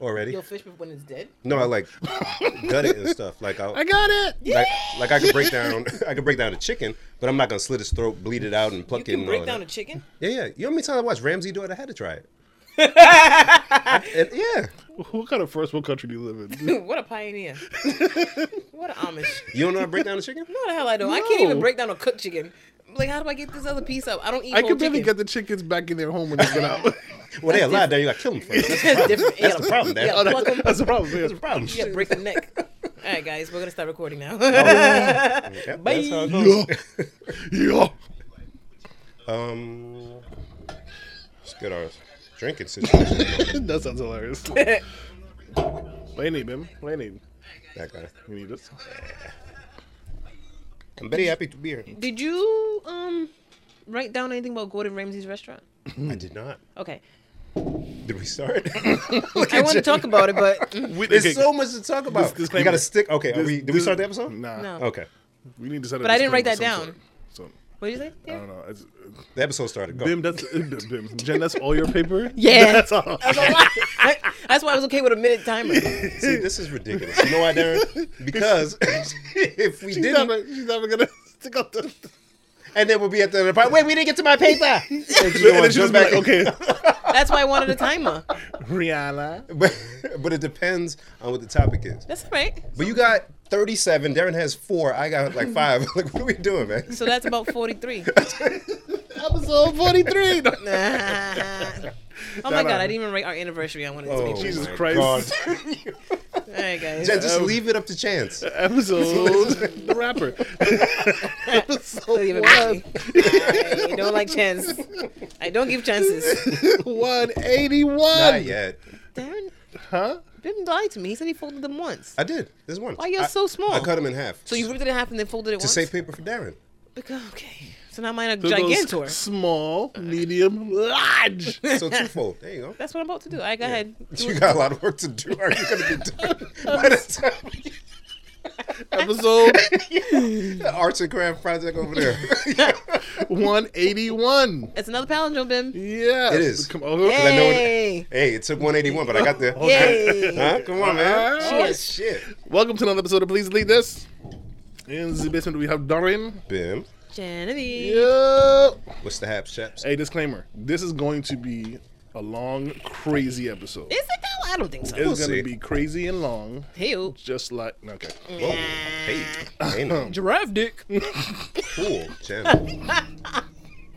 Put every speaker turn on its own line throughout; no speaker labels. already.
You'll fish when it's dead.
No, I like gut it and stuff. Like I,
I got it.
like, like I could break down, I could break down a chicken, but I'm not gonna slit its throat, bleed it out, and pluck it.
You can
and all
break
of that.
down a chicken.
Yeah, yeah. You know how many times I watched Ramsey do it? I had to try it. I- and- yeah.
What kind of first world country do you live in?
what a pioneer. what an Amish.
You don't know how to break down a chicken?
What the hell I do? I can't even
No.
break down a cooked chicken. Like, how do I get this other piece up? I don't eat
I
whole
could barely
chicken.
get the chickens back in their home when they get out.
Well, they alive there. You got to kill them first. That's
That's different. You
That's
gotta-
the problem,
You
man.
gotta
Oh,
pluck 'em.
That's the problem. That's
the problem.
You gotta break the neck. All right, guys, we're gonna start recording now.
Oh,
Yep,
Bye.
that's how it goes.
Yeah. yeah.
Um, let's get our drinking situation.
that sounds hilarious. What you need, man? What you need?
That guy.
We need this.
I'm very happy to be here.
Did you um write down anything about Gordon Ramsay's restaurant?
I did not.
Okay,
Did we start?
I want to talk about it, but mm,
We,
There's
okay,
so much to talk about.
disclaimer.
you got to stick. Okay, are
this-
we, did we
this-
start the episode?
Nah.
No.
Okay.
We need to set a
But I didn't write
disclaimer
that
of
down.
some sort.
what did you say?
So, I
Yeah.
don't know. It's,
The episode started. Go.
Bim, that's uh, Bim, Bim. Jen. That's all your paper.
Yeah.
that's all.
That's a lot. That's why I was okay with a minute timer.
See, this is ridiculous. You know why, Darren? Because if we
She's
didn't,
never, she's never gonna stick up the.
and then we'll be at the end of the part. Wait, we didn't get to my paper. And she's
And
gonna
then she's
jump
like,
back.
okay,
That's why I wanted a timer.
Rihanna.
But, but it depends on what the topic is.
That's all right.
But you got 37. Darren has four. I got like five. like, what are we doing, man?
So that's about forty-three.
Episode forty-three.
Oh my god, I didn't even write our anniversary. I wanted it to be.
Oh
Jesus
my
Christ.
God.
All right, guys.
Jen, just leave it up to chance.
Episode the rapper.
Don't even make me. I don't like chance. I don't give chances.
One eighty-one.
Not yet.
Darren
Huh?
didn't lie to me. He said he folded them once.
I did. There's one.
Why you're
I,
so small?
I cut him in half.
So you ripped it in half and then folded it
to
once.
save paper for Darren.
Because- okay. So now mine are
There goes
gigantor.
Small, medium, large.
So twofold. There you go.
That's what I'm about to do. I go ahead.
You got a lot of work to do. Are you gonna be done by the time?
Episode
The arts and craft project over there.
one eighty-one.
It's another palindrome, Bim.
Yeah,
It is.
Come
I
on.
know it-
Yay!
hey, it took 181, but I got there.
Yay!
Huh? Come on, man.
Alright.
Cheers.
Shit.
Welcome to another episode of Please Lead This. In the basement, we have Darren.
Bim,
Genevieve.
Yeah.
what's the haps, chaps?
Hey, disclaimer: this is going to be a long, crazy episode.
Is it though? I don't think so.
It's
We'll
going
see.
to be crazy and long,
Hey, oh.
just like okay.
Whoa. Hey, ain't no
giraffe dick.
cool, Jen.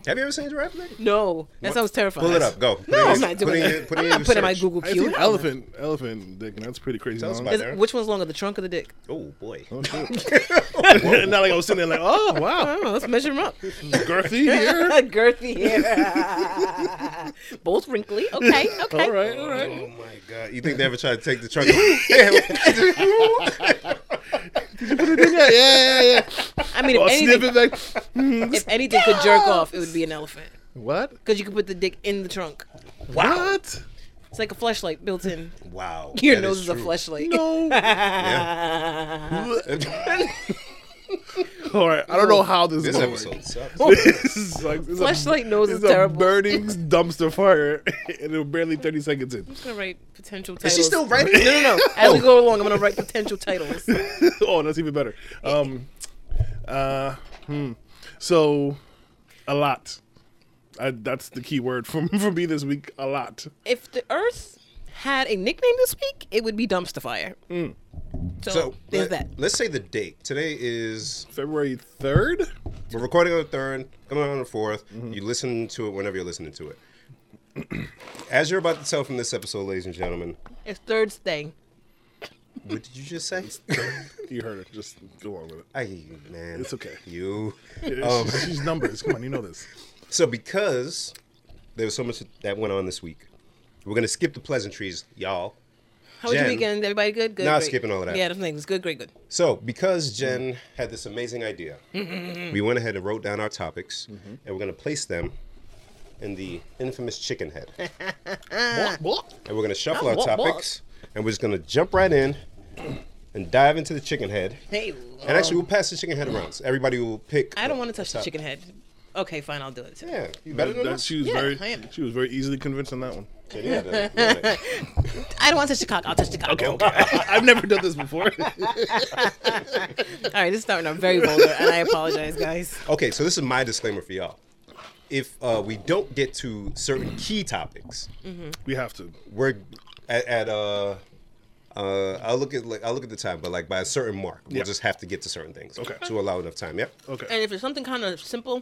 Have you ever seen giraffe? Lady?
No, that sounds terrifying.
Pull it up. Go. Put
No,
it in-
I'm not
put
doing
it in-
that.
put it
I'm
in
not
your
putting my
search.
Google
I seen
Q.
elephant, elephant dick, and that's pretty crazy.
Tell us
long.
about
Is-
Darren.
which one's longer, the trunk or the dick?
Oh boy.
Not like I was sitting there like, oh wow,
I don't know. Let's measure them up.
girthy here.
Girthy hair. Both wrinkly. Okay, okay.
All right, all right.
Oh my god. You think they ever tried to take the trunk? Damn.
Yeah, yeah, yeah, yeah.
I mean,
I'll
if
sniff
anything,
it back.
if anything could jerk off, it would be an elephant.
What?
Because you could put the dick in the trunk.
What?
It's like a fleshlight built in.
wow.
Your
that
nose is, a
true.
fleshlight.
No. All right. I don't know how this,
this
is going to
episode sucks.
This is like, this is a-
Fleshlight nose
this
is terrible.
a burning dumpster fire, and it was barely 30 seconds in.
I'm gonna write potential
Is
titles.
she still writing? Oh. No, no, no.
As we go along, I'm gonna write potential titles.
oh, that's even better. Um, uh, hmm. So, a lot. I, that's the key word from, from me this week. A lot.
If the Earth had a nickname this week, it would be Dumpster Fire. So,
Mm. So
there's that.
let, us say the date. Today is
February 3rd?
we're recording on the third, coming out on the 4th
Mm-hmm.
You listen to it whenever you're listening to it. As you're about to tell from this episode, ladies and gentlemen,
It's Thursday.
what did you just say?
You heard it. Just go along with it.
I man,
It's okay.
You. Oh. Um,
It's- she's numbers. Come on, you know this.
So because there was so much that went on this week, we're gonna skip the pleasantries, y'all.
How was your
Jen.
weekend? Everybody good? Good.
Nah,
great.
skipping all of that.
Yeah, the things good, great, good.
So, because Jen had this amazing idea, we went ahead and wrote down our topics,
Mm-hmm.
and we're going to place them in the infamous chicken head. and we're going to shuffle our
Wop, wop.
topics, and we're just going to jump right in and dive into the chicken head.
Hey, um,
And actually, we'll pass the chicken head around. So everybody will pick.
I don't want to touch the
top.
chicken head. Okay, fine, I'll do it. Too.
Yeah, you better than
That-
us.
she was
Yeah,
very
I am.
she was very easily convinced on that one.
Yeah, yeah, that- yeah.
I don't want to touch the cock. I'll touch the cock. Okay,
I've never done this before.
All right, this is starting off very vulgar, and I apologize, guys.
Okay, so this is my disclaimer for y'all. If uh, we don't get to certain key topics,
we have to.
we're at, at uh, uh, I look at like I look at the time, but like by a certain mark, we'll
Yeah.
just have to get to certain things
Okay.
to allow enough time. Yep,
Okay.
And if it's something kind of simple,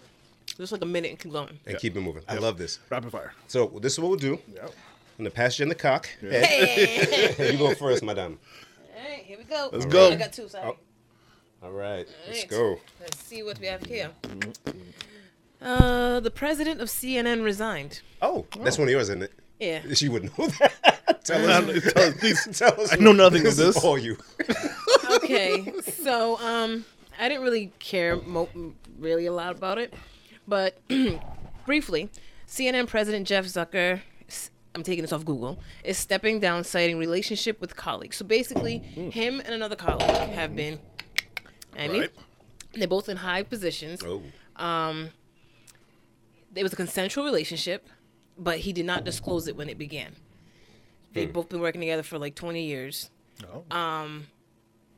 just like a minute and keep going.
and keep it moving. I love this.
Rapid fire.
So this is what we'll do.
Yeah.
I'm gonna pass you in the cock.
Hey,
Ed, you go first, madame.
all right, here we go.
Let's go.
I got two. Sorry.
Oh. All right, let's
Right.
go. Mm-hmm.
Let's see what we have here. Uh, the president of CNN resigned.
Oh, that's one of yours, isn't it?
Yeah.
She would know that. tell us.
Tell us, please.
Tell us.
I know nothing of
is
this.
all you.
okay, so um, I didn't really care mo- really a lot about it, but briefly, CNN President Jeff Zucker, s- I'm taking this off Google, is stepping down, citing relationship with colleagues. So basically, him and another colleague have been, I mean,
Right.
they're both in high positions.
Oh.
It was a consensual relationship, but he did not disclose it when it began.
Hmm.
They've both been working together for like 20 years.
Oh.
Um,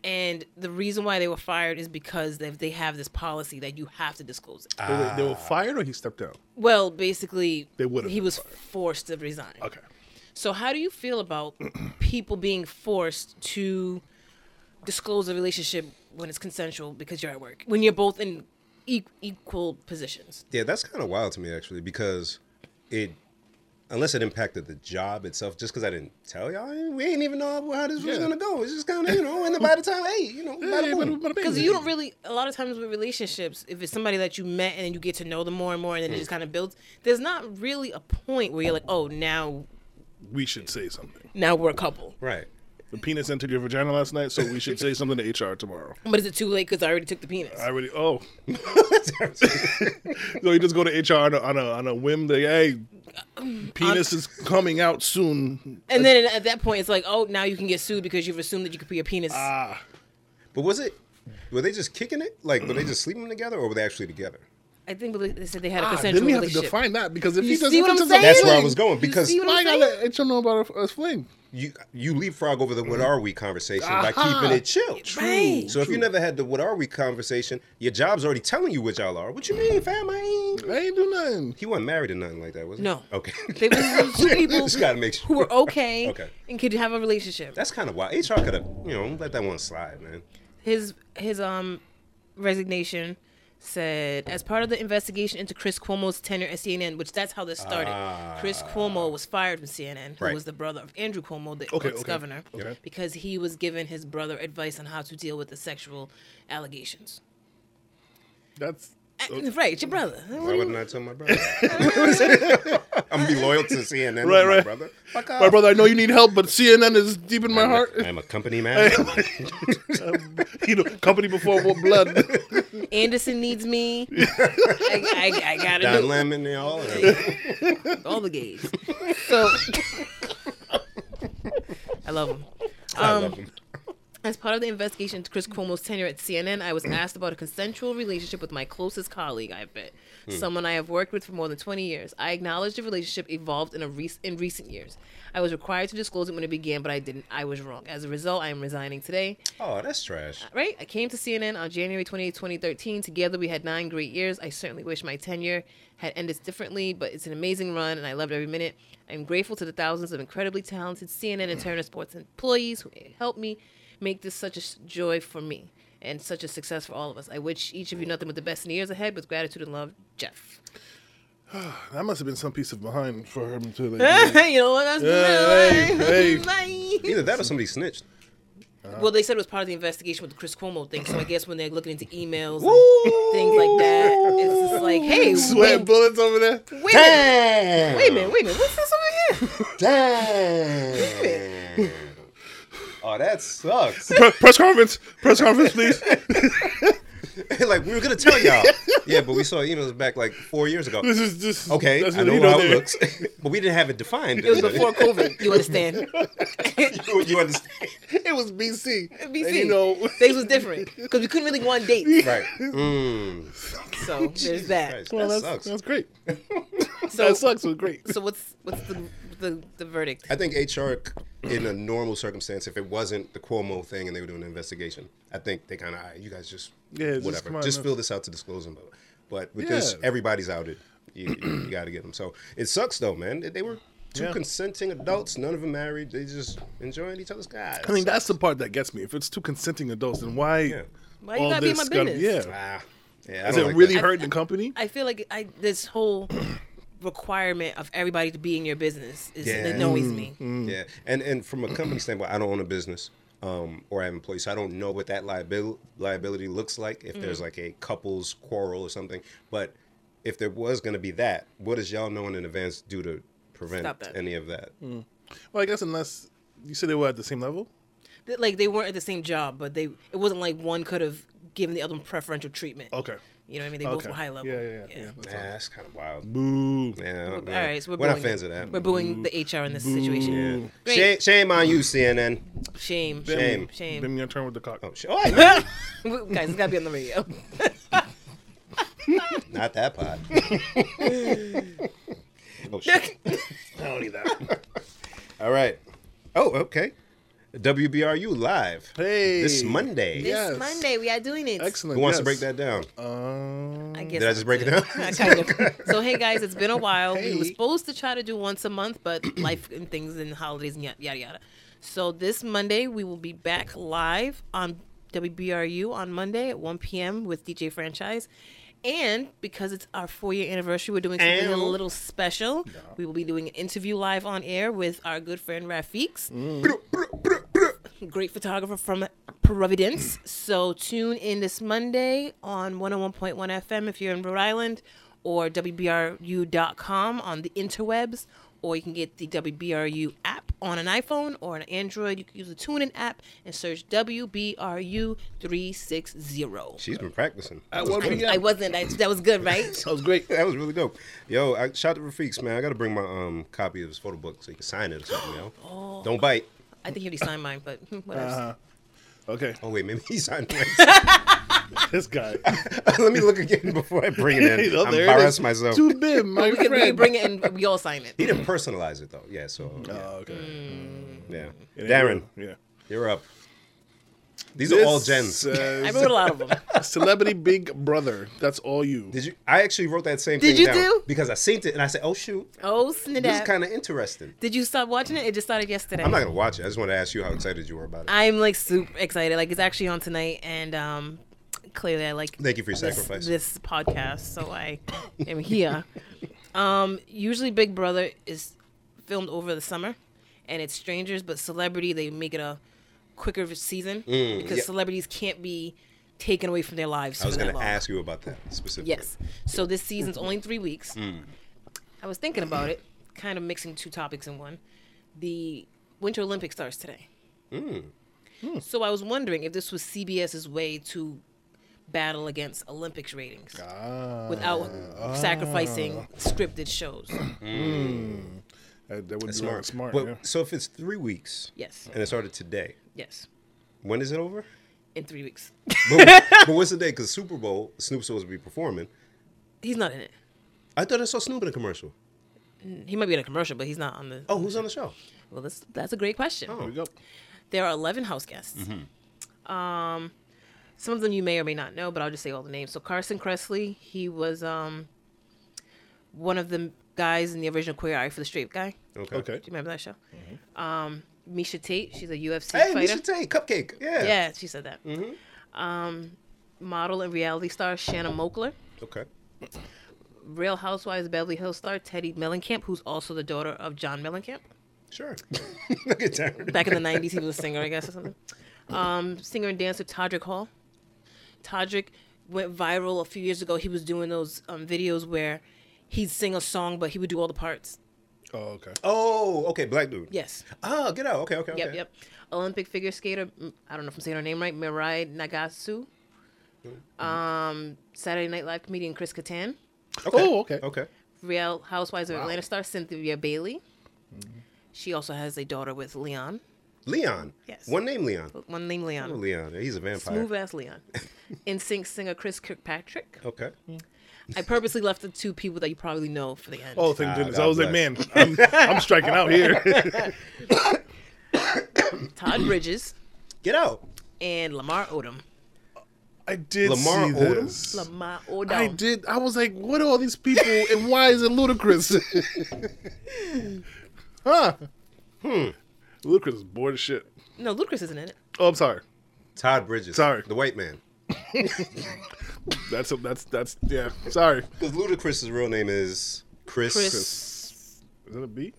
And the reason why they were fired is because they, they have this policy that you have to disclose it.
Wait, wait, they were fired or he stepped down?
Well, basically,
They would've
he
been
was
fired.
forced to resign.
Okay.
So, how do you feel about people being forced to disclose a relationship when it's consensual because you're at work, when you're both in e- equal positions?
Yeah, that's kind of wild to me actually because it, unless it impacted the job itself, just because I didn't tell y'all, we ain't even know how this was
Yeah.
gonna go. It's just kind of you know, and then by the time, hey, you know, bada boom.
Because you don't really, a lot of times with relationships, if it's somebody that you met and then you get to know them more and more and then it just kind of builds, there's not really a point where you're like, oh, now
We should say something.
now we're a couple.
right.
The penis entered your vagina last night, so we should say something to HR tomorrow.
But is it too late because I already took the penis?
I already. Oh, so you just go to HR on a on a, on a whim. Like, hey, penis is coming out soon.
and then at that point, it's like, oh, now you can get sued because you've assumed that you could put your penis.
Ah,
But was it? Were they just kicking it? Like, were they just sleeping together, or were they actually together?
I think they said they had a
ah
consensual
then we have to
relationship.
define that because if
You
he
see
doesn't,
what I'm
doesn't
saying?
That's where I
fling,
was going because
see what I'm
Why gotta
saying?
let HR know about a, a fling?
you you leapfrog over the "What are we?" conversation by keeping it chill.
Mm-hmm. Uh-huh. Right.
So if you never had the "What are we?" conversation, your job's already telling you what y'all are. What you
Mm-hmm.
mean, fam? I ain't.
I ain't do nothing.
He wasn't married or nothing like that, was he?
No.
Okay.
They were two people
Just gotta make sure.
who were okay,
Okay.
and could have a relationship.
That's kind of wild. HR could have, you know, let that one slide, man.
his his um resignation said as part of the investigation into Chris Cuomo's tenure at CNN, which that's how this started.
Ah.
Chris Cuomo was fired from CNN, who
Right.
was the brother of Andrew Cuomo, the
Okay, okay,
ex-governor,
okay.
because he was giving his brother advice on how to deal with the sexual allegations.
That's
Uh, Right, it's your brother.
Why wouldn't I tell my brother? I'm gonna be loyal to CNN,
Right,
my
right.
brother. Fuck
my
off.
brother. I know you need help, but CNN is deep in my
I'm a-
heart.
I'm a company man.
you know, company before war blood.
Anderson needs me. I, I, I gotta do
Don Lemon, they all. of them.
all the gays. So I love them.
I
Um,
love them.
As part of the investigation into Chris Cuomo's tenure at CNN, I was asked about a consensual relationship with my closest colleague, I bet, someone I have worked with for more than 20 years. I acknowledge the relationship evolved in, a rec in recent years. I was required to disclose it when it began, but I didn't. I was wrong. As a result, I am resigning today.
Oh, that's trash.
Right? I came to CNN on January 28, 2013. Together, we had nine great years. I certainly wish my tenure had ended differently, but it's an amazing run, and I loved every minute. I'm grateful to the thousands of incredibly talented CNN and Turner Sports employees who helped me make this such a s- joy for me and such a success for all of us. I wish each of you nothing but the best in the years ahead. With gratitude and love, Jeff.
That must have been some piece of behind for him to. Like,
you know what? That's
hey,
Either that or somebody snitched.
Well, they said it was part of the investigation with the Chris Cuomo thing. So I guess when they're looking into emails
Woo!
and things like that, it's just like, hey,
sweat bullets over there.
Wait a minute.
Damn.
Wait a minute. Wait a minute. What's this over here?
Damn. Oh, that sucks.
Pre- press conference, press conference, please.
like we were gonna tell y'all. yeah, but we saw emails back like four years ago.
This is just
Okay,
that's
I know
neither
how it
there.
looks, but we didn't have it defined.
It was before COVID. You understand?
you, you understand?
It was BC.
BC.
And, you know,
Things was different because we couldn't really go on dates.
Right. Mm.
So there's that.
Christ,
well,
that
that's,
sucks.
that's great.
So,
that sucks. Was great.
so what's what's the the, the verdict?
I think HR, in a normal circumstance, if it wasn't the Cuomo thing and they were doing an investigation, I think they kind of, you guys just,
Yeah, just
whatever.
come on
Just,
up."
fill this out to disclose them. But, but because
Yeah.
everybody's outed, you, you got to get them. So it sucks though, man. They- They were two
Yeah.
consenting adults. None of them married. They just enjoying each other's guys.
I think that's the part that gets me. If it's two consenting adults, then why?
Why you gotta be in my business?
yeah.
Ah, yeah, I
Is
don't
it
like
really
that.
hurting the company?
I feel like I this whole requirement of everybody to be in your business is
Yeah.
it annoys me.
Yeah, and and from a company standpoint, I don't own a business um, or I have employees, so I don't know what that liabil- liability looks like if
Mm.
there's like a couples quarrel or something. But if there was going to be that, what does y'all knowing in advance do to prevent
Stop that.
any of that?
Well, I guess unless you said they were at the same level.
Th- Like they weren't at the same job, but they it wasn't like one could have given the other one preferential treatment.
Okay.
You know what I mean? They both
Okay.
were high level.
Yeah, yeah, yeah. yeah.
Nah, that's kind of wild.
Boo.
Yeah,
All
yeah.
right, so we're,
we're not
booing
fans
it.
of that.
We're booing
Mm.
the HR in this situation.
Yeah.
Great.
Shame, shame on you, CNN.
Shame,
Shame.
shame, shame.
Then you turn with the cock.
Oh, sh- oh, I-
Guys, it's gotta be on the radio.
not that pot. oh, shit.
I don't need that.
All right. Oh, okay. WBRU live.
Hey.
This Monday.
Yeah. Yes.
This Monday we are doing it.
Excellent.
Who wants to
yes. hmm.
break that down?
Um,
I guess
Did I just break it down?
I kind of. So hey guys, it's been a while. We were
Hey.
supposed to try to do once a month, but life and things and holidays and yada yada yada. So this Monday we will be back live on WBRU on Monday at 1 p.m. with DJ Franchise. And because it's our four-year anniversary, we're doing something a
Ow.
little special. We will be doing an interview live on air with our good friend Rafiqs great photographer from Providence. So tune in this Monday on 101.1 FM if you're in Rhode Island or WBRU.com on the interwebs, or you can get the WBRU app on an iPhone or an Android. You can use the TuneIn app and search WBRU360.
She's been practicing. That
At
was,
1
great.
p.m.
I wasn't. I, that was good, right?
That was great.
that was really dope. Yo, I, shout to Rafiq's, man. I got to bring my um copy of his photo book so you can sign it or something, yo. Don't bite.
I think he already signed mine, but whatever.
Uh-huh.
Okay.
Oh, wait, maybe he signed it.
This guy.
Let me look again before I bring it in.
Oh,
I
there it is.
embarrassed myself.
Too big,
we,
my
can, we can
friend.
bring it and we all sign
He
it.
didn't personalize it, though. Yeah, so.
Oh, okay.
Mm.
Yeah.
It ain't
Darren,
real. Yeah.
you're up. These
This
are all gens.
I
says,
wrote a lot of them.
Celebrity Big Brother. That's all you.
Did you? I actually wrote that same
Did
thing
you
down
do?
because I seen it and I said, "Oh shoot,
Oh,
this is
snap.
kind of interesting."
Did you stop watching it? It just started yesterday.
I'm not gonna watch it. I just want to ask you how excited you were about it.
I'm like super excited. Like it's actually on tonight, and um, clearly I like
Thank you for your
this,
sacrifice.
this podcast, so I am here. Um, usually Big Brother is filmed over the summer, and it's strangers, but celebrity they make it a quicker of a season because
Mm, yeah.
celebrities can't be taken away from their lives.
I was
for that
gonna
long.
ask you about that specifically.
Yes. So this season's only three weeks. I was thinking about it, kind of mixing two topics in one. The Winter Olympics starts today. So I was wondering if this was CBS's way to battle against Olympics ratings without sacrificing scripted shows.
Uh, That, that would be
That's smart.
smart.
But
yeah.
so if it's three weeks,
Yes.
and it started today,
Yes.
when is it over?
In three weeks.
but, but what's the day? Because Super Bowl, Snoop's supposed to be performing.
He's not in it.
I thought I saw Snoop in a commercial.
He might be in a commercial, but he's not on the.
Oh, who's on the show?
Well, that's, that's a great question.
Oh.
There we go.
There are 11 house guests. Um,
Mm-hmm.
some of them you may or may not know, but I'll just say all the names. So Carson Kressley, he was um, one of the guys in the original Queer Eye for the Straight Guy. Do
Okay.
Okay.
you remember that show? Um, Misha Tate, she's a UFC
Mm-hmm. Hey,
fighter.
Misha Tate, Mm-hmm. Cupcake. Yeah.
Yeah, she said that. Um, model and reality star Shanna Mokler.
Okay.
Real Housewives of Beverly Hills star Teddy Mellencamp, who's also the daughter of John Mellencamp.
Sure. Look at Darren.
back in the 90s he was a singer i guess or something um, singer and dancer todrick hall todrick went viral a few years ago he was doing those um, videos where he'd sing a song but he would do all the parts
Oh, okay.
Oh, okay, black dude.
yes
Oh, get out. Okay, okay, okay.
yep yep olympic figure skater m- i don't know if i'm saying her name right mirai nagasu Um, Saturday Night Live comedian Chris Kattan,
Oh, okay.
Okay.
Real Housewives of Atlanta star Cynthia Bailey. She also has a daughter with Leon,
Leon.
Yes.
One name Leon.
one named
Oh,
Leon,
Leon. He's a vampire.
smooth ass Leon. In sync singer Chris Kirkpatrick.
Okay.
I purposely left the two people that you probably know for the end.
Oh, thank
Ah,
goodness.
God
I was like, man,
bless.
I'm, I'm striking out here.
Todd Bridges
Get out.
and Lamar Odom.
I did
Lamar
see
Odom?
this.
Lamar Odom.
I did. I was like, what are all these people and why is it ludicrous? huh? Hmm. Ludacris is bored as shit.
No, Ludacris isn't in it.
Oh, I'm sorry.
Todd Bridges.
Sorry.
The white man.
That's that's that's yeah. Sorry.
Because Ludacris's real name is Chris.
Chris.
Is that a beat?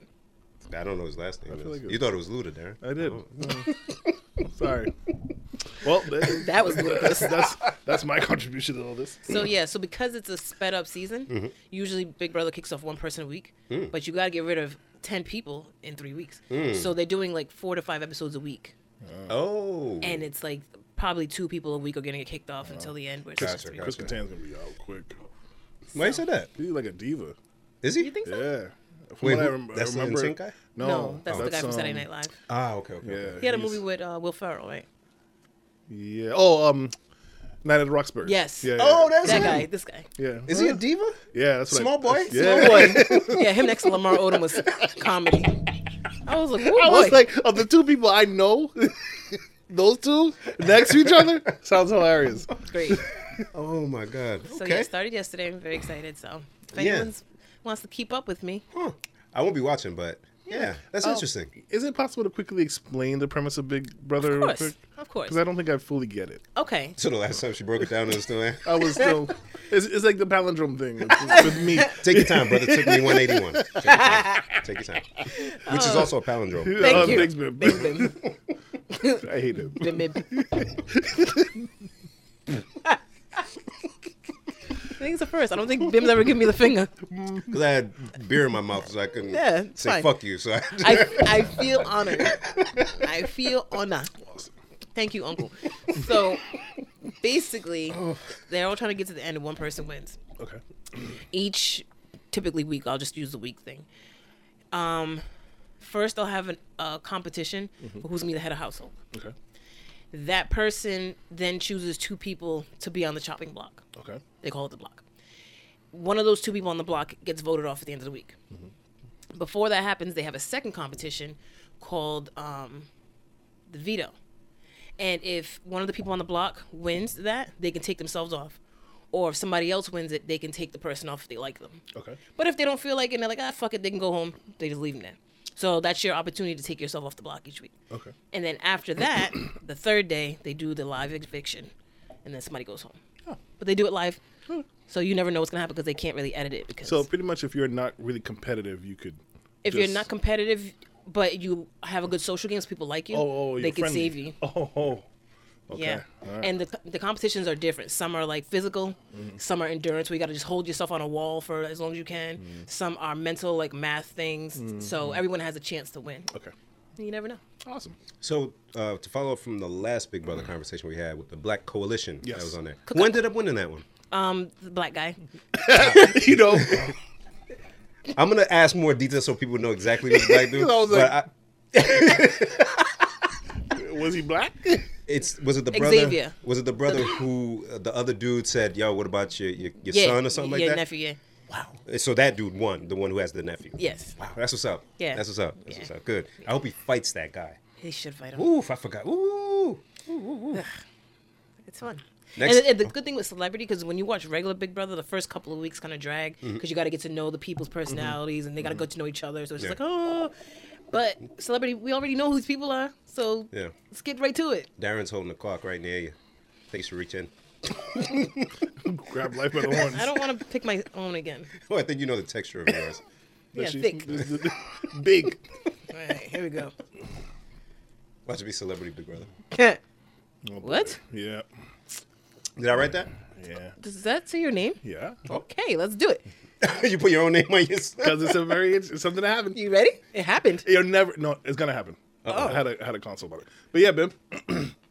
I don't know his last name. is.
feel like it- Uh,
you thought it was Luda, Darren.
I did. sorry. Well, that,
That was Ludacris.
that's that's my contribution to all this.
So yeah, so because it's a sped up season,
Mm-hmm.
usually Big Brother kicks off one person a week,
Mm.
but you gotta get rid of ten people in three weeks. So they're doing like four to five episodes a week,
Oh.
Mm.
and it's like probably two people a week are getting kicked
Oh.
off until the end. Where it's just
Gotcha,
three.
gotcha.
Chris Kattan's gonna be out quick.
Why you said that?
He's like a diva.
Is he?
You think so?
Yeah. From
Wait,
what
who-
rem-
that's the NSYNC guy?
No,
No, that's the guy from
um,
Saturday Night Live.
Ah, okay, okay. okay.
Yeah,
He had a
he's-
movie with uh, Will Ferrell, right?
Yeah. Oh, um, Night at the Roxbury.
Yes.
Yeah.
Oh, that's
That
him.
guy, this guy.
yeah.
Is he a diva?
Yeah. That's what I-
Small boy?
that's- Yeah.
Oh boy, yeah, him next to Lamar Odom was comedy. I was like, oh
I
boy,
was like, of the two people I know, those two next to each other sounds hilarious.
great.
Oh my God.
So
okay.
yeah, started yesterday. I'm very excited. So if
Yeah.
anyone's wants to keep up with me,
Huh. I won't be watching, but yeah, that's
Oh.
interesting.
Is it possible to quickly explain the premise of Big Brother?
of course,
Real quick?
of course.
Because I don't think I fully get it.
Okay,
So the last time she broke it down, it was still there.
I was still. It's, it's like the palindrome thing with, with me.
Take your time, brother. Took me 181. Take your time. Take your time. Which
Oh.
is also a palindrome.
Thank
Uh,
you.
thanks, man.
Bim bim.
I hate it.
Bim bim. Things are first. I don't think Bim's ever given me the finger.
Because I had beer in my mouth, so I couldn't
Yeah, it's
say
fine.
fuck you. So I,
I, I feel honored. I feel honored. Thank you, Uncle. So basically, they're all trying to get to the end, and one person wins.
Okay.
each typically week i'll just use the week thing um first i'll have an, a competition for who's gonna be the head of household
Okay.
that person then chooses two people to be on the chopping block
Okay.
they call it the block one of those two people on the block gets voted off at the end of the week before that happens they have a second competition called um, the veto and if one of the people on the block wins that they can take themselves off or if somebody else wins it they can take the person off if they like them
Okay.
but if they don't feel like it and they're like, ah, fuck it, they can go home, they just leave them there. So that's your opportunity to take yourself off the block each week.
Okay.
And then after that, the third day, they do the live eviction and then somebody goes home. But they do it live. So you never know what's going to happen because they can't really edit it. Because
So pretty much, if you're not really competitive, you could.
if
just-
you're not competitive, but you have a good social game, so people like you,
oh, oh,
they
you're
can
friendly.
save you.
Oh, oh. Okay.
Yeah.
All right.
And the, the competitions are different. Some are like physical,
Mm-hmm.
some are endurance, where you got to just hold yourself on a wall for as long as you can.
Mm-hmm.
Some are mental, like math things. So everyone has a chance to win.
okay.
You never know.
Awesome.
so uh, to follow up from the last Big Brother conversation we had with the Black Coalition
Yes.
that was on there, who ended up winning that one?
Um, the black guy.
you know,
I'm gonna ask more details so people know exactly what the black dude.
I was
but
like-
I-
was he black?
It's was it the brother?
Xavier.
Was it the brother who uh, the other dude said, "Yo, what about your your, your
Yeah,
son or something
yeah,
like that?"
nephew. Yeah,
So that dude won, the one who has the nephew.
Yes.
Wow, that's what's up.
Yeah.
that's what's up. That's
Yeah.
what's up. Good. I hope he fights that guy.
he should fight him.
Oof, I forgot. Ooh.
It's fun.
Next-
And, and the good thing with celebrity, because when you watch regular Big Brother, the first couple of weeks kind of drag because
Mm-hmm.
you got to get to know the people's personalities and they got to get to know each other. So it's
Yeah.
just like, oh. But celebrity, we already know who these people are. So
Yeah.
let's get right to it.
Darren's holding the clock right near you. I think you should reach in.
Grab life by the horns.
I don't want to pick my own again.
Oh, I think you know the texture of yours.
That
Yeah,
she's-
thick.
big.
All right, here we go.
Watch it be celebrity Big Brother.
What?
Oh, Yeah.
Did I write that?
Yeah.
Does that say your name?
Yeah.
Okay, let's do it.
you put your own name on yourself.
Because it's a very it's something that happened.
You Oh. ready? It happened.
You'll never no, it's gonna happen. I had a I had a console about it. But yeah, Bim.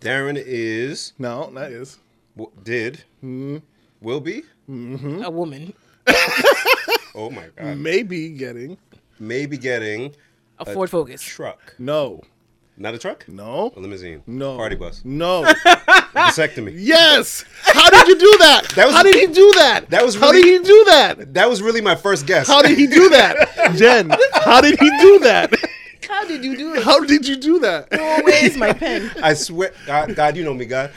Darren is
No, that is
w- did, hmm, will be.
Hmm?
A woman.
Oh my God.
Maybe getting
Maybe getting
A
Uh,
Ford Focus.
truck.
no,
Not a truck?
no,
A limousine.
no
Party bus.
No.
Vasectomy.
yes. How did you do that?
That was-
How did he do that?
That was
How did
really-
he do that?
That was really my first guess.
How did he do that, Jen? How did he do that?
How did you do it?
How did you do that?
Oh, Where's my pen?
I swear, God, God, you know me, God.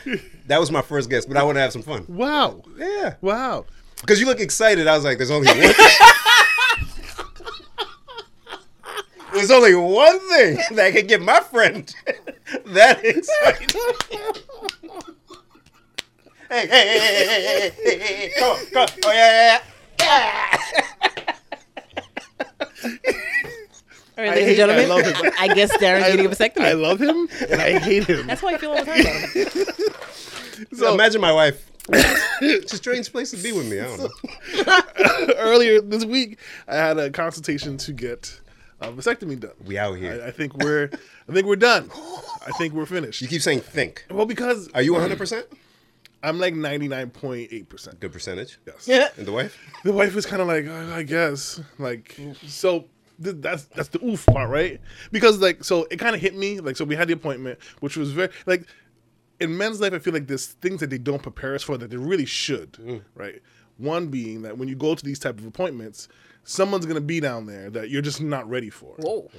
That was my first guess, but I want to have some fun.
Wow.
Yeah.
Wow.
Because you look excited. I was like, there's only one. there's only one thing that can get my friend that excited. hey, hey, hey, hey, hey, hey, hey, hey, hey, come on, come on. Oh, yeah, yeah,
All right,
I
ladies
hate- I
and
love
gentlemen.
it.
I, guess Darren's getting a vasectomy.
I love him and I hate him.
That's why I feel all the time about him.
yeah. So imagine my wife. it's a strange place to be with me. I don't know.
Earlier this week, I had a consultation to get a vasectomy done.
We out here.
I, I think we're, I think we're done. I think we're finished.
You keep saying think.
Well, because
Are you 100%?
I'm like 99.8 percent.
Good percentage. Yes.
Yeah.
And the wife?
The wife was kind of like, "Uh, I guess, like,
Mm.
so th- that's that's the oof part, right? Because like, so it kind of hit me, like, so we had the appointment, which was very like, in men's life, I feel like there's things that they don't prepare us for that they really should,
Mm.
right? One being that when you go to these type of appointments, someone's gonna be down there that you're just not ready for.
Whoa.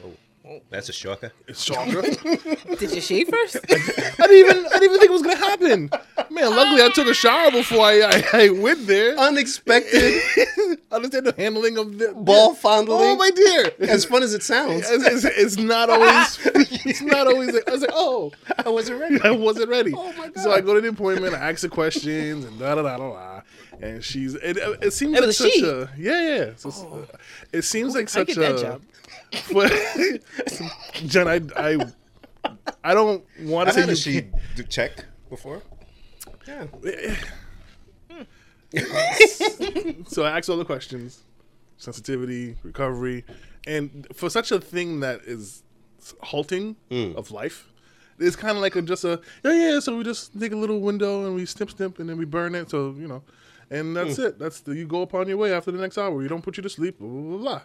That's a shocker.
It's shocking.
Did you shave first?
I didn't even I didn't even think it was gonna happen. Man, luckily I took a shower before I, I, I went there.
Unexpected
Understand the handling of the
ball fondling.
Oh my dear!
As fun as it sounds,
It's, it's, it's not always. It's not always. I was like, oh,
I wasn't ready.
I wasn't ready.
Oh, my
So I go to the appointment. I ask the questions and da da da da da. And she's. It, it seems
It
like
was a
such
she.
a. Yeah, yeah. It's- it's-
Oh.
uh, It seems like
I
such
get
a.
that job.
but- Jen, I, I, I don't want
I
to say
had
you
a she d- check before. Yeah.
So I asked all the questions: sensitivity, recovery, and for such a thing that is halting
Mm.
of life, it's kind of like a, just a yeah, yeah. So we just take a little window and we snip, snip, and then we burn it. So you know, and that's
Mm.
it. That's the, you go upon your way after the next hour. You don't put you to sleep. Blah blah blah. blah.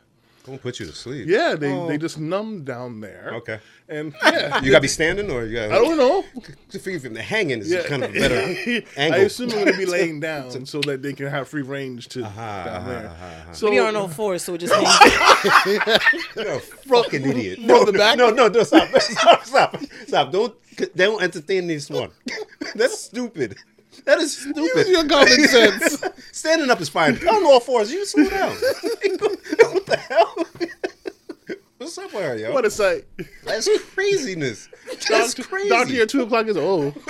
Don't put you to sleep.
Yeah, they they just numb down there.
Oh. Okay.
and yeah.
You gotta be standing or you
I
gotta.
don't know.
I figure from the hanging is
Yeah.
kind of a better
I
angle.
assume I'm gonna be laying down so that they can have free range to down
aha,
there.
aha, aha.
So
We are on all fours, so it just means
You're a fucking idiot.
From the back?
No, no, no, stop, stop, stop, stop. Don't, don't entertain this one. That's stupid. That is stupid.
Use your common sense.
Standing up is fine. On all fours, you slow down. what the hell? What's up, with yo?
What a sight.
That's craziness. That's
Doctor,
crazy.
Doctor here, two o'clock is oh.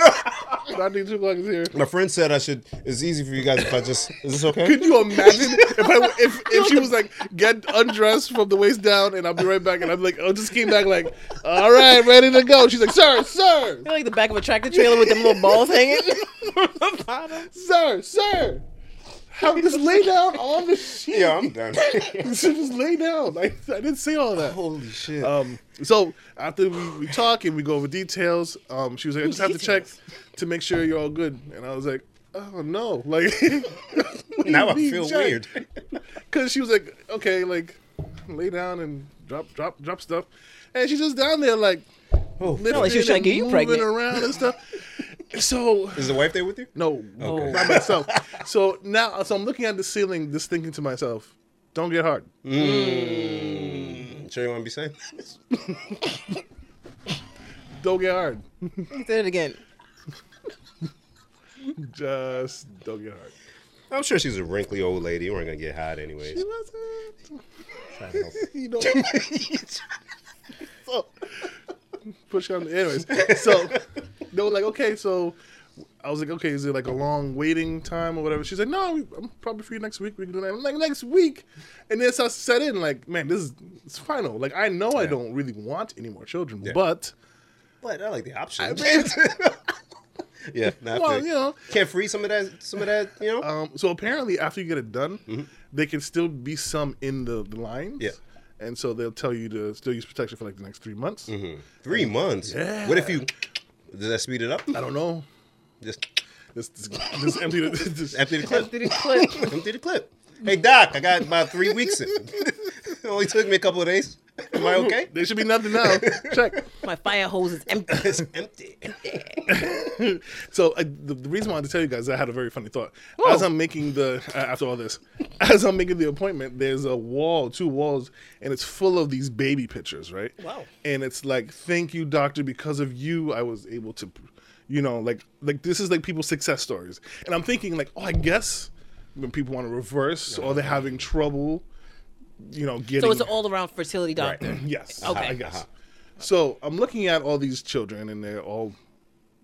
Doctor here, two o'clock is here.
My friend said I should. It's easy for you guys if I just. Is this okay?
Could you imagine if I if, if she was like get undressed from the waist down and I'll be right back and I'm like I just came back like all right ready to go. She's like sir sir
like the back of a tractor trailer with them little balls hanging from the bottom.
sir sir. How just lay down on the sheet.
yeah, I'm done.
just lay down. I, I didn't say all that.
Holy shit.
Um, so after we, we talk and we go over details, um, she was like, "I just have to check to make sure you're all good," and I was like, "Oh no!" Like
now I feel weird.
because she was like, "Okay, like lay down and drop, drop, drop stuff," and she's just down there like,
Oh.
lifting
like she was trying
and
to get you
moving
pregnant.
around and stuff. so
Is the wife there with you?
no,
Okay.
by myself. So now, so I'm looking at the ceiling, just thinking to myself, "Don't get hard."
Sure, you want to be safe?
Don't get hard.
Say it again.
Just don't get hard.
I'm sure she's a wrinkly old lady. We're gonna get hot anyways.
you know. so, push on. Anyways, so they were like, okay, so I was like, okay, is it like a long waiting time or whatever? She's like, no, I'm probably free next week. We can do that. I'm like, next week, and then I set in like, man, this is it's final. Like, I know I don't really want any more children, but
But I like the option.
mean-
yeah. Not
well,
fair.
you know.
Can't free some of that. Some of that. You know.
Um, so apparently, after you get it done, they can still be some in the, the lines.
Yeah.
And so they'll tell you to still use protection for like the next three months.
Three months. What if you? Does that speed it up?
I don't know.
Just
Just, just, just empty the. Just,
Empty the clip.
Did it clip?
Empty the clip. Hey Doc, I got about three weeks in. it only took me a couple of days. Am I okay?
There should be nothing now. Check.
My fire hose is empty.
It's empty.
So I, the, the reason why I wanted to tell you guys, is I had a very funny thought.
Whoa.
As I'm making the uh, after all this, as I'm making the appointment, there's a wall, two walls, and it's full of these baby pictures, right?
Wow.
And it's like, thank you, doctor, because of you, I was able to, you know, like like this is like people's success stories, and I'm thinking like, oh, I guess when people want to reverse or they're having trouble, you know, getting
So it's an all around fertility doctor.
Yes.
Okay. Uh-huh.
I guess. So I'm looking at all these children, and they're all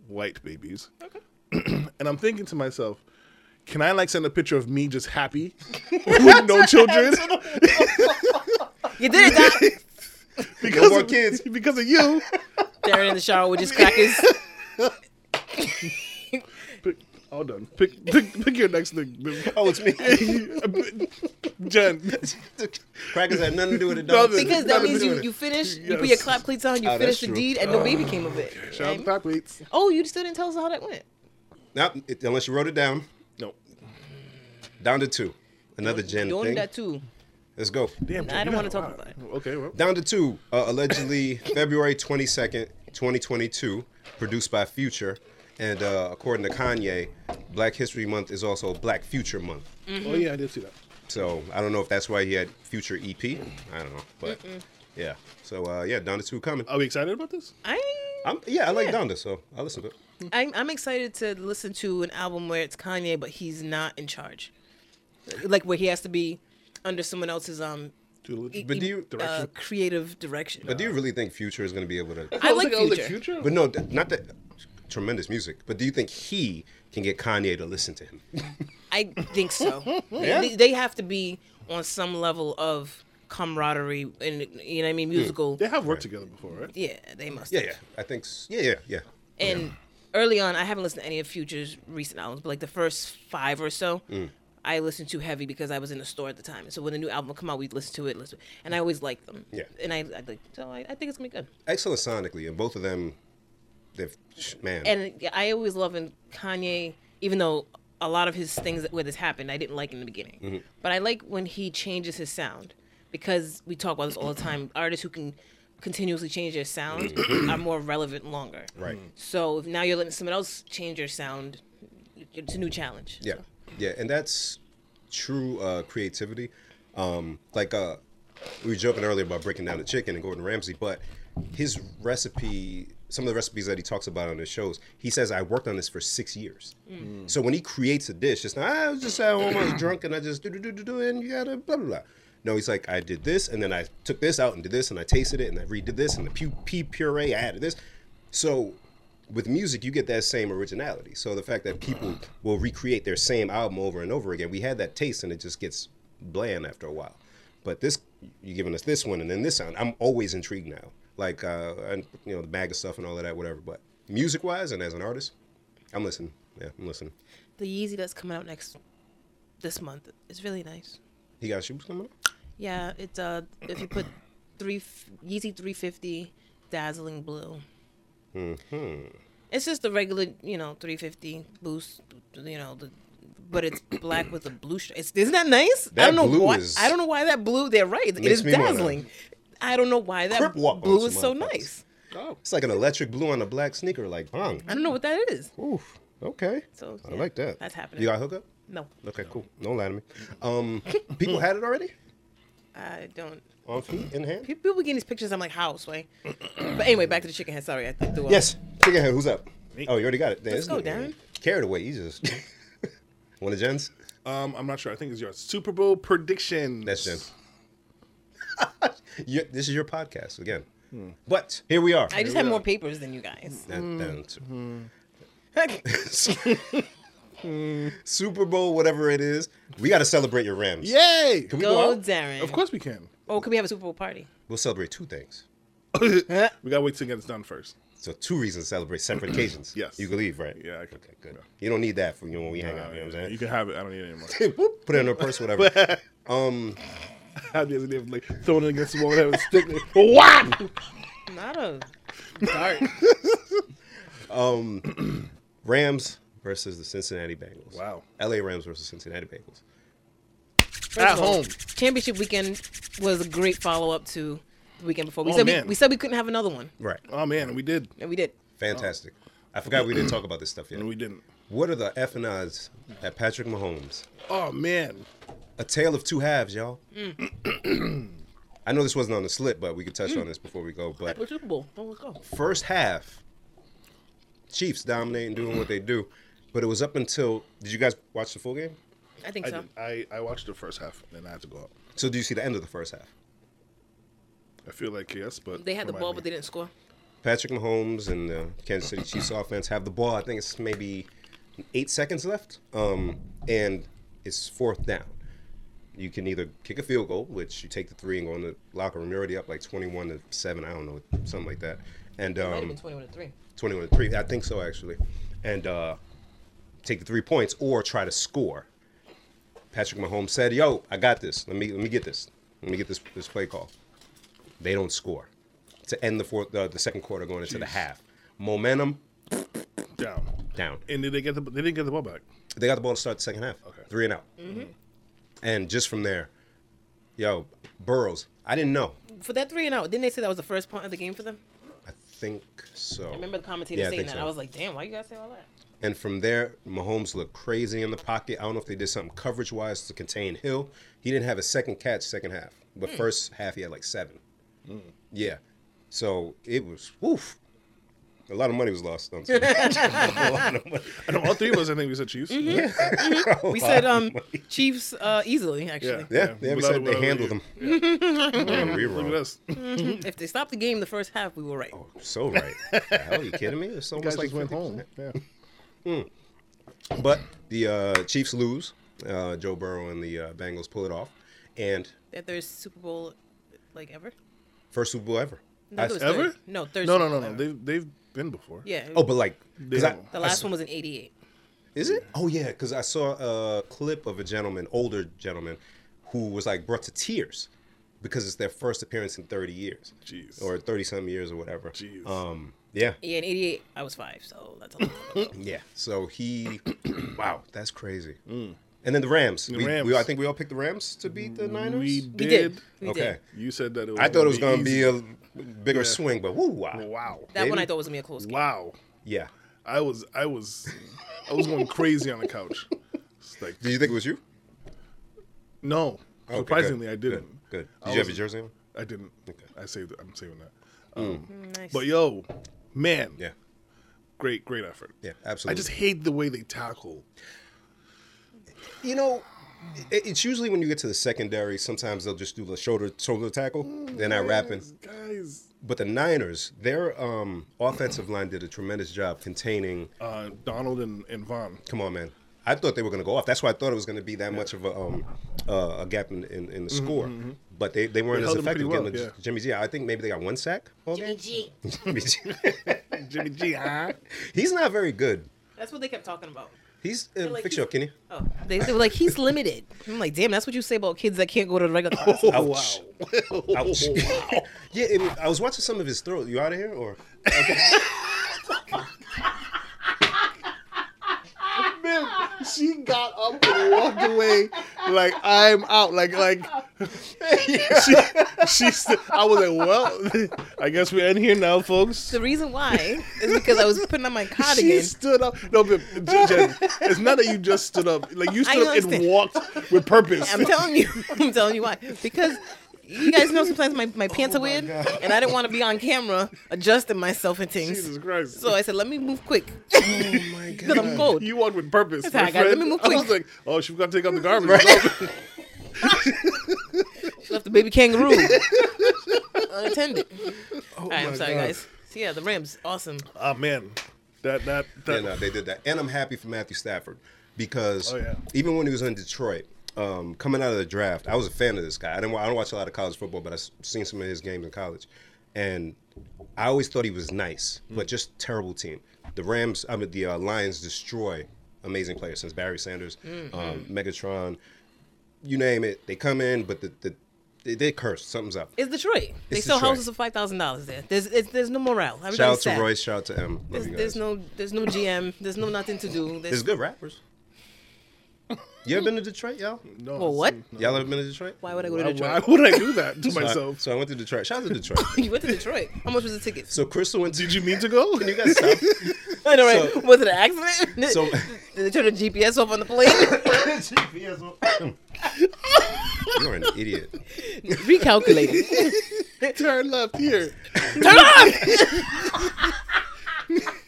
white babies. Okay. and I'm thinking to myself, can I like send a picture of me just happy with no children?
You did it, Doc.
because
more
of,
kids.
Because of you.
Darren in the shower with his crackers.
Pick, all done. Pick, pick, pick your next thing.
Oh, it's me.
Jen.
Crackers had nothing to do with it, dog.
Nothing.
Because that means you, you finish, you put your
Yes.
clap cleats on, you
Oh,
finish
that's
the
true.
deed, and no baby came of it.
Shout out to
Right?
Pop Eats.
Oh, you still didn't tell us how that went.
Not it, unless you wrote it down.
No.
Down to two. Another gen
You
thing.
only that too.
Let's go.
Damn, Jen,
I don't
you
wanna
got a
talk
lot.
about it.
Okay, well.
Down to two. Uh, allegedly February 22nd, 2022, produced by Future. And uh, according to Kanye, Black History Month is also Black Future Month.
Mm-hmm.
Oh, yeah, I did see that.
So I don't know if that's why he had Future EP. I don't know. But yeah. So uh, yeah, Donda 2 coming.
Are we excited about this?
I
I'm, yeah, I like
Yeah.
Donda, so I'll listen to it.
I'm, I'm excited to listen to an album where it's Kanye, but he's not in charge, like where he has to be under someone else's um
Doodle-
But do you-
uh,
Direction?
creative direction.
But do you really think Future is going to be able to?
I
was
like
I was
Future.
future.
But no, th- not that tremendous music. But do you think he can get Kanye to listen to him?
I think so.
Yeah?
they, they have to be on some level of camaraderie, and you know what I mean, musical.
They have worked together before, right?
Yeah, they must.
Hmm. Yeah,
have.
yeah. I think. s- Yeah, yeah, Oh, yeah.
And early on, I haven't listened to any of Future's recent albums, but like the first five or so,
Mm.
I listened to heavy because I was in the store at the time. So when the new album would come out, we'd listen to it, listen, and I always liked them.
Yeah.
And I, I like so I, I think it's gonna be good.
Excellent sonically, and both of them, they've man.
And yeah, I always love when Kanye, even though a lot of his things that- where this happened, I didn't like in the beginning,
Mm-hmm.
but I like when he changes his sound because we talk about this all the time. Artists who can continuously change their sound are more relevant longer.
right.
So if now you're letting someone else change your sound. It's a new challenge.
Yeah, yeah, and that's true uh, creativity. Um, like uh, we were joking earlier about breaking down the chicken and Gordon Ramsay, but his recipe, some of the recipes that he talks about on his shows, he says I worked on this for six years. So when he creates a dish, it's not "Ah, I was just at home, I was drunk, and I just do do do do do, and you gotta blah blah blah. No, he's like I did this, and then I took this out and did this, and I tasted it, and I redid this, and the pu- pea puree I added this. So with music, you get that same originality. So the fact that people will recreate their same album over and over again, we had that taste, and it just gets bland after a while. But this, you're giving us this one, and then this sound. I'm always intrigued now, like uh, and, you know the bag of stuff and all of that, whatever. But music-wise, and as an artist, I'm listening. Yeah, I'm listening.
The Yeezy that's coming out next this month is really nice.
He got shoes coming up.
Yeah, it's uh if you put three Yeezy 350 dazzling blue.
Mm-hmm.
It's just the regular, you know, 350 boost, you know, the but it's black with a blue stri It's, isn't that nice? I
That
don't know
blue
why.
is-
I don't know why that blue. They're right. It
Makes
is
me wanna
dazzling. I don't know why that
crip walk on
blue
some
is so
motherfuckers.
nice.
Oh,
It's like an electric blue on a black sneaker, like bong.
I don't know what that is.
Oof. Okay.
So,
I
yeah,
like that.
that's happening.
You got a hookup?
No,
Okay, cool. Don't lie to me. Um, people had it already
I don't.
on feet and hand.
People getting these pictures. I'm like, how, Sway? But anyway, back to the chicken head. Sorry, I threw up.
Yes. Take ahead. Who's up? Oh, you already got it. Damn,
Let's
this
go,
nigga
Darren.
Carried away. You just. One of Jen's?
um, I'm not sure. I think it's yours. Super Bowl prediction.
That's Jen. You- this is your podcast again.
Hmm.
But here we are.
I just have more papers than you guys.
Dun, dun,
Hmm.
Hmm.
Super Bowl, whatever it is. We got to celebrate your Rams.
Yay!
Can we go,
Go,
out?
Darren.
Of course we can.
Oh, could we have a Super Bowl party?
We'll celebrate two things.
we gotta wait till it gets done first.
So two reasons to celebrate separate occasions.
Yes.
You can leave, right?
Yeah, I can.
Okay, good. You don't need that for you know, when we hang out. You know what I'm
You
saying?
can have it. I don't need it anymore.
Whoop, Put it in her purse, whatever.
I have the idea of like throwing it against the wall and having a stick. like, Wham!
Not a dart.
Rams versus the Cincinnati Bengals.
Wow.
LA Rams versus Cincinnati Bengals.
First
At
of all,
home.
Championship weekend was a great follow up to the weekend before. We
Oh,
said we,
man.
we said we couldn't have another one,
Right.
Oh man, we did.
and we did.
Fantastic. I forgot we didn't talk about this stuff yet.
And we didn't.
What are the F and I's at Patrick Mahomes?
Oh man.
A tale of two halves, y'all.
Mm.
I know this wasn't on the slip, but we could touch on this before we go. But
Super Bowl. Oh, let's go.
first half, Chiefs dominating, doing what they do. But it was up until did you guys watch the full game?
I think
I,
so.
did. I I watched the first half, then I had to go out.
So do you see the end of the first half?
I feel like yes, but
They had the
remind
ball,
me.
but they didn't score.
Patrick Mahomes and the Kansas City Chiefs offense have the ball. I think it's maybe eight seconds left, um, and it's fourth down. You can either kick a field goal, which you take the three and go in the locker room. You're already up like 21 to seven. I don't know, something like that. And
Might have
um,
been twenty-one to three.
21 to three, I think so actually. And uh, take the three points or try to score. Patrick Mahomes said, "Yo, I got this. Let me let me get this. Let me get this this play call." They don't score to end the fourth uh, the second quarter going into the
Jeez.
half. Momentum
down.
down.
And did they get the? They didn't get the ball back.
They got the ball to start the second half.
Okay.
Three and out.
Mm-hmm.
And just from there, yo, Burrows. I didn't know.
For that three and out, didn't they say that was the first point of the game for them?
I think so.
I remember the commentator
Yeah, I
saying
think
that.
so.
I was like, damn, why you gotta say all that?
And from there, Mahomes looked crazy in the pocket. I don't know if they did something coverage wise to contain Hill. He didn't have a second catch second half, but first half he had like seven.
Hmm.
Yeah, so it was woof. A lot of money was lost. On a lot of money.
I know all three of us. I think we said Chiefs.
Mm-hmm.
Yeah.
We said um, Chiefs uh, easily, actually.
Yeah.
Yeah, yeah.
Without
we
a-
said
without
they
a
handled them.
lead.
Man, we were
Look at
wrong.
us.
Mm. If they stopped the game the first half, we were right.
So right. The hell, you kidding me? It's
Guys
almost like
just went
50%.
home. Yeah.
But the uh, Chiefs lose. Uh, Joe Burrow and the uh, Bengals pull it off, and
That third Super Bowl, like ever.
first Super Bowl ever.
No,
I-
it was
ever?
Third. No, third.
No,
Super
no,
Bowl
no, no.
ever.
They've they've been before.
Yeah.
Oh, but like, 'cause I- I
the last one was in '88.
Is it? Oh yeah, because I saw a clip of a gentleman, older gentleman, who was like brought to tears because it's their first appearance in 30 years,
Jeez.
or 30 some years or whatever.
Jeez.
Um, yeah,
Yeah, in '88 I was five, so that's a long time ago.
yeah. So he, wow, that's crazy. And then the Rams. we,
Mm. Rams.
we- I think we all picked the Rams to beat the Niners.
We
We
did.
did. We
okay,
did.
You said that it was.
I thought it was
gonna
going to be
easy.
a bigger swing, but woo, wow,
wow.
That one
Maybe.
I thought was gonna be a close game.
Wow.
yeah.
I was I was I was going crazy on the couch. It's like
Did you think it was you?
no.
Okay, good,
Surprisingly, I didn't.
Good. good.
I
Did you have
was-
your jersey on?
I didn't.
Okay. Mm.
I saved it. I'm saving that. Um,
Nice.
But yo, man,
Yeah,
great great effort.
yeah,
I
absolutely.
just hate the way they tackle.
You know, it, it's usually when you get to the secondary. Sometimes they'll just do the shoulder shoulder tackle. They're not rapping.
guys.
But the Niners, their um, offensive line did a tremendous job containing.
Uh, Donald and, and Vaughn.
Come on, man. I thought they were going to go off. That's why I thought it was going to be that much of a um, uh, a gap in, in, in the score. But they, they weren't
They
as
held them pretty
effective.
well,
getting the
yeah.
Jimmy G. I think maybe they got one sack. all game.
Jimmy G.
Jimmy G.
Jimmy G, huh?
He's not very good.
That's what they kept talking about.
He's uh,
like
fix
he's-
you up, Kenny.
Oh, they, they were like, he's limited. I'm like, damn, that's what you say about kids that can't go to the regular class.
Ouch. Ouch. yeah, it, was- I was watching some of his throw. You out of here or?
Man, she got up and walked away like I'm out. Like like she she. St- I was like, well, I guess we're in here now, folks.
The reason why is because I was putting on my
She
cardigan.
stood up. No, but J- Jen, it's not that you just stood up. Like you
I
stood up and
understand.
walked with purpose.
I'm telling you. I'm telling you why. Because you guys know sometimes my, my pants are weird, and I didn't want to be on camera adjusting myself and things.
Jesus Christ.
So I said, let me move quick
Oh my god.
because I'm cold.
you walked with purpose.
how
my
I got it. Let
friend.
me move
I was
quick.
like, oh, she's gonna take out the garbage.
She left the baby kangaroo unattended. All right, I'm
my
sorry,
God.
guys. So yeah, the Rams, awesome.
oh man, that that
Yeah,
that.
no, they did that, and I'm happy for Matthew Stafford because
Oh, yeah.
even when he was in Detroit, um, coming out of the draft, I was a fan of this guy. I didn't, wa- I don't watch a lot of college football, but I've seen some of his games in college, and I always thought he was nice,
Hmm.
but just terrible team. The Rams, I mean, the uh, Lions destroy amazing players
Mm-hmm.
since Barry Sanders, um, Megatron, you name it. They come in, but the, the they, they cursed. Something's up.
It's Detroit. they
It's
sell
Detroit.
houses for five thousand dollars there. There's it's, there's no morale. Everybody's
Shout out to
sad.
Royce. Shout out to M. Love
There's,
you guys.
there's no there's no GM. There's no nothing to do. There's,
There's good rappers. You ever been to Detroit, y'all?
No,
Well, what?
Y'all ever been to Detroit?
Why would I go to
Why,
Detroit?
why would I do that to
So I-
myself?
So I went to Detroit. Shout out to Detroit.
you went to Detroit. How much was the tickets?
so Crystal went to.
Did you mean to go?
Can you guys stop?
I know, right?
so-
was it an accident?
so-
Did they turn the GPS off on the plane?
You're an idiot.
Recalculating.
turn left here?
Turn off.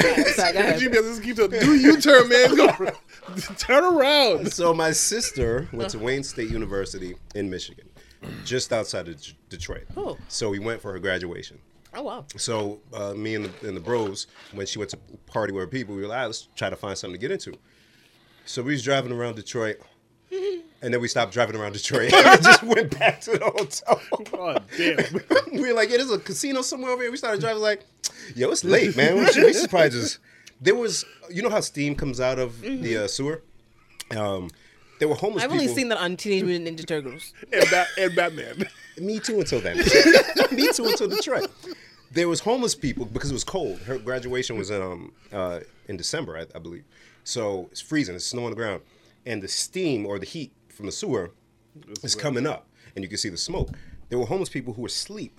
Sorry, go ahead.
GPS just keeps up. Do you turn, man? Go around. turn around.
So my sister went to Wayne State University in Michigan, just outside of D- Detroit.
Oh.
So we went for her graduation.
Oh wow.
So uh, me and the, and the bros, when she went to party with her people, we were like, "Ah, let's try to find something to get into. So we was driving around Detroit, and then we stopped driving around Detroit and just went back to the hotel.
Oh damn!
we were like, yeah, there's a casino somewhere over here. We started driving like, yo, it's late, man. We should, we should probably just. There was, you know how steam comes out of the uh, sewer. Um, there were homeless
Mm-hmm. I've
people.
only seen that on Teenage Mutant Ninja Turtles.
And, Bat- and Batman.
Me too until then. Me too until Detroit. There was homeless people because it was cold. Her graduation was in um uh in December, I, I believe. So it's freezing. It's snow on the ground, and the steam or the heat from the sewer is coming up, and you can see the smoke. There were homeless people who were asleep,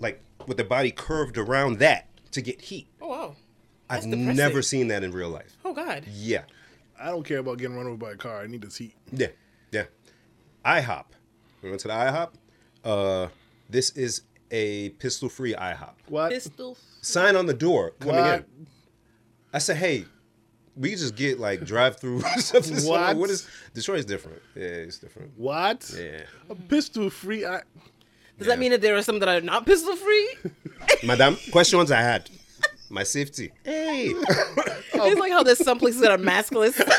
like with their body curved around that to get heat.
Oh wow.
I've
That's depressing.
never seen that in real life.
Oh god.
Yeah,
I don't care about getting run over by a car. I need this heat.
yeah, yeah. IHOP. We went to the IHOP. Uh, this is a pistol-free IHOP.
What?
Pistol.
sign on the door coming
What?
in. I said, hey, we just get like drive through stuff. It's like,
What?
What is Detroit's different? Yeah, it's different.
What?
Yeah.
A pistol free. I-
Does that mean that there are some that are not pistol free?
Madam, questions I had. My safety. Hey. Oh.
It's like how there's some places that are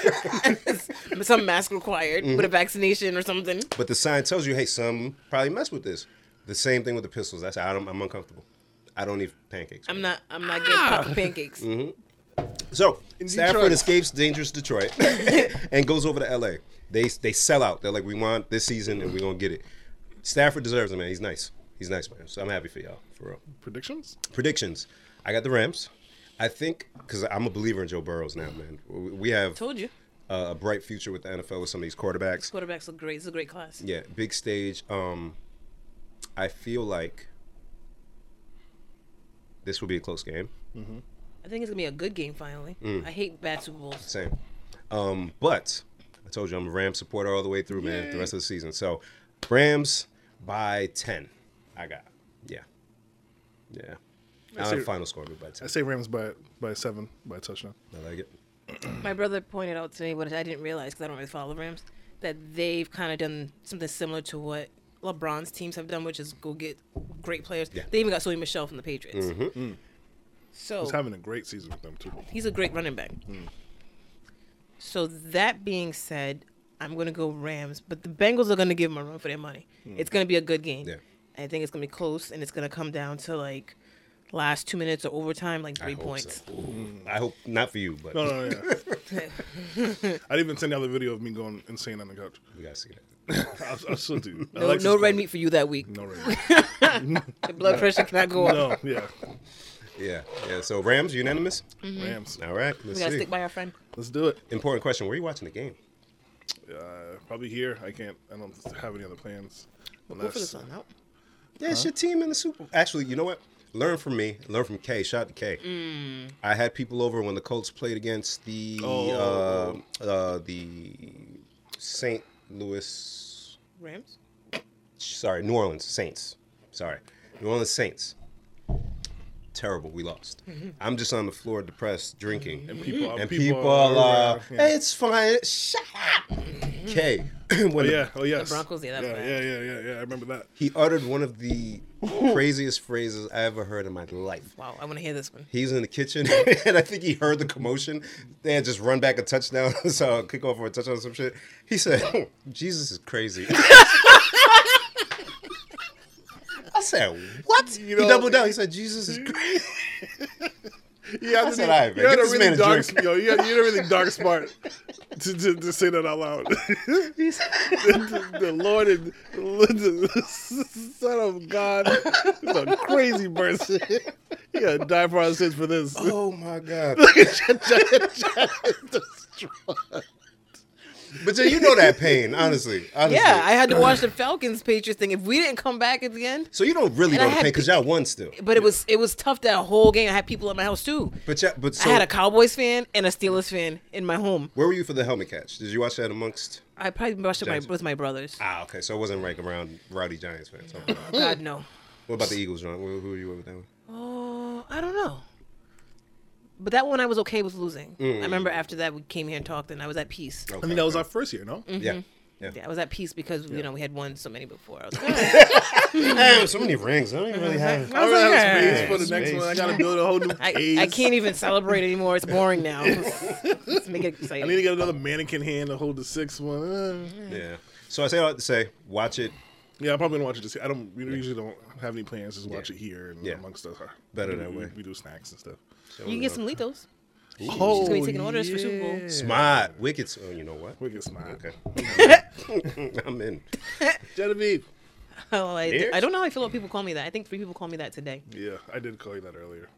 maskless, some mask required
Mm-hmm.
with a vaccination or something.
but the sign tells you, hey, some probably mess with this. The same thing with the pistols. I said, I don't, I'm uncomfortable. I don't eat pancakes.
I'm not. I'm not getting
Ah.
pocket pancakes.
Mm-hmm. So Stafford
Detroit.
escapes dangerous Detroit and goes over to LA. They they sell out. They're like, we want this season and we're gonna get it. Stafford deserves it, man. He's nice. He's nice, man. So I'm happy for y'all, for real.
Predictions?
Predictions. I got the Rams. I think because I'm a believer in Joe Burrows now, man. We we have uh,
Told you.
a bright future with the NFL with some of these quarterbacks.
Quarterbacks look great. It's a great class.
Yeah, big stage. Um, I feel like this will be a close game.
I think it's gonna be a good game finally.
Mm.
I hate bad Super Bowls.
Same. Um, but I told you I'm a Rams supporter all the way through, man, the rest of the season. So Rams by ten. I got. Yeah. Yeah.
I
I
see-
final score but by
I
ten.
say Rams by by seven by a touchdown.
I like it.
My brother pointed out to me what I didn't realize because I don't really follow the Rams that they've kind of done something similar to what LeBron's teams have done, which is go get great players.
Yeah. Mm-hmm.
They even got Sony Michelle from the Patriots. So
He's having a great season with them too.
He's a great running back.
Hmm.
So that being said, I'm going to go Rams, but the Bengals are going to give him a run for their money. It's going to be a good game.
Hmm. Yeah.
I think it's going to be close, and it's going to come down to like last two minutes or overtime, like
I
three
hope
points.
so. Ooh. I hope not for you, but
No, no, no. yeah. I'd even send you the video of me going insane on the couch.
we gotta see that.
I'll, I'll still do.
No, no red meat for you that week.
No red.
The blood pressure cannot go up.
No, yeah.
Yeah. Yeah. So Rams unanimous.
Mm-hmm.
Rams.
All right.
Mm. We
Let's
got to
see.
stick by our friend.
Let's do it.
Important question. Where are you watching the game?
Uh, probably here. I can't. I don't have any other plans.
Go for this
Unless
one. No.
Yeah, it's your team in the Super. Actually, you know what? Learn from me. Learn from K. Shout out to K. I had people over when the Colts played against the
Mm. Oh.
uh, uh, the St. Louis.
Rams?
Sorry, New Orleans Saints. Sorry, New Orleans Saints. Terrible. We lost. I'm just on the floor, depressed, drinking, and
Mm-hmm. people,
and people, are, uh,
yeah.
it's fine. Shut up, K. when
Oh
the-
yeah, oh yes.
Broncos, yeah, that was
yeah, yeah,
bad.
yeah, yeah, yeah. I remember that.
he uttered one of the craziest phrases I ever heard in my life.
Wow, I want to hear this one.
He's in the kitchen, and I think he heard the commotion. They had just run back a touchdown, so a kickoff or a touchdown or some shit. He said, "Oh, "Jesus is crazy." I said, "What?"
You
he
know-
doubled down. He said, "Jesus is crazy."
Yeah,
said, "All right, man,
you had
get
a
this man
really
a
dark.
drink."
Yo, you had, you had a really dark smart. to, to, to say that out loud. the, the Lord and the, the Son of God is a crazy person. He gotta die for our sins for this.
Oh my god!
Destroyed.
But Jay, you know that pain, honestly. honestly.
Yeah, I had to watch the Falcons Patriots thing. If we didn't come back at the end,
so you don't really
And I
know the
had
pain because y'all won still.
but it was it was tough that whole game. I had people at my house too.
But y'all, but so
I had a Cowboys fan and a Steelers fan in my home.
where were you for the helmet catch? Did you watch that amongst?
I probably brushed up my,
Jackson.
with my brothers.
Ah, okay. So it wasn't like around rowdy Giants fans. Okay.
God no.
what about the Eagles, John? Who, who were you with that one?
Oh, I don't know. But that one I was okay with losing. I remember after that we came here and talked, and I was at peace.
Okay,
I think that was our first year, no?
yeah.
Mm-hmm.
Yeah.
Yeah, I was at peace because you know we had won so many before. I was like,
Damn, so many rings. I don't even really have.
I was
Alright,
like,
I have space
"Hey,
for the next
space."
one. I gotta build a whole new
I,
case.
I can't even celebrate anymore. It's boring now. Let's make it
I need to
exciting.
get another mannequin hand to hold the sixth one.
Mm-hmm.
Uh,
Yeah. So I say all that to say, watch it.
Yeah, I'm probably gonna watch it. This year. I don't. We usually don't have any plans. Just watch it here and
Yeah.
amongst us.
Better
we,
that
we-
way.
We do snacks and stuff.
You can get some Litos.
Oh,
She's gonna be taking orders for Super Bowl.
smart, wicked. Oh, you know what?
We get smart.
Okay. Mm, I'm in.
Genevieve.
Oh, I,
Bears?
I don't know how I feel when people call me that. I think three people call me that today.
Yeah, I did call you that earlier.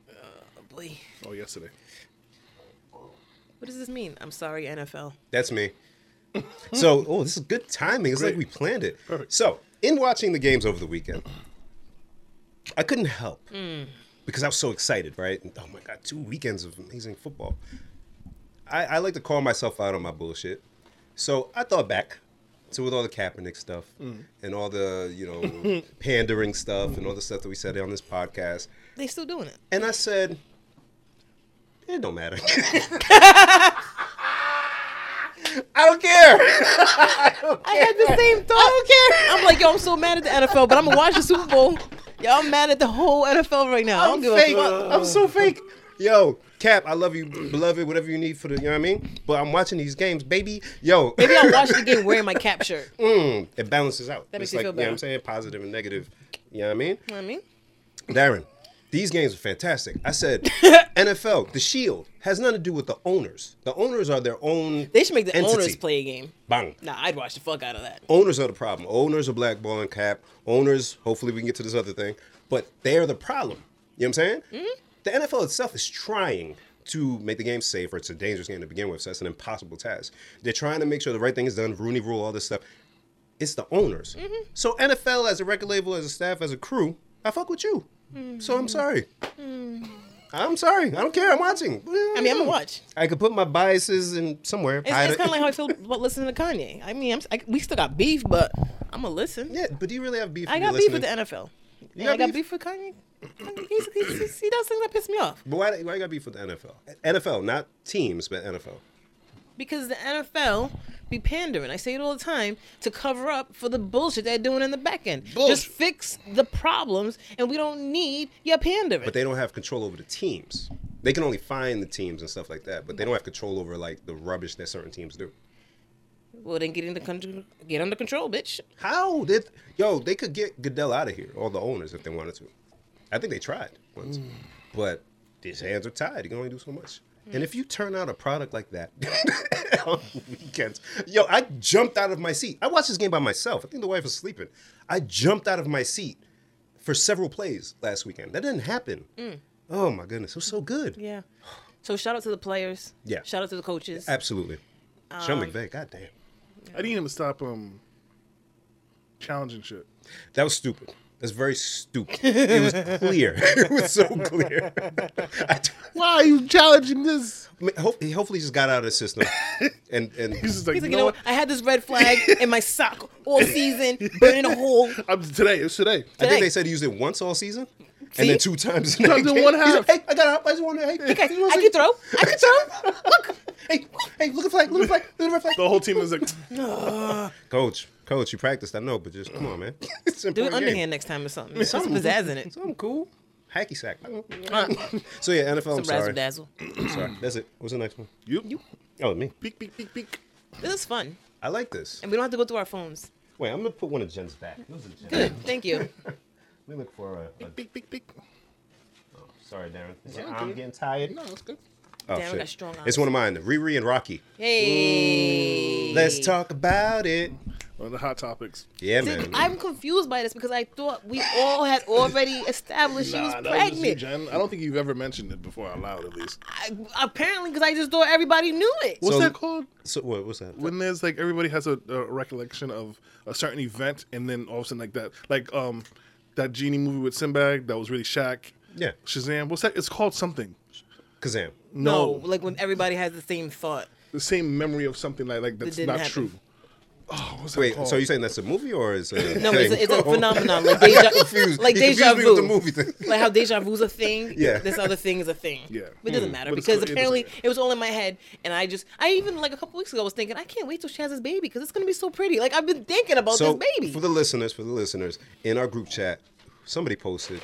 Probably.
Oh, yesterday.
What does this mean? I'm sorry, NFL.
That's me. So, oh, this is good timing. It's like
Great.
we planned it.
Perfect.
So, in watching the games over the weekend, I couldn't help because I was so excited, right? And, oh my God, two weekends of amazing football. I, I like to call myself out on my bullshit. So, I thought back to with all the Kaepernick stuff
Hmm.
and all the, you know, pandering stuff and all the stuff that we said on this podcast.
They still doing it.
And I said, it don't matter. I don't care.
I had the same thought. I don't care. I'm like, yo, I'm so mad at the NFL, but I'm gonna watch the Super Bowl. Yo, I'm mad at the whole NFL right now. I don't
I'm
give
fake.
a fuck.
I'm so fake. Yo, Cap, I love you, beloved, whatever you need for the, you know what I mean? But I'm watching these games, baby. Yo,
Maybe I'll watch the game wearing my cap shirt. You know
it balances out.
That makes
It's like,
me feel
You know
better.
what I'm saying? Positive and negative. You know what I mean?
what I mean?
Darren, these games are fantastic. I said, NFL, the Shield has nothing to do with the owners. The owners are their own.
They should make the
entity.
owners play a game.
Bang.
Nah, I'd watch the fuck out of that.
owners are the problem. Owners are blackballing cap. Owners, hopefully we can get to this other thing, but they're the problem. You know what I'm saying?
Mm-hmm.
The NFL itself is trying to make the game safer. It's a dangerous game to begin with, so that's an impossible task. They're trying to make sure the right thing is done, Rooney rule, all this stuff. It's the owners.
Mm-hmm.
So NFL as a record label, as a staff, as a crew, I fuck with you.
Mm-hmm.
So I'm sorry. I'm sorry. I don't care. I'm watching.
I mean, I'm gonna watch.
I could put my biases in somewhere.
It's,
I-
it's kind of like how I feel about listening to Kanye. I mean, I'm, si we still got beef, but I'm gonna listen.
yeah, but do you really have beef?
I
if you're
got beef
listening?
with the NFL. And
got
I got
beef?
beef, with Kanye. Kanye, He's, he's, he's, he does things that piss me off
But why, why you gotta be for the NFL? NFL, not teams, but NFL.
because the NFL be pandering. I say it all the time to cover up for the bullshit they're doing in the back end. Just
Bullshit.
fix the problems, and we don't need your pandering.
But they don't have control over the teams. They can only find the teams and stuff like that, but they don't have control over like the rubbish that certain teams do.
well, then get into con- get under control, bitch.
How did yo? They could get Goodell out of here, all the owners, if they wanted to. I think they tried once, but his hands are tied. He can only do so much. And if you turn out a product like that on weekends, yo, I jumped out of my seat. I watched this game by myself. I think the wife was sleeping. I jumped out of my seat for several plays last weekend. That didn't happen. Oh my goodness, it was so good.
Yeah. So shout out to the players.
Yeah. Uh,
Shout out to the coaches.
Absolutely, Sean McVay. God damn,
I need him to stop um challenging shit.
that was stupid. That's very stupid. It was clear. it was so clear. I t-
Why are you challenging this?
I mean, hope, he hopefully just got out of the system, and and
He's just like,
He's like,
you know what?
I had this red flag in my sock all season, burning a hole.
I'm, today, it's today.
I think they
Dang.
said he used it once all season, and then
See?
two times.
Times in one
He's like,
half.
Hey, I got up. I just wanted. Hey,
I, I can throw. I can throw. Look.
Hey, hey, look at flag. Look at flag. Look at red flag.
The whole team is like,
Coach, coach, you practiced. I know, but just come on, man. It's an
Do it
important game.
underhand next time or something. Some pizzazz in it.
Something cool. Hacky sack. so yeah, NFL. I'm
Some razzle
sorry.
dazzle.
I'm sorry. That's it. What's the next one?
you,
Oh, me.
peek, peek, peek, peek.
This is fun,
I like this.
and we don't have to go through our phones.
Wait, I'm gonna put one of Jen's back. It was a Jen.
Good. Thank you.
Let me
Uh,
look for a. a
Peek, peek, peek.
sorry, Darren. Is your arm getting tired?
No, that's good.
Oh,
Damn, I
shit.
got strong arms.
It's one of mine. Riri and Rocky.
Hey.
Let's talk about it.
One of the hot topics.
Yeah,
Did-
man.
I'm confused by this because I thought we all had already established she was
Nah, that was just you,
pregnant.
Jen. I don't think you've ever mentioned it before out loud, at least.
I, apparently, because I just thought everybody knew it.
What's
So-
that called?
so what was that?
When there's like everybody has a, a recollection of a certain event, and then all of a sudden like that, like um, that genie movie with Sinbad that was really Shaq.
Yeah.
Shazam. What's that? It's called something.
Kazam.
No,
like when everybody has the same thought.
the same memory of something like like that's
didn't
not
happen.
true. Oh, what's that
Wait,
called?
so you saying that's a movie or is it?
No, it's a, it's a phenomenon. Like deja,
oh. confused.
like
You confused
deja
me
vu.
with the movie thing.
Like how deja vu's a thing.
Yeah.
This other thing is a thing.
Yeah.
But it doesn't
Hmm.
matter
But it's
because
cool. It doesn't
apparently
matter.
it was all in my head, and I just I even like a couple weeks ago was thinking I can't wait till she has this baby because it's gonna be so pretty. Like I've been thinking about
so
this baby.
for the listeners, for the listeners in our group chat, somebody posted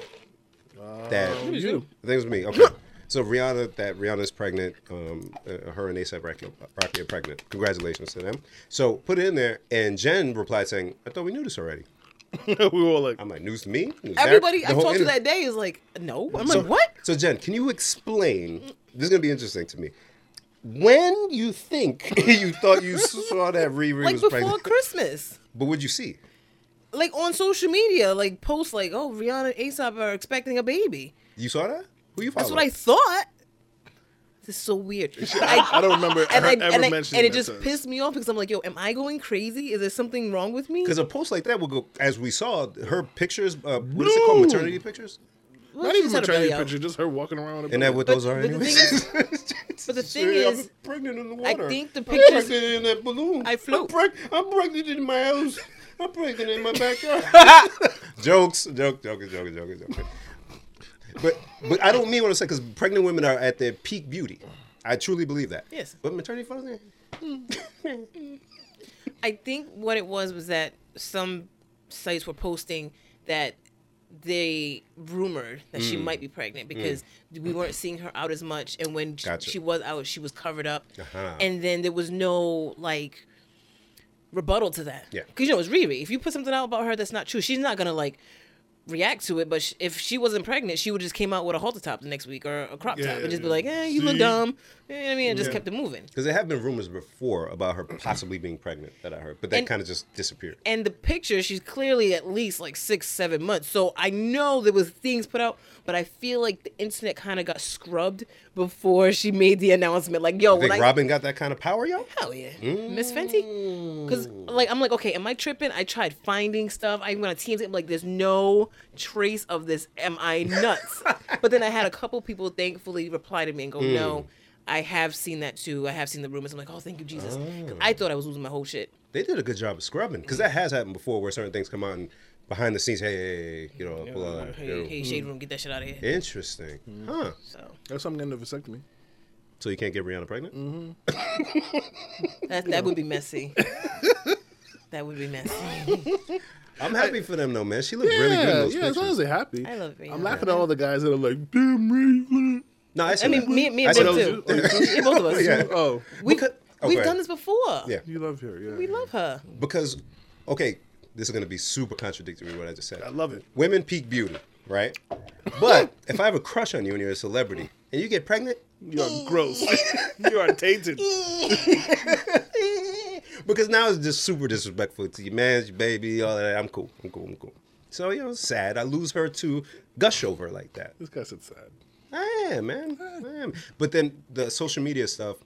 Uh,
that
Oh, you.
I think it was me. Okay. So Rihanna, that Rihanna's pregnant. Um, uh, her and ASAP Rocky, Rocky are pregnant. Congratulations to them. So put it in there, and Jen replied saying, "I thought we knew this already."
we were all like,
I'm like, "News to me." News to
Everybody
Eric?"
I
The whole
talked to
internet-
that day is like no. I'm
So-
like what?
So Jen, can you explain? This is gonna be interesting to me. When you think you thought you saw that Riri
Like
was
before
pregnant,
Christmas.
but what'd you see?
Like on social media, like posts like, "Oh, Rihanna and ASAP are expecting a baby."
You saw that? Who you
That's
following?
what I thought. This is so weird.
I, I don't remember
and,
her
I,
ever
and, I-
mentioning
and it
that
just
to us.
pissed me off because I'm like, yo, am I going crazy? Is there something wrong with me?
Because a post like that will go, as we saw, her pictures. Uh, what is it called?
No.
Maternity pictures.
Well,
Not
she
even
just had a
maternity
belly out.
picture, just her walking around.
Isn't that what
But-
those are?
but the
anyway?
thing but the thing
I'm
is,
pregnant in the
I
water.
think the
I'm
pictures-
pregnant in that balloon.
I float.
I'm, preg- I'm pregnant in my house. I'm pregnant in my backyard. jokes, joke, joke, joke, joke, joke. But but I don't mean what I say because pregnant women are at their peak beauty. I truly believe that.
Yes.
But maternity photos.
I think what it was was that some sites were posting that they rumored that she might be pregnant because we weren't seeing her out as much, and when sh-
Gotcha.
she was out, she was covered up,
Uh-huh.
and then there was no like rebuttal to that.
Yeah.
because you know it's Riri. If you put something out about her that's not true, she's not gonna like react to it. But sh- if she wasn't pregnant, she would just came out with a halter top the next week or a crop
Yeah,
top and just be
yeah.
like, "Eh, you look
See?
dumb." You know what I mean? And just
Yeah.
kept it moving.
Because there have been rumors before about her possibly being pregnant that I heard, but that
And-
kind of just disappeared.
and the picture she's clearly at least like six seven months so i know there was things put out but i feel like the internet kind of got scrubbed before she made the announcement like yo when
Think
i
Robin got that kind of power, yo?
hell yeah miss fenty because like i'm like okay am i tripping i tried finding stuff i went on tmz i'm like there's no trace of this am i nuts but then i had a couple people thankfully reply to me and
Hmm.
go no i have seen that too i have seen the rumors i'm like oh thank you jesus 'Cause i thought i was losing my whole shit
they did a good job of scrubbing because that has happened before where certain things come out and behind the scenes, hey, hey, hey, you know, pull out,
hey,
you know.
hey Mm-hmm. shade room get that shit out of here
interesting, huh?
so
That's something in the vasectomy.
So you can't get Rihanna pregnant?
Mm-hmm. That that would be messy. that would be messy.
I'm happy for them though, man. She looked
Yeah,
really good in those
yeah. As long
pictures.
as they're happy.
I love Rihanna.
I'm laughing at all the guys that are like, damn, Ray.
No, I,
I mean, me, me and
I
Ben
said-
too. Yeah, both of us.
Yeah.
Oh,
We,
Because- oh,
we've
go
done
ahead.
this before.
Yeah. Mm-hmm.
you love her. Yeah,
We love her.
because okay, this is gonna be super contradictory to what I just said.
I love it.
Women peak beauty, right? But if I have a crush on you and you're a celebrity and you get pregnant,
You are gross. you are tainted.
because now it's just super disrespectful to your man, your baby, all that. I'm cool. I'm cool. I'm cool. So you know, it's sad. I lose her to gush over like that.
This guy said sad.
I am, man. I am. But then the social media stuff.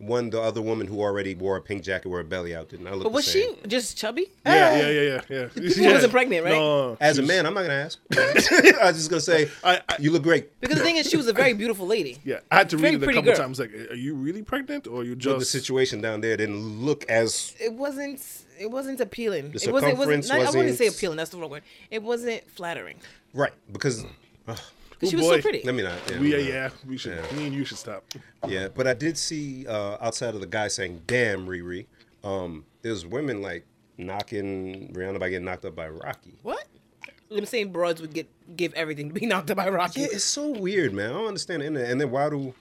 One, the other woman who already wore a pink jacket, wore a belly out, didn't I look
But
the
was
same?
she just chubby?
Yeah, yeah, yeah, yeah, yeah.
She
yeah.
wasn't pregnant, right?
No.
As a man, I'm not gonna ask. I was just gonna say,
I- I-
you look great.
Because the thing is, she was a very beautiful lady.
Yeah, I had to
Very
read it a
pretty
couple
girl.
times. Like, are you really pregnant or you
But the
just?
situation down there didn't look as
It wasn't. It wasn't appealing.
The
It wasn't. It wasn't,
circumference
not- I wouldn't
wasn't-
say appealing. That's the wrong word. It wasn't flattering.
right because. ugh,
'Cause
Oh,
she was so
boy.
pretty.
let me not.
we, yeah,
let me not.
yeah. We should. Me and you should stop.
Yeah, but I did see uh, outside of the guy saying "damn Riri," um, there's women like knocking Rihanna by getting knocked up by Rocky.
What? Let me say, broads would get give everything to be knocked up by Rocky.
Yeah, it's so weird, man. I don't understand the internet. And then why do?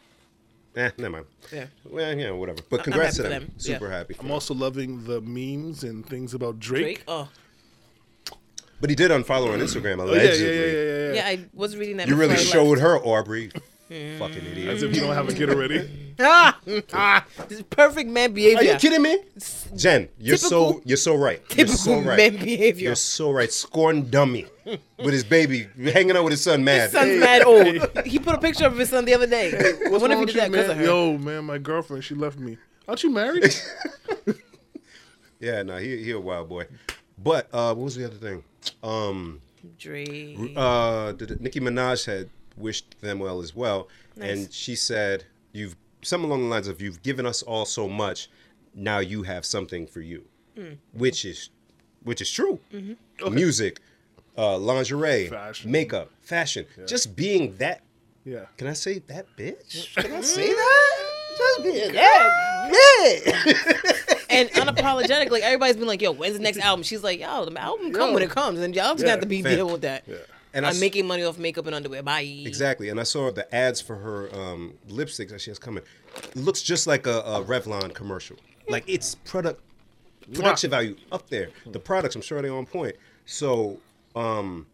Eh, never mind.
Yeah.
Well, yeah, whatever. But congrats
happy
to
for
them.
them. Yeah.
Super happy. for
I'm
them.
also loving the memes and things about Drake.
Drake? Oh,
But he did unfollow her on Instagram
Oh, yeah,
allegedly.
yeah, yeah, yeah, yeah, yeah.
yeah. I was reading that.
You
before
really
I left.
showed her, Aubrey. Fucking idiot.
As if you don't have a kid already.
Ah, ah, this is perfect man behavior.
Are you kidding me? Jen, you're so
Oh, Typical-
you're so right. You're
Typical
so right.
man behavior.
You're so right. Scorn dummy with his baby hanging out with his son mad.
His son's mad old. He put a picture of his son the other day. I wonder if
What's wrong
he
with
did
you,
that because
man?
of her.
Yo, man, my girlfriend, she left me. Aren't you married?
Yeah, no, he he a wild boy. But uh what was the other thing? Um
Dre.
uh did it- Nicki Minaj had wished them well as well. And she said, You've some along the lines of you've given us all so much, now you have something for you. Which is which is true. Music, uh lingerie,
Fashion.
makeup, fashion. Just being that
yeah.
can I say that bitch? Can I say that? Just being that bitch.
and unapologetic, like everybody's been like, "Yo, when's the next album?" She's like, "Yo, the album come when it comes, and y'all just gonna have to be
fair.
dealing with that."
And I
I'm
s-
making money off makeup and underwear. Bye.
Exactly, and I saw the ads for her um, lipsticks that she has coming. Looks just like a, a Revlon commercial. Like it's product production value up there. The products, I'm sure they're on point. So um,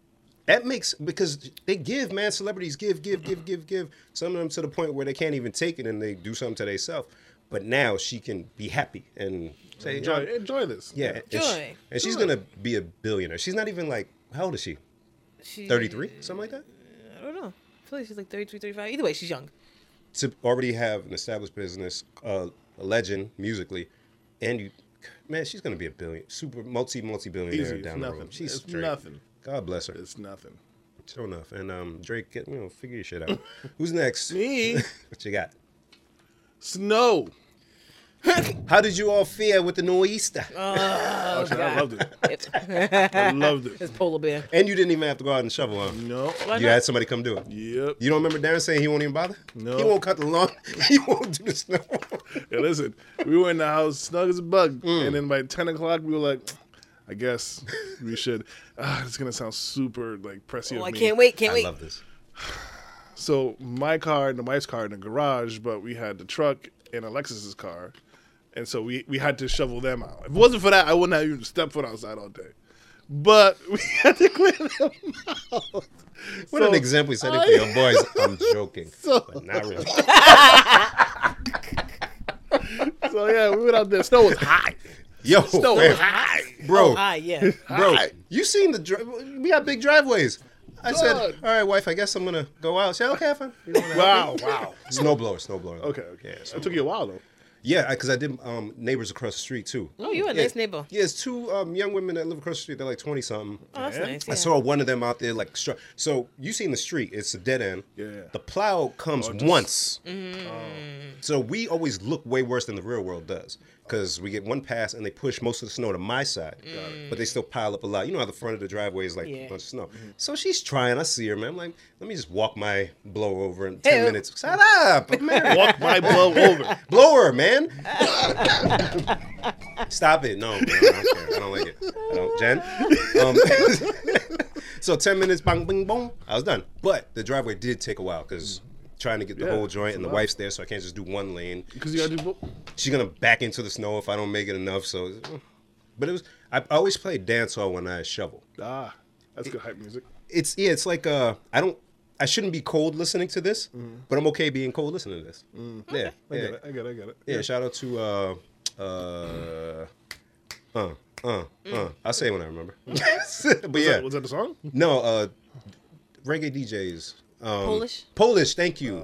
that makes because they give man celebrities give give give give give some of them to the point where they can't even take it and they do something to themselves. But now she can be happy and say,
Enjoy, enjoy this.
Yeah, and,
Joy.
she, and she's gonna be a billionaire. She's not even like how old is she?
She-
Thirty three, something like that.
I don't know. I feel like she's like 33, 35. Either way, she's young.
To already have an established business, uh, a legend musically, and you, man, she's gonna be a billion, super multi multi
Easy,
billionaire
it's
down the
nothing.
road. She's
It's
straight.
nothing.
God bless her.
It's nothing.
So enough. And um, Drake, get you know, figure your shit out. Who's next?
Me.
what you got?
Snow.
How did you all fare with the New Easter?
Oh, shit, I
God.
loved it. I loved it.
It's polar bear.
and you didn't even have to go out and shovel, huh?
No.
You had somebody come do it.
Yep.
You don't remember Darren saying he won't even bother?
No.
He won't cut the lawn. He won't do the snow.
Hey, listen, we were in the house snug as a bug,
Mm.
and then by ten o'clock we were like, I guess we should. Ah, it's gonna sound super like
Oh,
pressy. of
I
me.
can't wait. Can't
I
wait.
love this.
So my car and the wife's car in the garage, but we had the truck and Alexis's car, and so we we had to shovel them out. If it wasn't for that, I wouldn't have even stepped foot outside all day. But we had to clear them out.
What
So-
an example you setting for your boys. I'm joking, but not really.
So yeah, we went out there. Snow was high.
Yo,
Snow
fam,
was high.
bro,
Ah, yeah.
Oh, bro,
high.
you seen the dri- we got big driveways. I said, all
Dog.
right, wife, I guess I'm gonna go out. She said, okay, have fun. You know what I mean?
Wow, wow.
Snowblower, snowblower.
Okay, okay.
Yeah,
it took you a while though.
yeah, because I did um, neighbors across the street too.
Oh, you a
yeah.
nice neighbor.
Yeah, it's two um, young women that live across the street. They're like twenty something.
Oh, that's
Yeah.
nice.
I
yeah.
saw one of them out there like str- so. You seen the street? It's a dead end.
Yeah.
The plow comes
just-
once.
Mm.
So we always look way worse than the real world does because we get one pass and they push most of the snow to my side, but they still pile up a lot. You know how the front of the driveway is like
Yeah.
a bunch of snow. So she's trying. I see her, man. I'm like, let me just walk my blow over in ten
Hey-o.
minutes. Shut up! I'm married.
Walk my blow over.
Blower, man. Stop it. No, no, I don't care. I don't like it. I don't. Jen? Um, so 10 minutes, bang, bing, boom. I was done. But the driveway did take a while because trying to get the
Yeah,
whole joint and the
it's a lot.
wife's there, so I can't just do one lane.
Because you gotta do both.
She's going to back into the snow if I don't make it enough. So, mm. but it was, I always play dancehall when I shovel.
Ah, that's good hype music.
It's, yeah, it's like, uh, I don't, I shouldn't be cold listening to this, but I'm okay being cold listening to this. Yeah.
Mm. I
yeah.
get it. I get it. I get it.
Yeah, shout out to uh uh uh uh uh. I'll say it when I remember. but
Was,
yeah,
that, was that the song?
no uh, reggae DJs. Um,
Polish?
Polish, thank you.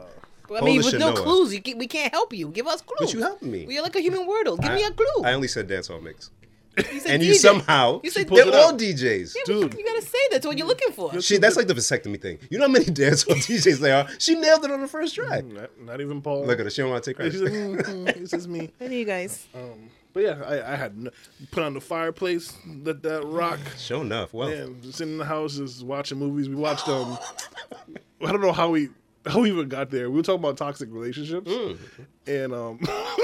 I mean,
Polish
with
and
no
Noah.
clues, you can, we can't help you. Give us clues.
But you helping me.
You're like a human wordle. Give
I-
me a clue.
I only said dancehall mix,
you said
and you
DJ.
somehow
You said
they're
DJ.
all DJs.
Yeah, but
Dude.
You gotta say that's what you're looking for.
She, that's like the vasectomy thing. You know how many dancehall DJs there are. She nailed it on the first try.
Not, not even Paul.
Look at her; she don't want to take
Mm. She's
credit.
like, mm, mm, this is me.
I know you guys.
But yeah, I, I had no, put on the fireplace, let that rock.
Sure enough, well,
Man, just in the house, just watching movies. We watched um, I don't know how we how we even got there. We were talking about toxic relationships, and um,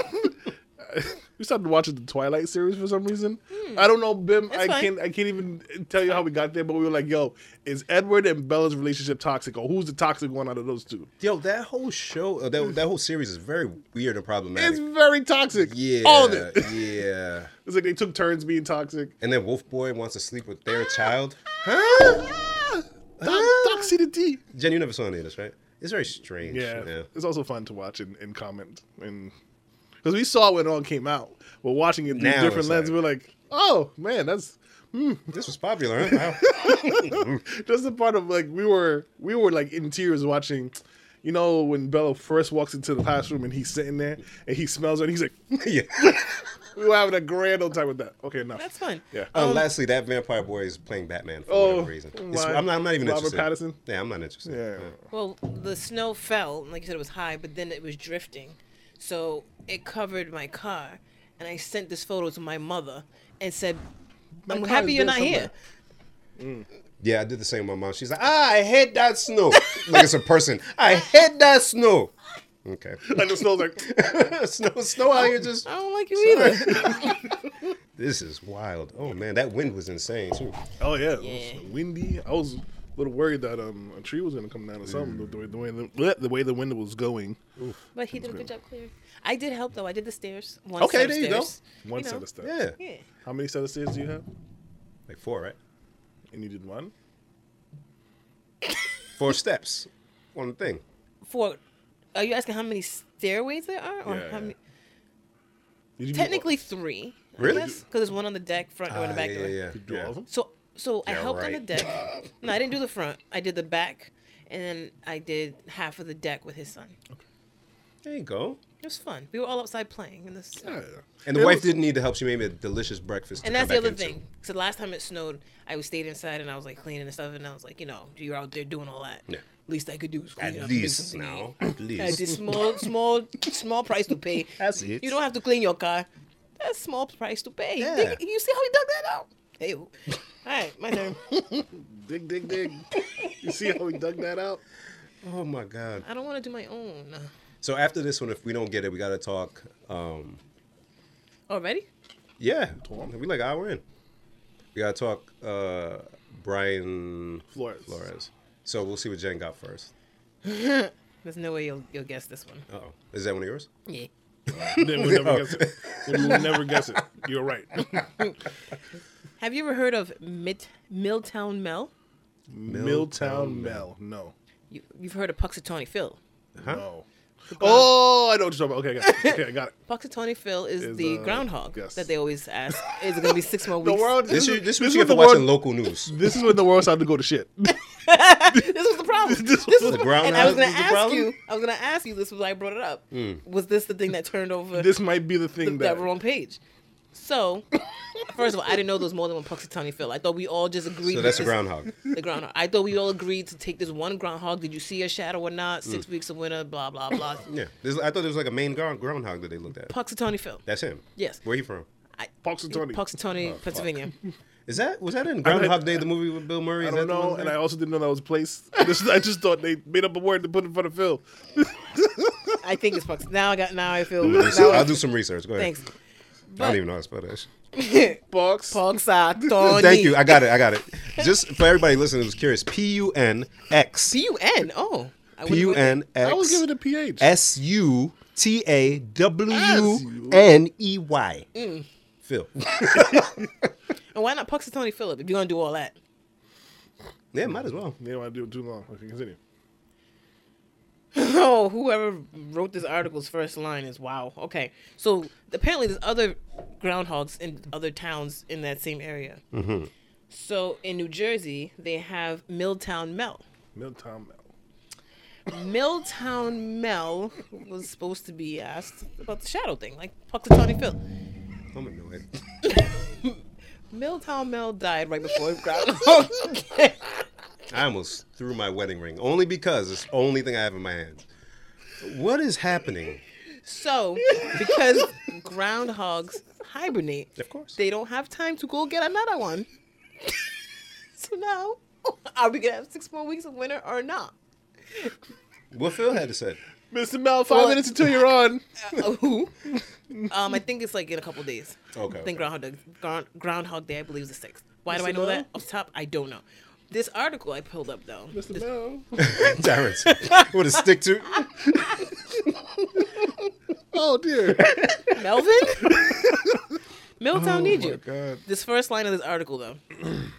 we started watching the Twilight series for some reason. I don't know, Bim. I
fine.
can't I can't even tell you how we got there, but we were like, "Yo, is Edward and Bella's relationship toxic, or who's the toxic one out of those two?
yo, that whole show, uh, that, that whole series is very weird and problematic.
It's very toxic.
yeah,
all of it.
yeah.
It's like they took turns being toxic.
And then Wolf Boy wants to sleep with their child.
Huh? Toxicity.
Jen, you never saw any of this, right? It's It's very strange.
Yeah.
yeah.
It's also fun to watch and, and comment and because we saw when it all came out. We're watching it through
Now
different
it's
lenses.
like-
we're like, oh man, that's
This was popular. Huh? Wow.
just the part of like we were we were like in tears watching. You know when Bella first walks into the classroom and he's sitting there and he smells her and he's like,
yeah.
we were having a grand old time with that. Okay, enough.
That's fun.
yeah.
Uh, lastly, that vampire boy is playing Batman for
Um, Oh,
whatever reason. It's-
why?
I'm, not, I'm not even
Robert
interested.
Pattinson?
Yeah, I'm not interested.
Yeah.
Well, the snow fell, and like you said, it was high, but then it was drifting, so it covered my car, and I sent this photo to my mother and said, "I'm
car
happy
is
you're
there
not here."
somewhere.
Yeah, I did the same with my mom. She's like, ah, I hate that snow. like it's a person. I hate that snow. Okay.
And the snow's like,
snow, snow out here just.
I don't like you either.
This is wild. Oh man, that wind was insane too.
oh yeah, it was
Yeah.
windy. I was a little worried that um a tree was gonna come down or something.
Mm.
The, way, the way the, the way the wind was going.
But he did a good job clearing. I did help though. I did the stairs. One
Okay,
set
there you go.
stairs.
One
You
set
know.
of stairs.
Yeah,
Yeah.
How many set of stairs do you have?
like four, right?
And you did one.
Four steps, one thing.
For, are you asking how many stairways there are, or
Yeah,
how
yeah.
many?
Did you do all-
Technically three.
Really?
Because there's one on the deck, front door, and
Ah,
the back
yeah,
door.
yeah,
Did you do
yeah.
all of them?
So so I
Yeah,
helped on the
right.
deck. no, I didn't do the front. I did the back, and then I did half of the deck with his son.
There you go.
It was fun. We were all outside playing in the snow.
Yeah.
And the
It
wife
was-
didn't need the help. She made me a delicious breakfast. to
And
come
that's the other
back into.
thing. So last time it snowed, I was stayed inside and I was like cleaning and stuff, and I was like, you know, you're out there doing all that.
Yeah.
Least I could do is clean up
At
and do
least
something to eat.
now. At
That's
least.
a small, small, small price to pay.
That's it.
You don't have to clean your car. That's small price to pay.
Yeah.
Dig- You see how he dug that out? Hey, all right, my turn.
Dig, dig, dig. you see how he dug that out?
Oh my god.
I don't want to do my own.
So after this one, if we don't get it, we gotta talk. Um,
Already?
yeah, we like an hour in. We gotta talk. Uh, Brian
Flores.
Flores. So we'll see what Jen got first.
There's no way you'll you'll guess this one.
Uh oh, is that one of yours?
Yeah.
Then we'll never guess it. Then we'll never guess it. You're right.
Have you ever heard of Mid Milltown Mel?
Milltown Mel. No.
You, you've heard of Puxatony Phil.
No. Oh, I know what you're talking about. Okay, I got it. Okay, I got it.
Puxatony Phil is,
Is,
the
uh,
groundhog
yes.
that they always ask. Is it going to be six more
The
weeks?
world.
This,
is-
is this, is what
is
you get
the
for watching
world-
local news.
This is when the world started to go to shit.
this was the problem.
This
This,
was
was
the
the
ground
problem. And I
house was
was going to
the
ask
problem?
you. I was going to ask you. This was why I brought it up. Was this the thing that turned over
This might be the
the,
thing
that
that.
wrong page? So, first of all, I didn't know there was more than one Puxatony Phil. I thought we all just agreed.
So
that
that's a
this-
groundhog.
The groundhog. I thought we all agreed to take this one groundhog. Did you see a shadow or
Mm.
not? Six weeks of winter. Blah blah blah.
Yeah, this, I thought it was like a main ground, groundhog that they looked at.
Puxatony Phil.
That's Oh, him.
Yes.
Where he from?
I,
Puxatony.
Puxatony, Pennsylvania.
Is that was that in
don't-
Groundhog Day the movie with Bill Murray?
I
Is
don't
that the one
know,
with
and I
that?
also didn't know that was a place. I just, I just thought they made up a word to put in front of Phil.
I think it's Pux. Now I got. Now I feel.
Let me see.
now I-
Mm. I'll do some research. Go ahead.
thanks.
I
But
don't even know how to spell that. shit.
Box.
Puxatony.
Thank you. I got it. I got it. Just for everybody listening who's curious, P U N X
P U N. Oh. I
P U N
I was
X
giving it a PH.
S U T A W N E Y. Phil.
And why not Puxatony Philip if you're gonna do all that?
Yeah, might as well.
They don't want to do it too long. Okay, continue.
Oh, whoever wrote this article's first line is wow. Okay, so apparently there's other groundhogs in other towns in that same area. Mm-hmm. So in New Jersey, they have Milltown Mel.
Milltown Mel.
Milltown Mel was supposed to be asked about the shadow thing, like Puxatony Phil.
I'm annoyed.
Milltown Mel died right before Groundhog. Day.
I almost threw my wedding ring only because it's the only thing I have in my hands. What is happening?
so because groundhogs hibernate,
Of course.
they don't have time to go get another one. so now, are we gonna have six more weeks of winter or not?
What Phil had to say.
Mr. Mel, five
Well-
minutes until you're on.
Uh, who? um, I think it's like in a couple days.
Okay,
I
okay.
think Groundhog Day, Ground, Groundhog Day, I believe, is the sixth. Why do
Mr.
I know
Bell?
that? Off top, I don't know. This article I pulled up though.
Mr.
this-
Mel.
Terrence. What a stick to.
Oh, dear.
Melvin? Milltown need you.
God.
This first line of this article, though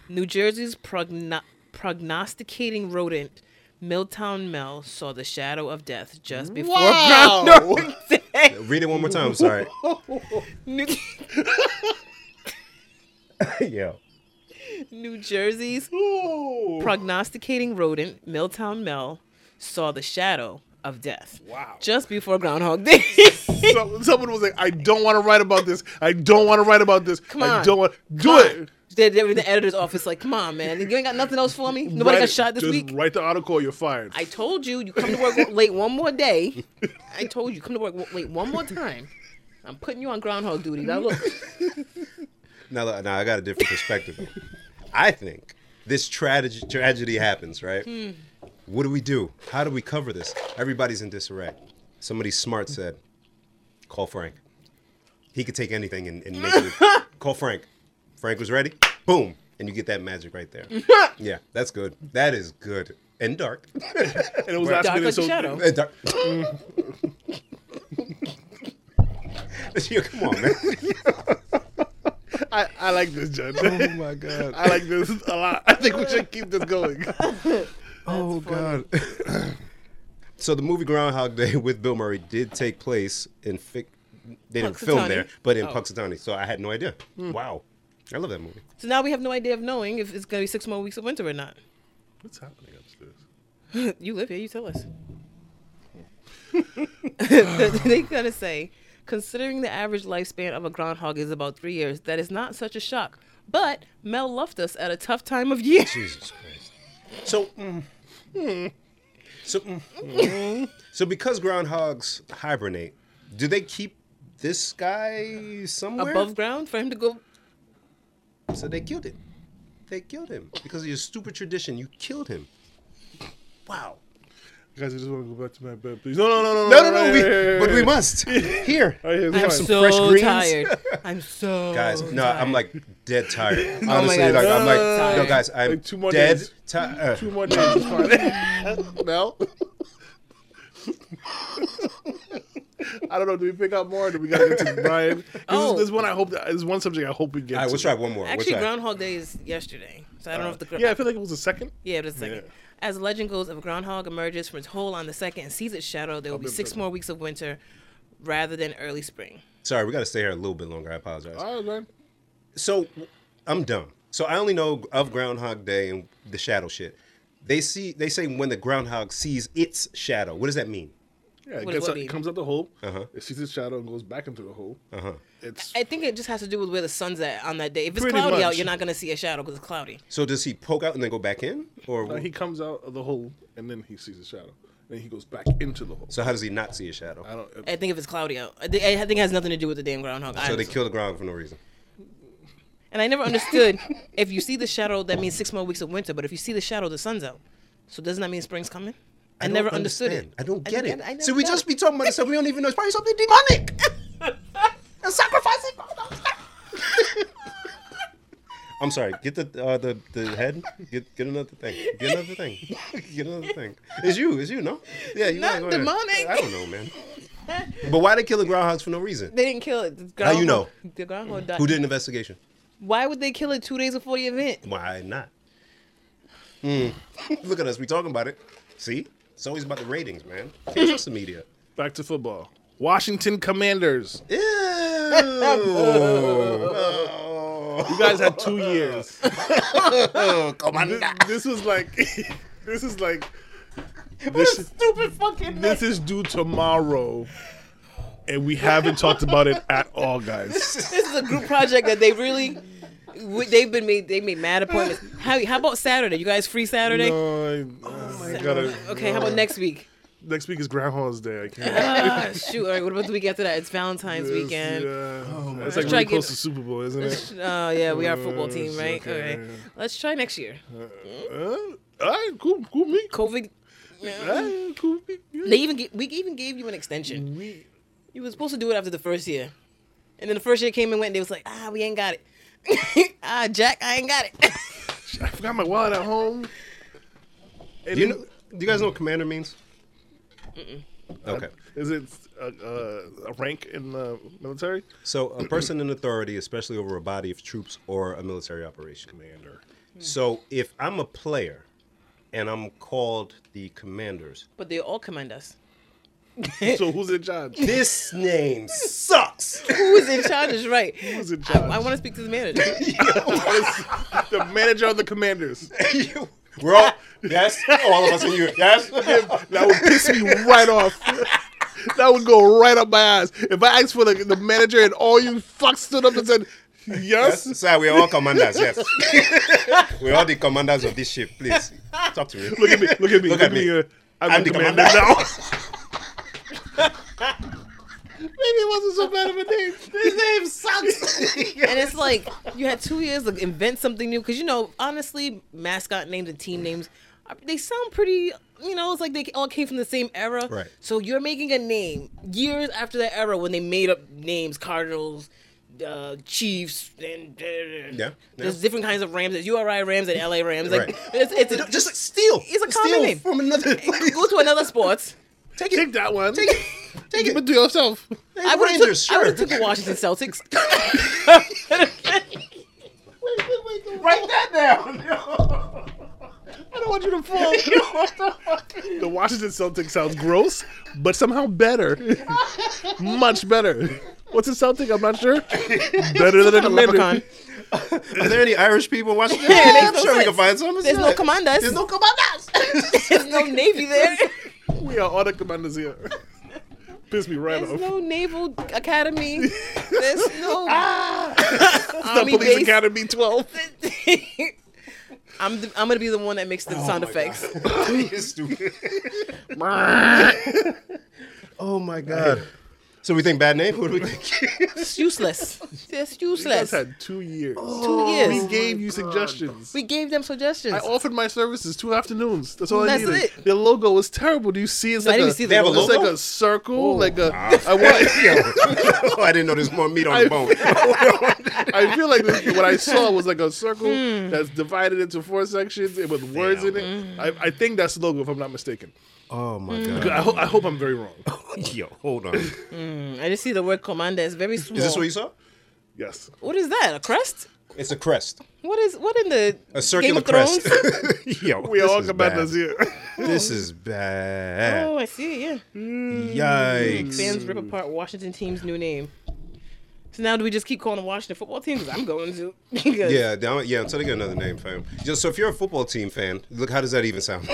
New Jersey's progno- prognosticating rodent Milltown Mel saw the shadow of death just before
Wow.
Groundhog Day.
Read it one more time. Sorry.
New,
yeah.
New Jersey's
Ooh.
prognosticating rodent Milltown Mel saw the shadow of death
Wow.
just before Groundhog Day.
So, someone was like, "I don't want to write about this. I don't want to write about this.
Come
I
on.
don't want do
Come
it."
on. They, they were in the editor's office, like, come on, man, you ain't got nothing else for me. Nobody
Write
got
it.
shot this
Just
week.
Write the article. You're fired.
I told you, you come to work late one more day. I told you, come to work w- late one more time. I'm putting you on groundhog duty. Now look,
Now, look, now I got a different perspective. though. I think this tragedy tragedy happens, right? What do we do? How do we cover this? Everybody's in disarray. Somebody smart said, "Call Frank. He could take anything and, and make it." Call Frank. Frank was ready. Boom, and you get that magic right there. yeah, that's good. That is good and dark.
and it was
Dark
last minute.
like the
so
shadow.
And dark. Yo, come on, man.
I, I like this, Jen.
my god.
I like this a lot. I think we should keep this going.
Oh God. so the movie Groundhog Day with Bill Murray did take place in fic. They didn't film
Punxsutawney.
there, but in
Oh. Hmm.
Puxatani. So I had no idea. Wow, I love that movie.
so now we have no idea of knowing if it's gonna be six more weeks of winter or not.
What's happening upstairs?
You live here, you tell us. they gonna say, considering the average lifespan of a groundhog is about three years, that is not such a shock. But Mel left us at a tough time of year.
Jesus Christ. So, mm, mm, so, mm, mm. so because groundhogs hibernate, do they keep this guy somewhere?
Above ground for him to go.
So they killed him. They killed him because of your stupid tradition. You killed him. Wow.
Guys, I just want to go back to my bed, please. No, no, no, no,
No, no, no.
right
We,
here,
but we
here,
must. Here.
Right here, it's
I'm
fine.
so fresh
so
greens?
tired. I'm so
guys. No, I'm
tired.
like dead tired.
Oh. my
Honestly,
God,
like I'm like
no.
no, guys. I'm
Like two more
dead uh,
days.
tired.
Two more days. It's fine. Mel? I don't know. Do we pick up more? Or do we got to get to Brian? This,
Oh.
is, this one I hope. That, this is one subject I hope we get.
All right,
to.
let's try one more. Let's
Actually,
try.
Groundhog Day is yesterday, so I don't know
Uh,
if the gr-
Yeah, I feel like it was the second.
yeah, the second.
Yeah.
As the legend goes, if a groundhog emerges from its hole on the second and sees its shadow, there will be
been
six
present.
more weeks of winter, rather than early spring.
Sorry, we got to stay here a little bit longer. I apologize.
All right, man.
So I'm dumb. So I only know of Groundhog Day and the shadow shit. They see. They say when the groundhog sees its shadow. What does that mean?
Yeah, it
What-
gets
what
out,
do you-
comes out the hole. It sees its shadow and goes back into the hole. It's
I think it just has to do with where the sun's at on that day. If it's
Pretty
cloudy out,
much.
you're not gonna see a shadow because it's cloudy.
So does he poke out and then go back in, or
uh, he comes out of the hole and then he sees his shadow. Then he goes back into the hole.
so? How does he not see a shadow?
I don't. uh,
I think if it's cloudy out, I thi- I think it has nothing to do with the damn groundhog.
So they
honestly.
kill the groundhog for no reason.
and I never understood if you see the shadow, that means six more weeks of winter. But if you see the shadow, the sun's out. So doesn't that mean spring's coming? I,
don't
never understood
understand.
it.
I don't get it.
I- I never
so we
got
just
it.
be talking about it, so we don't even know. It's probably something demonic. and sacrificing. I'm sorry. Get the uh, the the head. Get get another thing. Get another thing. Get another thing. It's you. It's you. No. Yeah. You
Not
might go ahead.
demonic.
I don't know, man. But why they kill the groundhogs for no reason?
They didn't kill it. The
How you
groundhog- The groundhog died.
Who did an investigation?
Why would they kill it two days before the event?
Why not? Mm. Look at us. We talking about it. See, it's always about the ratings, man. Can't trust the media.
Back to football. Washington Commanders.
Ew. oh.
You guys had two years.
Commander.
This, this was like, this is like,
What
this,
a stupid fucking
this is due tomorrow, and we haven't talked about it at all, guys.
This is a group project that they really we- they've been made they made mad appointments. How how about Saturday? You guys free Saturday?
No, I, I gotta-
Oh Okay, how about next week?
Next week is Groundhog's Day. I can't.
Ah, shoot. All right, what about the week after that? It's Valentine's
It's-
weekend.
Yeah.
Let's
it's like
try
really
get-
close to Super Bowl, isn't it?
Oh yeah, we are a football team,
Yes,
right?
okay,
Okay.
yeah.
Let's try next year.
Uh, all right, cool, cool me.
COVID
All right, cool me. Yeah.
they even ga- we even gave you an extension.
We-
You were supposed to do it after the first year. And then the first year came and went and they was like, "Ah, we ain't got it." ah, Jack, I ain't got it.
I forgot my wallet at home. And
Do you know? Do you guys know what commander means? Okay.
Is it a, a rank in the military?
So a person in authority, especially over a body of troops or a military operation.
Commander.
So if I'm a player and I'm called the Commanders.
But they all commend us.
So who's in charge?
This name sucks.
Who is in charge is right.
Who's in
I,
charge?
I want to speak to the manager.
the manager of the commanders.
We're all yes, all of us in you. Yes,
That would piss me right off. That would go right up my ass. If I asked for the, the manager and all you fucks stood up and said, yes,
yes, sir. We're all commanders. Yes, we're all the commanders of this ship. Please talk to me.
look at me, look at me,
Look
look,
at
at me.
me.
uh, I'm,
I'm
the
the
commander now.
commander.
Maybe it wasn't so bad of a name.
His name sucks.
and it's like you had two years to invent something new because you know honestly mascot names and team names are- they sound pretty you know it's like they all came from the same era
Right.
so you're making a name years after that era when they made up names cardinals uh, Chiefs and
yeah.
there's different kinds of Rams. There's URI Rams and LA Rams. Like
Right.
it's, it's
You know, just like steal.
It's a
steal
common name.
from another place.
go to another sports.
Take
Take that one.
Take it. Take it.
But do yourself.
I would have took,
Rangers,
I would
sure.
have took the Washington Celtics.
Write that down.
I don't want you to fall. the Washington Celtics sounds gross, but somehow better. Much better. What's a Celtic? I'm not sure. Better than a commander.
leprechaun.
Are there any Irish people watching? this?
Yeah, it makes
I'm
no
sure we can
sense.
find some. It's
There's no
not-
commanders.
There's no commanders.
There's no Navy there.
We are all the commanders here. Piss me right
There's
off.
no Naval Academy. There's no
the
Army
Police
base.
Academy 12.
I'm the, I'm gonna be the one that makes the sound effects.
You're stupid. oh my god. So we think bad name? What do we think?
It's useless. It's
You guys
useless.
had two years.
Two
we
years.
gave you suggestions.
We gave them suggestions.
I offered my services two afternoons. That's all
That's
I needed.
it.
Their logo was terrible. Do you see? It's
I
like
didn't
a,
even see the
They have a
logo. Oh.
it's like
logo?
a circle. like a. I want.
oh, I didn't know there's more meat on the bone.
I feel like this- what I saw was like a circle that's divided into four sections and with words in it. I, I think that's the logo, if I'm not mistaken.
oh my
I,
god.
ho- I hope I'm very wrong.
Yo, hold on. Is
Mm, I just see the word commander. It's very small.
this what you saw?
Yes.
what is that? A crest?
It's a crest.
What is what in the
A circular
Game of Thrones?
crest. Yo,
We
this
all
is
commanders
bad.
here.
This is bad.
Oh, I see. Yeah.
Yikes.
Fans rip apart Washington team's new name. So now do we just keep calling them Washington football team? Because I'm going to. Because
Yeah, down, yeah. Until they get another name, fam. Just so if you're a football team fan, look how does that even sound?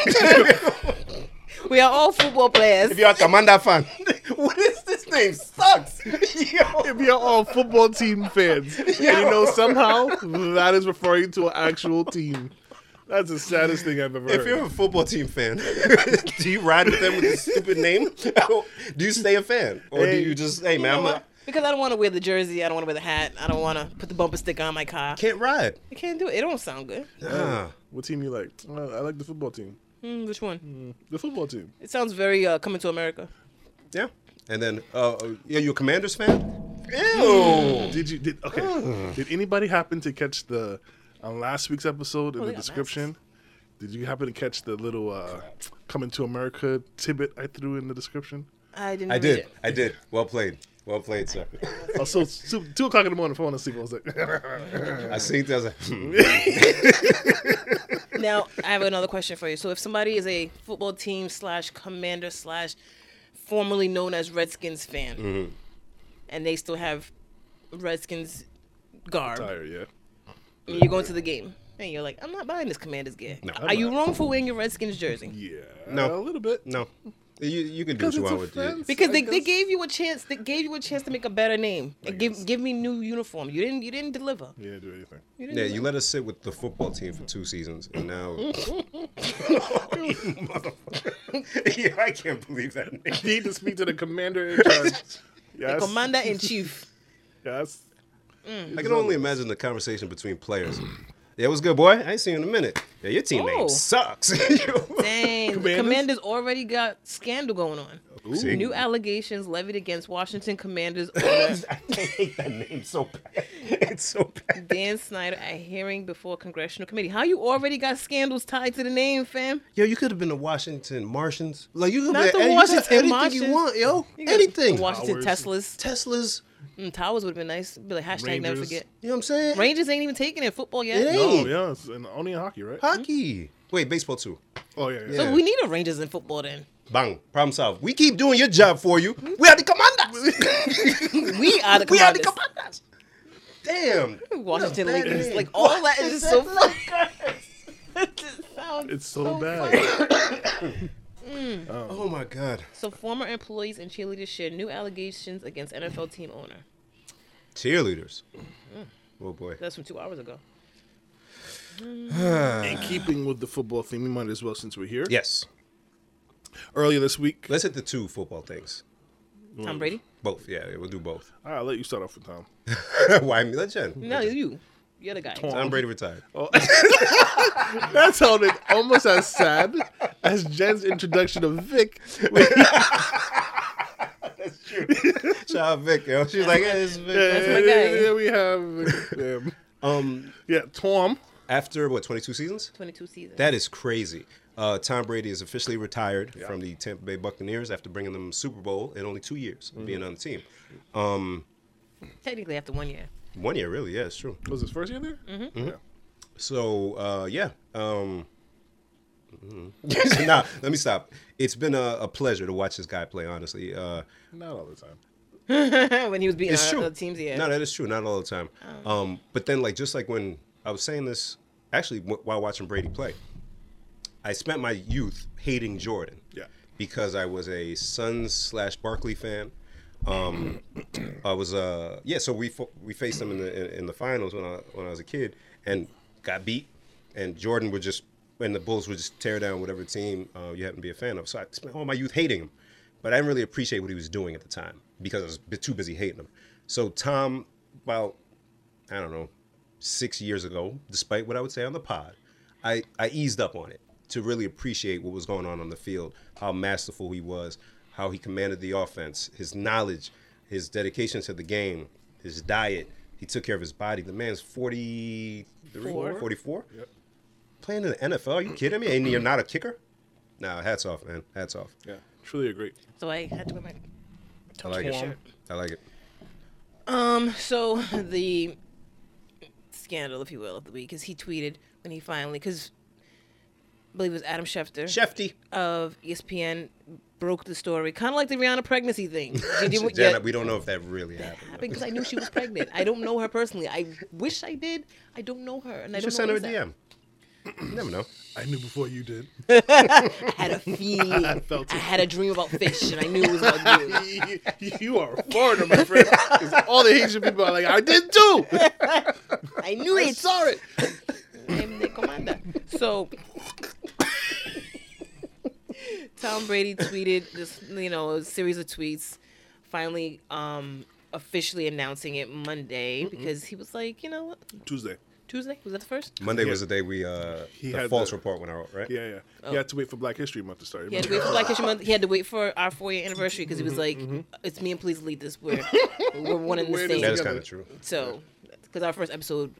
We are all football players.
if you're a Commander fan, what is this name? Sucks. Yo.
If you're all football team fans, and you know somehow that is referring to an actual team. That's the saddest thing I've ever
If
heard.
you're a football team fan, do you ride with them with this stupid name? do you stay a fan, or
Hey.
do you just hey
You know
man, I'm
what?
a,
because I don't want to wear the jersey. I don't want to wear the hat. I don't want to put the bumper sticker on my car.
can't ride?
I can't do it. It don't sound good.
Nah.
What team you like? Uh, I like the football team.
Mm, which
Hmm.
one?
The football team.
It sounds very uh, coming to America.
Yeah. And then, uh, yeah, you a Commanders fan? Ew.
Did you did okay? Did anybody happen to catch the on last week's episode in
they
the
got
description? Did you happen to catch the little uh, "Coming to America" tidbit I threw in the description?
I didn't.
I
read
did.
It.
I did. Well played. Well played, sir.
Also, Oh, two, two o'clock in the morning, falling asleep. I was like,
I seen that. I was like, hmm.
Now I have another question for you. So if somebody is a football team slash commander slash formerly known as Redskins fan,
Mm-hmm.
and they still have Redskins garb,
tired, Oh, yeah.
and you go into the game, and you're like, I'm not buying this commander's gear.
No, I'm
Are you wrong for wearing your Redskins jersey?
Yeah,
No.
a little bit.
no. You, you can do what
Because
you
it's
want
a
with it.
fence.
Because
I
they, they
guess.
gave you a chance. They gave you a chance to make a better name. And give
guess.
give me new uniform. You didn't you didn't deliver.
You didn't do anything.
You didn't
Yeah,
deliver.
you let us sit with the football team for two seasons, and now. yeah, I can't believe that.
You need to speak to the commander in charge. Yes.
Commander in chief.
yes.
I can only imagine the conversation between players. Yeah, what's good, boy? I ain't seen you in a minute. Yeah, your team
Oh.
name sucks.
Dang,
Commanders?
the commanders already got scandal going on.
See?
New allegations levied against Washington Commanders owner
I hate that name so bad. It's so bad.
Dan Snyder at hearing before congressional committee. How you already got scandals tied to the name, fam?
Yo, you could have been the Washington Martians. Like you could
Not
have
the
been any- you could have
Washington
anything you
Martians.
want, yo.
You got
anything.
The Washington
Towers.
Teslas.
Teslas.
Mm, towers would have been nice. Be like hashtag never
Rangers.
forget.
You know what I'm saying?
Rangers ain't even taking it football yet.
It ain't.
Oh, yeah. It's in, only in hockey, right?
Hockey.
Hmm?
Wait, baseball too.
Oh yeah, yeah.
So we need a Rangers in football then.
Bang. Problem solved. We keep doing your job for you. We are the commanders.
Hmm? We are the
we are the
commanders.
commanders. Damn.
Washington
You're a bad
Lakers.
man.
Like all that is just so funny. It just sounds
It's so, bad.
Oh my god.
So former employees and cheerleaders share new allegations against NFL team owner.
Cheerleaders. Oh boy.
That's from two hours ago.
In keeping with the football theme, we might as well since we're here.
Yes.
Earlier this week,
Let's hit the two football things. Mm.
Tom Brady?
Both. Yeah, yeah, we'll do both.
I'll let you start off with Tom.
Why me? Let Jen.
No, you. You're the guy.
Tom Brady retired.
That sounded almost as sad as Jen's introduction of Vic. when he-
Shout out Vic, yo. She's like, hey, it's Vic.
my guy.
Yeah, we have. Damn.
Um,
Yeah, Tom.
after what, 22 seasons?
22 season.
That is crazy. Uh, Tom Brady is officially retired from the Tampa Bay Buccaneers after bringing them Super Bowl in only two years of being on the team.
Technically after one year.
One year, really? Yeah, it's true.
Was his first year there? Mm-hmm. Yeah.
So uh, yeah, um, mhm. nah. Let me stop. It's been a, a pleasure to watch this guy play. Honestly, uh,
Not all the time.
when he was beating
it's
our,
true.
other teams, yeah. Oh.
No, that is true. Not all the time. Um, but then, like, just like when I was saying this, actually, w- while watching Brady play, I spent my youth hating Jordan.
Yeah.
Because I was a Suns slash Barkley fan. Um, I was uh yeah. So we fo- we faced them in the in, in the finals when I when I was a kid and got beat, and Jordan would just and the Bulls would just tear down whatever team uh, you happen to be a fan of. So I spent all my youth hating him, but I didn't really appreciate what he was doing at the time because I was a bit too busy hating him. So Tom, about I don't know, six years ago, despite what I would say on the pod, I, I eased up on it to really appreciate what was going on on the field, how masterful he was, how he commanded the offense, his knowledge, his dedication to the game, his diet. He took care of his body. The man's 43,
Four.
44? Playing in the NFL? Are you kidding me? And you're not a kicker? Nah, hats off, man. Hats off.
Yeah. Truly a great.
So I had to wear my
I like it.
Sure.
I like it.
So the scandal, if you will, of the week is he tweeted when he finally, because I believe it was Adam Schefter
Shefty.
of E ESPN broke the story, kind of like the Rihanna pregnancy thing. She did what-
Janet,
yeah,
we don't know if that really happened.
happened because I knew she was pregnant. I don't know her personally. I wish I did. I don't know her, and I
You
don't
should send
know
her a
what's up.
DM. You never know.
I knew before you did.
I had a feeling. I,
felt it.
had a dream about fish, and I knew it was about you.
you are a foreigner, my friend. 'Cause All the Haitian people are like, I did too.
I knew it.
Sorry.
I'm the commander. So Tom Brady tweeted this, you know, a series of tweets, finally um officially announcing it Monday
Mm-hmm.
because he was like, you know what?
Tuesday.
Tuesday? Was that the first?
Monday was the day we uh
He
the
had
false
the-
report went out, right?
Yeah, yeah. You had to wait for Black History Month to start.
He had to wait for Black History Month. He had to wait for our four year anniversary because he
Mm-hmm,
was like, it's me and please lead this. We're, we're one in the
Where does
same.
That
it
is
Together.
kind of true.
So, because our first episode,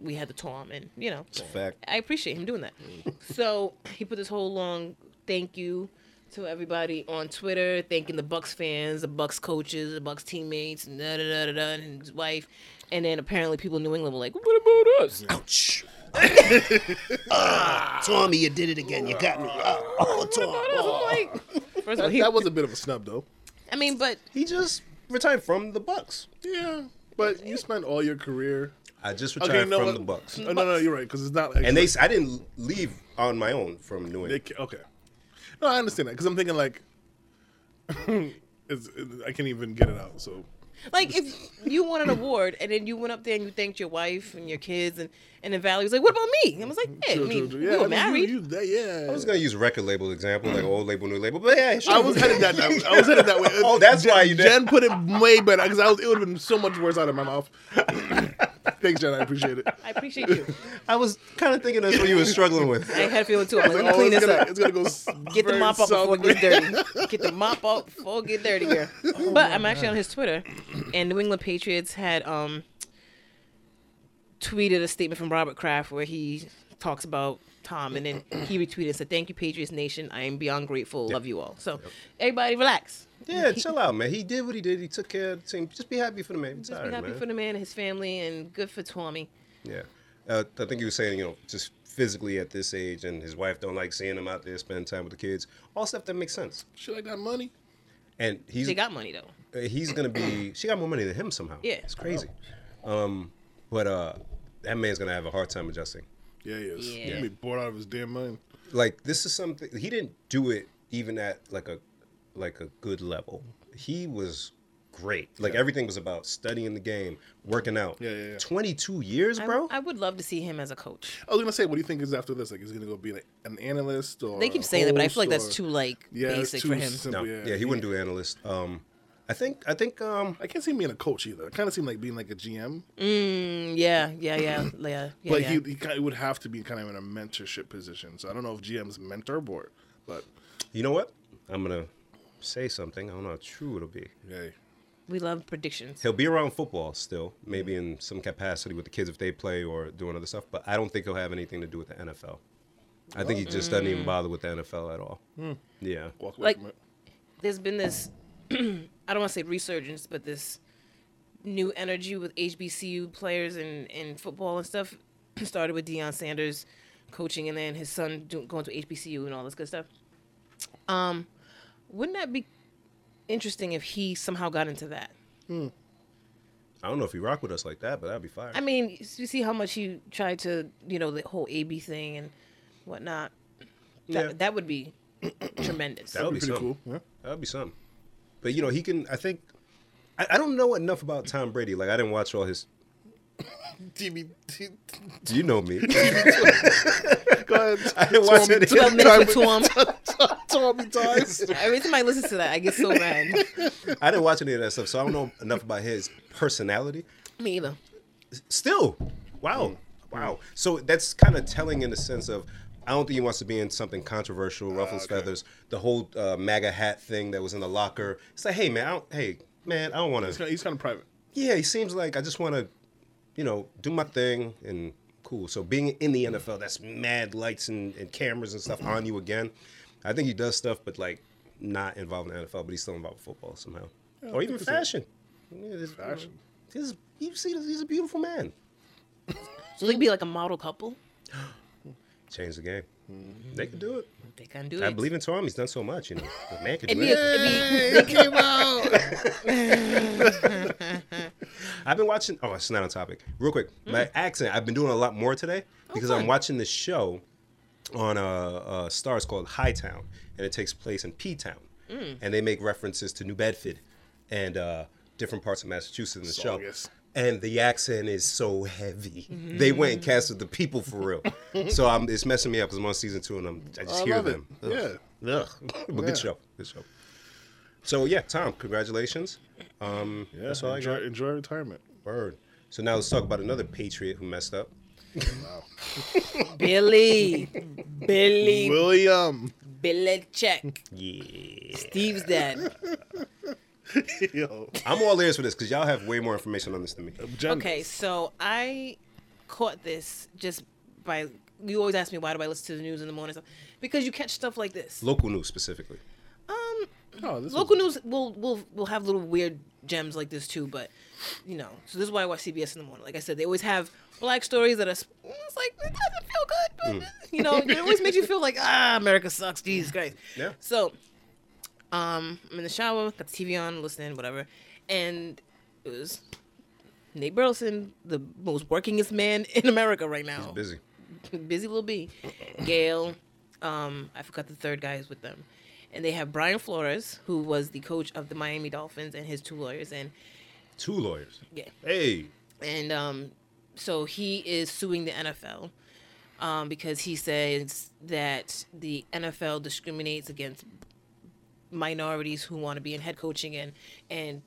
we had the Tom, and you know,
It's a fact.
I appreciate him doing that.
Mm.
So he put this whole long thank you to everybody on Twitter, thanking the Bucks fans, the Bucks coaches, the Bucks teammates, and da da da da, da and his wife. And then apparently people in New England were like, "What about us?"
Ouch. Tommy, you did it again. You got me. Oh, Tom.
I was like, first of all,
Uh, That,
he,
that was a bit of a snub, though.
I mean, but
He just retired from the Bucks.
Yeah, but you spent all your career.
I just
Okay,
retired
no,
from
what-
the Bucks.
Oh, no, no, you're right because it's not. Like,
And they, s- I didn't leave on my own from New
They
England.
ca- okay. No, I understand that because I'm thinking like, it's, I can't even get it out. So
like if you won an award and then you went up there and you thanked your wife and your kids, and and then Valerie was like, "What about me?" And I was like, "Yeah, I
Mm, True,
mean,
true, true.
we were
I mean, you-
married."
you- that- yeah,
I was gonna use record label example, like old label, new label, but yeah, sure.
I was headed that. that- I was headed that way.
Oh, that's why you did.
Jen put it way better because it would have been so much worse out of my mouth. Thanks, Jen. I appreciate it.
I appreciate you.
I was kind of thinking that's what you were struggling with.
I had a feeling too. I'm like, let me
Oh,
clean
it's
this
gonna,
up.
it's gonna go. s-
Get the
very
mop up before it
solidly.
gets dirty. Get the mop up before it get dirty, girl.
Oh
but I'm actually on his Twitter, and New England Patriots had um tweeted a statement from Robert Kraft where he talks about Tom, and then he retweeted and said, "Thank you, Patriots Nation. I am beyond grateful. Love you all." So everybody, relax.
Yeah, chill out, man. He did what he did. He took care of the team. Just be happy for the man.
Just be happy for the man and his family, and good for Tommy.
Yeah. Uh, I think he was saying, you know, just physically at this age, and his wife don't like seeing him out there spending time with the kids. All stuff that makes sense.
Shit like that money.
And he's
They got money though.
uh, he's gonna be. she got more money than him somehow.
Yeah.
it's crazy. Um, but uh, that man's gonna have a hard time adjusting.
Yeah, he is.
Yeah.
He'd be bored out of his damn mind.
like this is something he didn't do it even at like a like a good level. He was great. Like everything was about studying the game, working out.
Yeah, yeah, yeah.
Twenty two years, bro.
I, I would love to see him as a coach.
I was gonna say, what do you think is after this? Like, is he gonna go be like an analyst or?
They keep
a
saying that, but I
host
feel like that's
or-
too like
Yeah, it's
basic
too
for him.
simple,
no, yeah, he wouldn't do analyst. Um, I think I think um,
I can't see him being a coach either. I kind of seem like being like a GM,
Mm, yeah, yeah, yeah, yeah. yeah
but
yeah.
he he kind of would have to be kind of in a mentorship position. So I don't know if GM's mentor board, but
you know what? I'm gonna say something. I don't know how true it'll be.
yeah,
we love predictions.
He'll be around football still, maybe in some capacity with the kids if they play or doing other stuff. But I don't think he'll have anything to do with the NFL. I think he just doesn't even bother with the NFL at all. Yeah.
walk away
Like-
from it.
There's been this, I don't want to say resurgence, but this new energy with HBCU players and and football and stuff started with Deion Sanders coaching, and then his son do, going to HBCU and all this good stuff. Um, wouldn't that be interesting if he somehow got into that?
I don't know if he rock with us like that, but that'd be fire.
I mean, you see how much he tried to, you know, the whole AB thing and whatnot. That,
Yeah.
that would be tremendous.
that would be,
Pretty
something.
cool. Yeah.
That'd be something. But you know, he can. I think. I, I don't know enough about Tom Brady. Like I didn't watch all his.
TV,
You know me.
go ahead.
I didn't watch
Tom-
any.
Twelve minutes with Tom.
Traumatized.
Every time I listen to that, I get so mad.
I didn't watch any of that stuff, so I don't know enough about his personality.
Me either.
Still, wow, wow. So that's kind of telling in the sense of. I don't think he wants to be in something controversial, ruffles feathers, the whole uh, MAGA hat thing that was in the locker. It's like, hey man, I don't, hey man, I don't want to.
He's kind of private.
yeah, he seems like I just want to, you know, do my thing and cool. So being in the NFL, that's mad lights and, and cameras and stuff on you again. I think he does stuff, but like not involved in the NFL, but he's still involved with football somehow, or even fashion. Yeah, this-
Fashion.
He's, you see, this- he's a beautiful man.
So they could be like a model couple.
Change the game.
Mm-hmm.
They could do it.
They can do it.
I believe in Tom. He's done so much. You know, the man could do
It'd be,
it.
a, it'd be
I've been watching. Oh, it's not on topic. Real quick,
Mm-hmm.
my accent. I've been doing a lot more today because I'm
fun.
watching this show on uh, uh, Stars called Hightown, and it takes place in P Town,
Mm.
and they make references to New Bedford and uh, different parts of Massachusetts in the show.
Saugus.
And the accent is so heavy.
Mm-hmm.
They went and canceled the people for real. so I'm, it's messing me up because I'm on season two and I'm, I just
I
hear
love
them.
it.
Ugh.
Yeah.
Ugh. but good show. Good show. So yeah, Tom, congratulations. Um,
Yeah.
that's all I
enjoy,
got.
enjoy retirement.
Word. So now let's talk about another patriot who messed up.
Wow.
Billy, Billy,
William.
Billy check.
Yeah.
Steve's dad.
Yo.
I'm all ears for this because y'all have way more information on this than me.
Jen-
Okay, so I caught this just by. You always ask me why do I listen to the news in the morning? and stuff. Because you catch stuff like this.
Local news specifically.
Um,
No, Oh, this
local news will will will have little weird gems like this too, but you know. So this is why I watch CBS in the morning. Like I said, they always have black stories that are. s- It's like it doesn't feel good, but,
Hmm.
you know. It always makes you feel like ah, America sucks. Jesus Christ.
Yeah.
So, um, I'm in the shower, got the TV on, listening, whatever, and it was Nate Burleson, the most workingest man in America right now
Busy.
busy little B, Gail. Um, I forgot the third guy is with them, and they have Brian Flores, who was the coach of the Miami Dolphins, and his two lawyers, and
Two lawyers.
yeah,
Hey.
and um, so he is suing the NFL um, because he says that the NFL discriminates against minorities who want to be in head coaching and and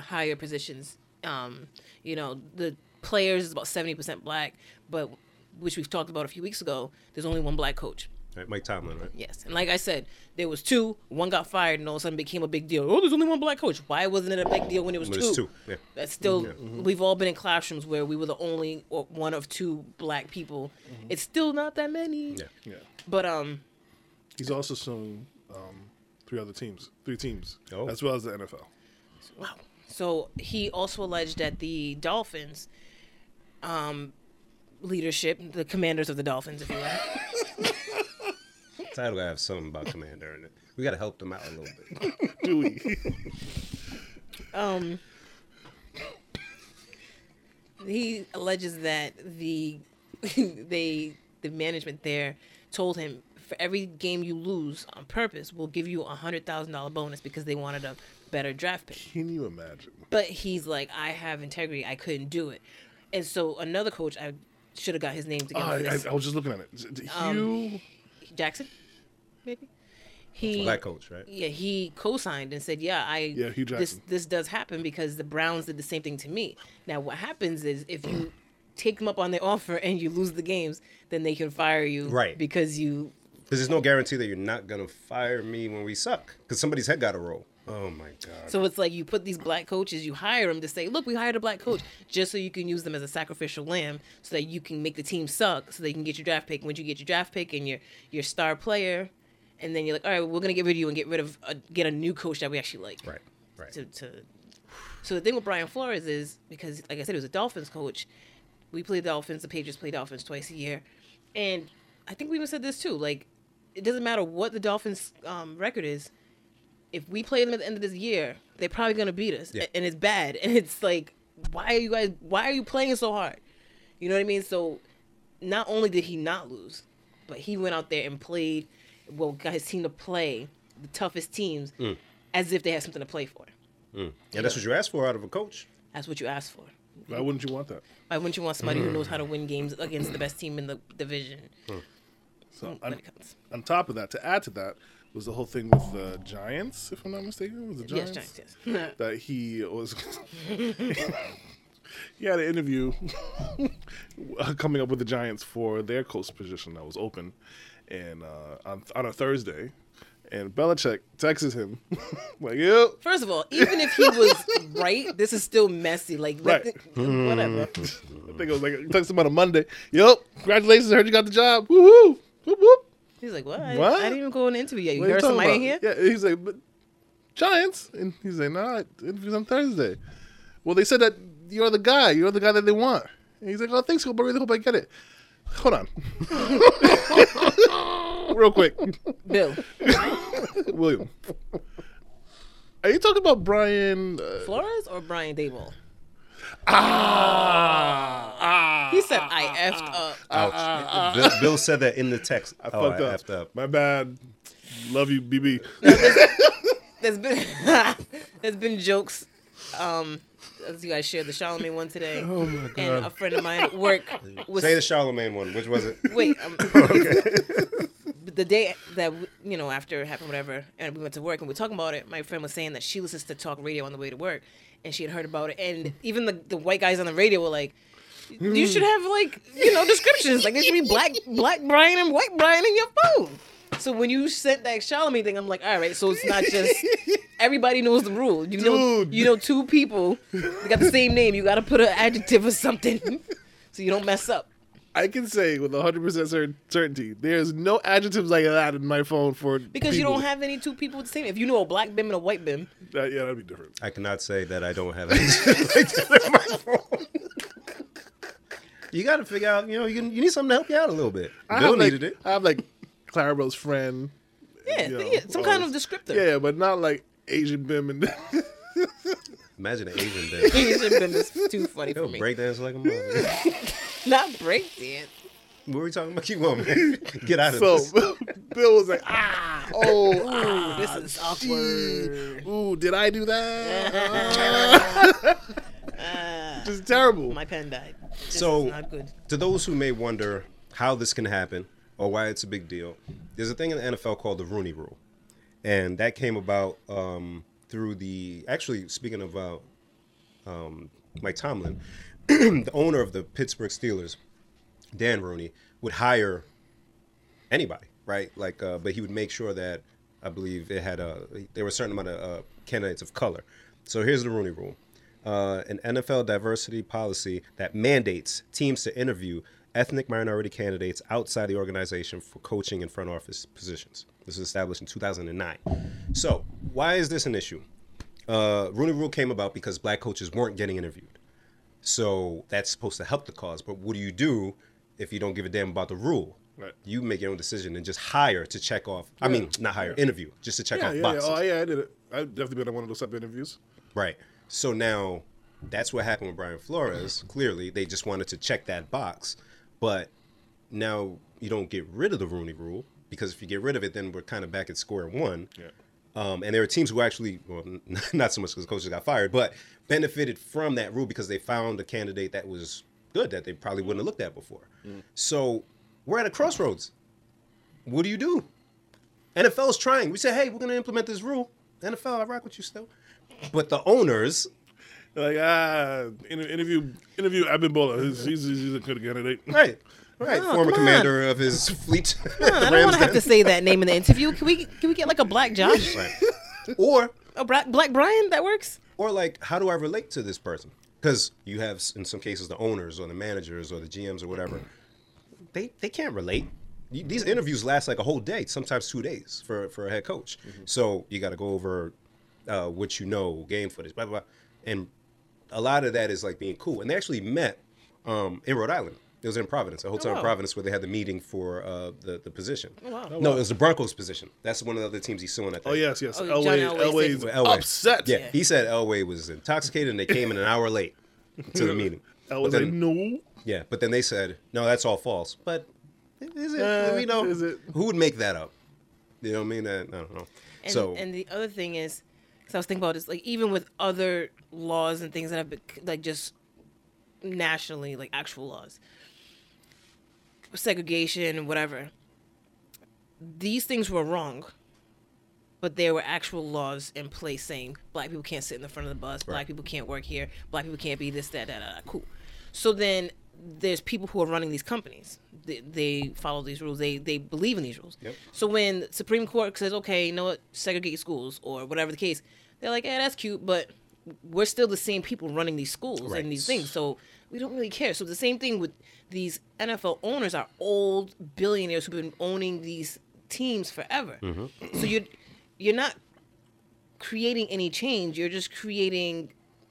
higher positions. Um, you know, the players is about seventy percent black, but which we've talked about a few weeks ago. There's only one black coach.
Right, Mike Tomlin, right?
Yes, and like I said, there was two. One got fired, and all of a sudden became a big deal. Oh, there's only one black coach. Why wasn't it a big deal when it was
When
two?
it's two, yeah.
That's still. We've all been in classrooms where we were the only or one of two black people. It's still not that many.
Yeah.
Yeah.
But um,
He's also suing um, three other teams, three teams,
Oh.
as well as the NFL.
Wow. So he also alleged that the Dolphins um,
leadership, the commanders of the Dolphins, if you will.
Title gotta have something about Commander in it. We gotta help them out a little bit.
Do we?
Um,
he alleges that the they the management there told him for every game you lose on purpose we'll give you a hundred thousand dollar bonus because they wanted a better draft pick
Can you imagine?
but he's like i have integrity i couldn't do it and so another coach i should have got his name together
Ah,
for
I,
this.
I, I was just looking at it. Z- Hugh,
jackson maybe he
Black coach, right?
yeah, he co-signed and said, "Yeah, I
Yeah, Hugh
this
Jackman.
this does happen because the Browns did the same thing to me." Now, what happens is if you take them up on their offer and you lose the games, then they can fire you,
Right.
Because you
Because there's no guarantee that you're not gonna fire me when we suck. Because somebody's head got to roll. Oh my god.
so it's like you put these black coaches, you hire them to say, "Look, we hired a black coach," just so you can use them as a sacrificial lamb, so that you can make the team suck, so they can get your draft pick. And once you get your draft pick and your your star player, and then you're like, "All right, we're gonna get rid of you and get rid of a, get a new coach that we actually like."
Right. Right.
to, to so the thing with Brian Flores is because like I said, he was a Dolphins coach. We play Dolphins, the Patriots play Dolphins twice a year. And I think we even said this too. Like it doesn't matter what the Dolphins um, record is, if we play them at the end of this year, they're probably gonna beat us.
Yeah.
a- And it's bad. And it's like, why are you guys why are you playing so hard? You know what I mean? So not only did he not lose, but he went out there and played well, got his team to play the toughest teams
Mm.
as if they had something to play for.
And that's what you asked for out of a coach.
That's what you asked for.
why wouldn't you want that?
Why wouldn't you want somebody who knows how to win games against the best team in the division?
So
When
on,
it comes.
on top of that, to add to that was the whole thing with the Giants, if I'm not mistaken. Was the
Yes,
Giants?
Giants. Yes.
That he was. he had an interview coming up with the Giants for their coach position that was open, and uh, on, on a Thursday, and Belichick texts him like, "Yep,
First of all, even if he was right, this is still messy. Like
Right.
nothing- whatever.
I think it was like he texted him on a Monday. Yep, congratulations, heard you got the job. Woohoo! Whoop whoop."
He's like, what? I-
What?
I, didn't even go on the interview yet. You
What are
heard
talking
somebody in here?
about? Yeah, he's like, but Giants, and he's like, no, nah, interviews on Thursday. Well, they said that you're the guy. You're the guy that they want. And he's like, oh, thanks, but I really hope I get it. Hold on, real quick,
Bill
William. Are you talking about Brian? Uh,
Flores or Brian Dayball?
ah, ah.
He said I effed up.
Ouch.
uh,
Bill, Bill said that in the text. Oh, I
fucked up.
effed up.
My bad. Love you, BB.
There's been there's been jokes. Um, as you guys shared the Charlemagne one today, oh my God. and a friend of mine at work was
Say the Charlemagne one. Which was it?
Wait, um, the day that w- you know after it happened, whatever, and we went to work and we were talking about it. My friend was saying that she listens to talk radio on the way to work, and she had heard about it. And even the, the white guys on the radio were like, "You should have like you know descriptions. Like there should be black black Brian and white Brian in your phone." So when you sent that Charlemagne thing, I'm like, all right, so it's not just everybody knows the rule. You know,
Dude.
you know, two people they got the same name. You got to put an adjective or something, so you don't mess up.
I can say with 100% cer- certainty, there's no adjectives like that in my phone for
Because you
people.
don't have any two people with the same. If you know a black bim and a white bim,
That- Uh, yeah, that'd be different.
I cannot say that I don't have anything like that in my phone. You got to figure out, you know, you, can, you need something to help you out a little bit.
I
Bill
have, like,
needed it.
I have like Clarabelle's friend.
yeah,
you
yeah,
know,
some kind of
always-
descriptor.
Yeah, but not like Asian Bim and
Imagine an Asian dance.
Asian bim is too funny for
Yo,
me.
break dance like a mother.
Not break dance.
what were we talking about? Keep going, man. Get out of
so.
this.
Bill was like, ah, oh, ah,
This is
gee,
awkward.
Ooh, did I do that? Ah. Just terrible.
My pen died. This
So-
is not good.
to those who may wonder how this can happen or why it's a big deal, there's a thing in the NFL called the Rooney Rule, and that came about um, through the. Actually, speaking of uh, um, Mike Tomlin, the owner of the Pittsburgh Steelers, Dan Rooney, would hire anybody, right? Like, uh, but he would make sure that I believe it had a there were a certain amount of uh, candidates of color. So here's the Rooney Rule: uh, an NFL diversity policy that mandates teams to interview ethnic minority candidates outside the organization for coaching and front office positions. This was established in 2009. So why is this an issue? Uh, Rooney Rule came about because black coaches weren't getting interviewed. So that's supposed to help the cause. But what do you do if you don't give a damn about the rule.
Right.
You make your own decision and just hire to check off. I mean, not hire, interview, just to check
Yeah,
off
yeah, yeah.
boxes.
Oh, yeah, I did it. I've definitely been on one of those type of interviews.
Right. So now that's what happened with Brian Flores. Clearly, they just wanted to check that box. But now you don't get rid of the Rooney rule because if you get rid of it, then we're kind of back at square one.
Yeah.
Um, and there are teams who actually, well, n- not so much because coaches got fired, but benefited from that rule because they found a candidate that was good that they probably wouldn't have looked at before. So we're at a crossroads. What do you do? NFL's trying. We say, hey, we're going to implement this rule. NFL, I rock with you still. But the owners,
Like ah, inter- interview interview Abimbola. He's, he's he's a good candidate.
right, right,
Oh,
former
come
commander of his fleet,
I don't want to have to say that name in the interview. Can we can we get like a black Josh?
or
A black black Brian? That works.
or like, how do I relate to this person? Because you have, s- in some cases, the owners or the managers or the GMs or whatever. They they can't relate. You- These interviews last like a whole day, sometimes two days for for a head coach.
Mm-hmm.
So you got to go over uh, what you know, game footage, blah blah, blah. and a lot of that is like being cool. And they actually met um, in Rhode Island. It was in Providence, a hotel
Oh, wow. Oh,
in Providence, where they had the meeting for uh, the the position.
wow.
No, it was the Broncos' position. That's one of the other teams he's suing. I think.
Oh yes, yes.
Oh, John
Elway,
Elway
Elway's
said-
With Elway.
upset.
Yeah, he said Elway was intoxicated and they came in an hour late to the meeting. But
Elway's like
then-
no.
yeah, but then they said, no, that's all false. But Eh, is it?
Uh,
you know,
is it?
who would make that up? You know what I mean? Eh, I, I don't know.
And,
so
and the other thing is, because I was thinking about this, like even with other laws and things that have been like just nationally, like actual laws, segregation and whatever. These things were wrong, but there were actual laws in place saying black people can't sit in the front of the bus, black people can't work here, black people can't be this, that, that, that. Cool. So then there's people who are running these companies. They, they follow these rules. They they believe in these rules.
Yep.
So when the Supreme Court says, okay, you know what, segregate schools or whatever the case, they're like, yeah, that's cute, but we're still the same people running these schools
Right.
and these things. So we don't really care. So the same thing with these NFL owners are old billionaires who've been owning these teams forever.
Mm-hmm.
So you're you're not creating any change. You're just creating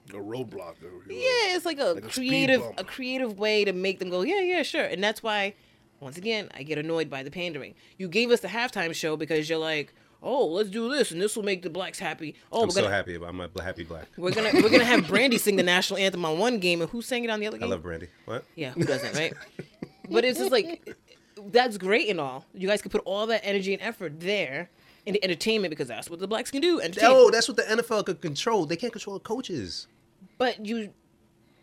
A roadblock. or-
yeah, it's like a
a speed
creative
bump.
a creative way to make them go, yeah, yeah, sure. And that's why, once again, I get annoyed by the pandering. You gave us the halftime show because you're like, oh, let's do this and this will make the blacks happy. Oh,
I'm
we're
so
gonna
happy about I'm a bl- happy black.
we're gonna we're gonna have Brandy sing the national anthem on one game and who sang it on the other
I
game?
love Brandy. What?
Yeah, who doesn't, right? but it's just like that's great and all. You guys could put all that energy and effort there in the entertainment because that's what the blacks can do. Entertain.
Oh, that's what the NFL could control. They can't control coaches.
But you,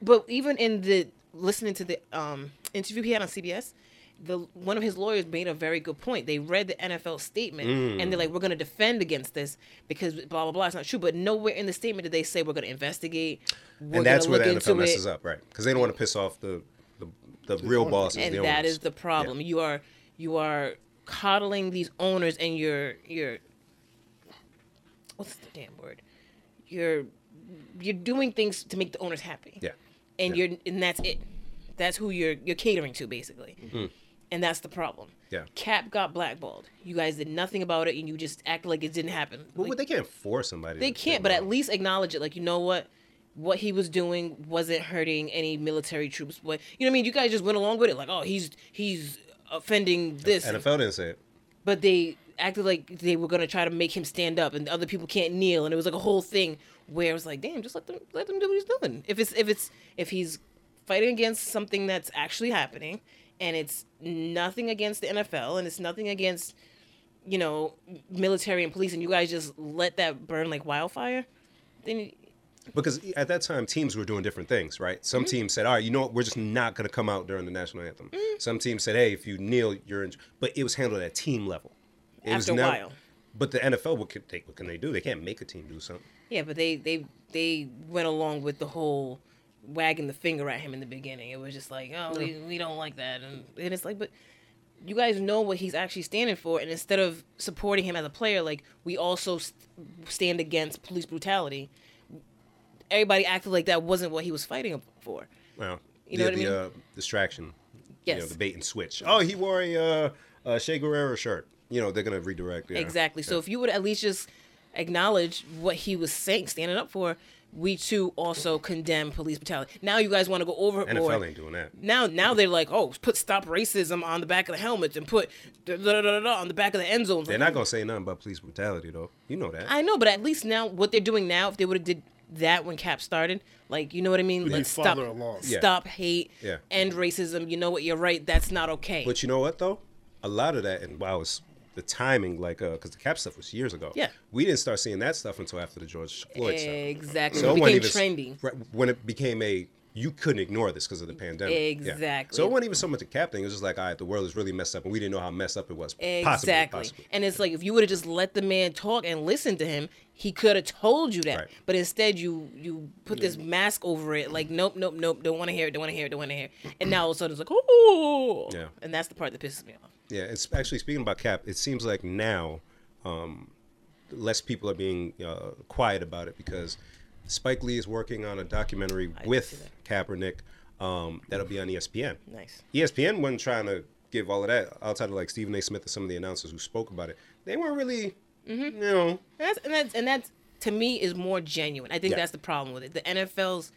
but even in the listening to the um, interview he had on CBS, the one of his lawyers made a very good point. They read the NFL statement and
Mm.
they're like, "We're going to defend against this because blah blah blah." It's not true. But nowhere in the statement did they say we're going to investigate. We're
and that's
gonna
where the
look
NFL
into it."
messes up, right? Because they don't want to piss off the the, the real bosses.
and
the
that
owners.
is the problem. You are you are coddling these owners, and you're you're what's the damn word? You're you're doing things to make the owners happy.
Yeah.
and
Yeah.
you're and that's it. That's who you're you're catering to basically, and that's the problem.
Mm-hmm. Yeah.
Cap got blackballed. You guys did nothing about it, and you just act like it didn't happen.
But
Like,
they can't force somebody.
they can't, but at least acknowledge it. Like, you know what? What he was doing wasn't hurting any military troops. What you know? What I mean, you guys just went along with it. Like, oh, he's he's offending this,
NFL didn't say it.
but they acted like they were gonna try to make him stand up, and the other people can't kneel, and it was like a whole thing where it was like, damn, just let them let them do what he's doing. If it's if it's if he's fighting against something that's actually happening, and it's nothing against the NFL, and it's nothing against you know military and police, and you guys just let that burn like wildfire, then
because e, at that time teams were doing different things, right? Some
Mm.
teams said, "All right, you know what? We're just not going to come out during the national anthem."
Mm.
Some teams said, "Hey, if you kneel, you're in." But it was handled at team level. It was
After a
never-
while.
But the NFL, what could they, what can they do? They can't make a team do something.
Yeah, but they they they went along with the whole wagging the finger at him in the beginning. It was just like, oh, we, we don't like that, and, and it's like, but you guys know what he's actually standing for, and instead of supporting him as a player, like we also st- stand against police brutality. Everybody acted like that wasn't what he was fighting for.
Well,
You
the,
know what I
the
mean?
uh, distraction. You know,
Yes.
the bait and switch. Oh, he wore a uh, a Shea Guerrero shirt. You know, they're going to redirect. yeah.
Exactly. So if you would at least just acknowledge what he was saying, standing up for, we too also condemn police brutality. Now you guys want to go overboard.
NFL ain't doing that.
Now, now they're like, oh, put stop racism on the back of the helmets and put da, da, da, da, da, on the back of the end zones.
They're not gonna say nothing about police brutality though. You know that.
I know, but at least now what they're doing now, if they would have did that when Cap started, like you know what I mean?
We'd be
Let's stop,
farther along.
Yeah.
stop hate,
Yeah.
end racism. You know what? You're right. That's not okay.
But you know what though? A lot of that and wow, it's the timing like uh because the cap stuff was years ago.
Yeah.
We didn't start seeing that stuff until after the George Floyd stuff.
exactly.
So
it
it wasn't
became
even
trendy.
right, when it became a you couldn't ignore this because of the pandemic. Yeah.
Exactly.
So it wasn't even so much a cap thing. It was just like, all right, the world is really messed up, and we didn't know how messed up it was. Possibly,
Exactly.
possibly.
And it's like if you would have just let the man talk and listened to him, he could have told you that.
Right.
But instead you you put this mask over it, like nope, nope, nope, don't wanna hear it, don't wanna hear it, don't wanna hear it. And now all of a sudden it's like, oh
Yeah.
and that's the part that pisses me off.
Yeah, it's actually speaking about cap. It seems like now, um, less people are being uh, quiet about it because Spike Lee is working on a documentary with Kaepernick um, that'll be on ESPN.
Nice.
ESPN wasn't trying to give all of that outside of like Stephen A. Smith and some of the announcers who spoke about it. They weren't really,
Mm-hmm.
you know,
And that's and that's and that's to me is more genuine. I think
Yeah.
that's the problem with it. The NFL's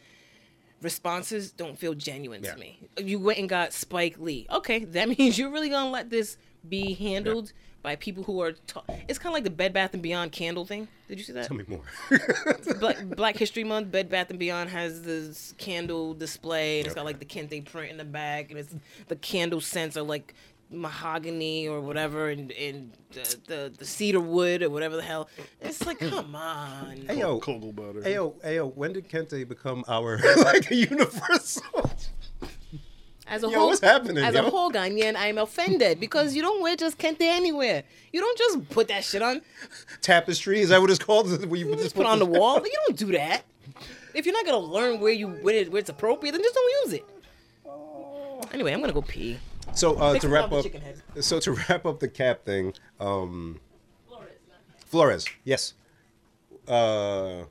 responses don't feel genuine
Yeah.
to me. You went and got Spike Lee. Okay, that means you're really gonna let this be handled by people who are. Ta- it's kind of like the Bed Bath and Beyond candle thing. Did you see that?
tell me more.
Black, Black History Month, Bed Bath and Beyond has this candle display, and it's got like the kente print in the back, and it's the candle scents are like mahogany or whatever, and and the the, the cedar wood or whatever the hell. It's like, come on.
Hmm. hey yo,
Kogel butter.
hey yo, hey yo, when did Kente become our like universal?
As a
Yo,
whole,
what's happening,
As
yo?
a whole Ghanaian, I am offended because you don't wear just kente anywhere.
You don't just put that shit on.
Tapestry is that what it's called? Where you
Just put it on the wall. You don't do that. If you're not gonna learn where you where, it, where it's appropriate, then just don't use it.
Oh.
Anyway, I'm gonna go pee.
So uh, to
the
wrap
problem,
up,
chicken head.
so to wrap up the cap thing, um, Flores, yes. Uh,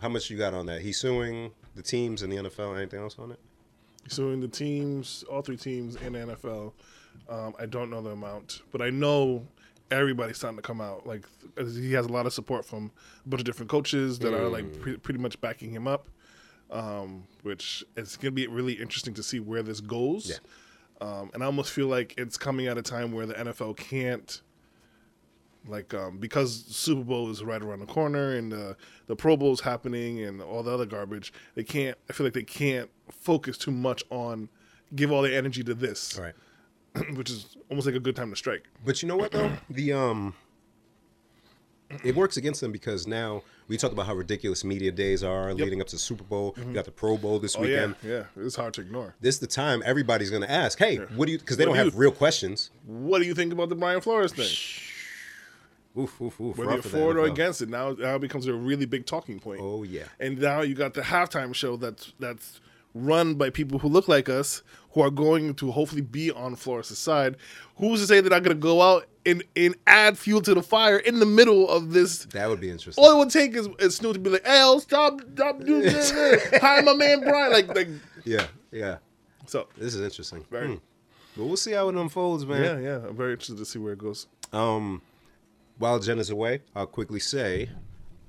how much you got on that? He's suing the teams and the NFL. Anything else on it?
So in the teams, all three teams in the NFL, um, I don't know the amount, but I know everybody's starting to come out. Like th- he has a lot of support from a bunch of different coaches that are like pre- pretty much backing him up. Um, which it's gonna be really interesting to see where this goes.
Yeah.
Um, and I almost feel like it's coming at a time where the NFL can't like um, because Super Bowl is right around the corner and the the Pro Bowl's happening and all the other garbage, they can't. I feel like they can't focus too much on give all their energy to this,
All right.
which is almost like a good time to strike.
But you know what though? The um it works against them because now we talked about how ridiculous media days are leading up to the Super Bowl. You got the Pro Bowl this
Oh yeah,
weekend.
yeah, it's hard to ignore.
This is the time everybody's going to ask, "Hey, what do you?" Because they
What
don't
do
have
you-
real questions.
What do you think about the Brian Flores thing?
Oof, oof, oof.
Whether
rough
you're
for the
for it or
NFL.
against it, now now it becomes a really big talking point.
Oh, yeah.
And now you got the halftime show that's that's run by people who look like us, who are going to hopefully be on Flores' side. Who's to say they're not going to go out and and add fuel to the fire in the middle of this?
That would be interesting.
All it would take is, is Snoop to be like, "Hey, yo, stop, stop doing this. Hi, my man Brian." Like, like
yeah, yeah.
so.
This is interesting.
Very,
Hmm. But we'll see how it unfolds, man.
Yeah, yeah. I'm very interested to see where it goes.
While Jen is away, I'll quickly say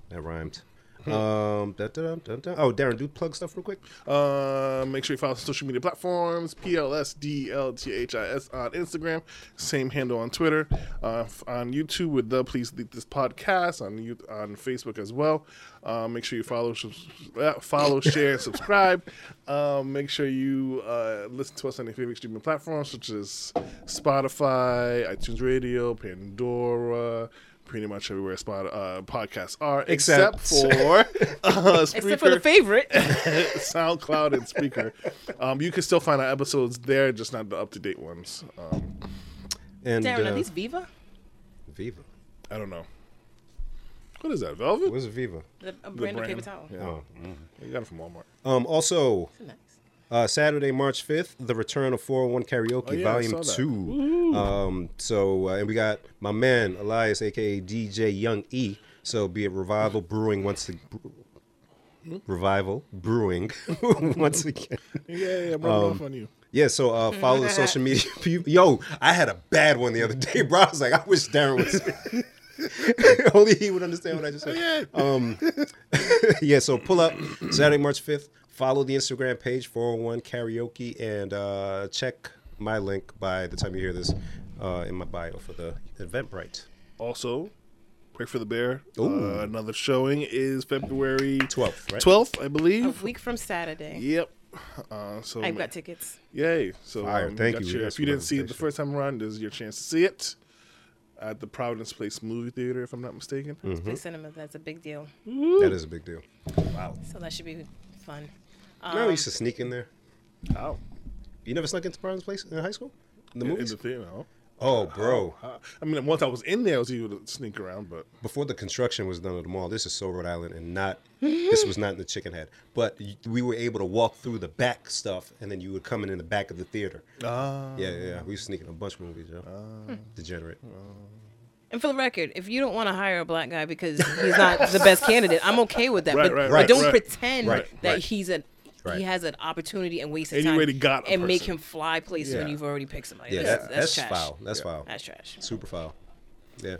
that rhymed.
Hmm.
Um, dun, dun, dun, dun. Oh, Darren, do plug stuff real quick.
Uh, make sure you follow us on social media platforms PLSDLTHIS on Instagram, same handle on Twitter, uh, f- on YouTube with the Please Delete This Podcast, on you- on Facebook as well. Uh, make sure you follow, subs- uh, follow, share, and subscribe. Um, make sure you uh, listen to us on your favorite streaming platforms such as Spotify, iTunes Radio, Pandora. Pretty much everywhere spot uh, podcasts are, except,
Except-
for uh,
Except for the favorite.
SoundCloud and Speaker. Um, you can still find our episodes there, just not the up to date ones. Um,
And
Darren,
uh,
are these Viva?
Viva.
I don't know. What is that, Velvet?
Where's Viva?
The, a brand of
brand.
paper towel.
Yeah.
Oh.
You got it from Walmart.
Um, also,
Nice.
uh, Saturday, March 5th, the return of 401 Karaoke
Oh, yeah, I saw
Volume 2.
that.
Um, so, uh, and we got my man, Elias, aka DJ Young E. So, be it Revival Brewing once again. Revival Brewing once again.
Yeah, yeah, bro, off on you.
Yeah, so uh, follow the social media. Yo, I had a bad one the other day, bro. I was like, I wish Darren was. Only he would understand what I just said. Um, yeah, so pull up Saturday, March 5th. Follow the Instagram page, 401 Karaoke, and uh, check my link by the time you hear this uh, in my bio for the Eventbrite.
Also, pray for the bear.
Ooh.
Uh, another showing is February
12th, right?
12th, I
A
believe.
week from Saturday.
Yep. Uh, so
I've got tickets.
Yay! So
Fire.
um,
Thank
got
you.
your-
That's
if you didn't
my
see it the
invitation.
first time around, this is your chance to see it at the Providence Place Movie Theater, if I'm not mistaken.
Play cinema. That's a big deal.
That is a big deal. Wow.
So that should be fun.
You know, I used to sneak in there.
How?
You never snuck into Brian's place in high school? In the
In, in
movies?
the theater? no.
oh, bro.
How? I mean, once I was in there, I was able to sneak around, but
Before the construction was done at the mall, this is so Rhode Island and not, this was not in the chicken head. But y- we were able to walk through the back stuff and then you would come in in the back of the theater.
ah,
Yeah, yeah, yeah. We were sneaking a bunch of movies, yo.
Ah.
Degenerate.
And for the record, if you don't want to hire a black guy because he's not the best candidate, I'm okay with that.
Right,
but,
right,
but
right,
don't
right.
pretend
Right,
that
right.
he's an
Right.
he has an opportunity and waste his
And you
time
already got a
and make
person.
him fly places when
Yeah.
you've already picked somebody.
Yeah,
that's,
that,
that's,
that's,
trash.
foul. That's foul.
That's trash.
Super foul. Yeah.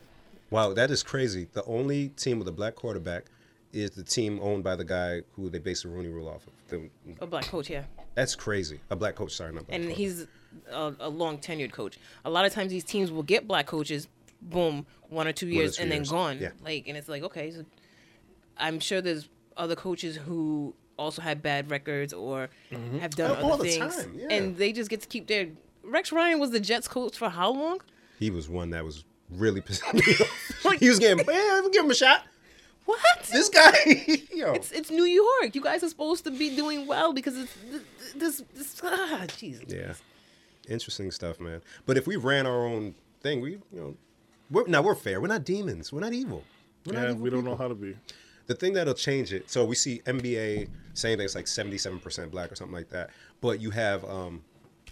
Wow, that is crazy. The only team with a black quarterback is the team owned by the guy who they based the Rooney Rule off of. The-
A black coach, yeah,
that's crazy. A black coach, sorry, not black
and
quarterback.
he's a, a long tenured coach. A lot of times these teams will get black coaches, boom, one or two years,
two
and then
years.
gone.
Yeah.
Like, and it's like okay, so I'm sure there's other coaches who also have bad records or have done
Oh,
other
all the
things,
time, yeah.
and they just get to keep their. Rex Ryan was the Jets coach for how long?
He was one that was really pissed. he was getting, yeah, give him a shot.
What?
This guy, yo.
it's, it's New York. You guys are supposed to be doing well because it's th- th- this. this ah, Jesus.
yeah, interesting stuff, man. But if we ran our own thing, we, you know, we're, now we're fair. We're not demons. We're not evil. We're not
yeah,
evil
we don't
people.
know how to be.
The thing that'll change it. So we see NBA saying that it's like 77% black or something like that. But you have um,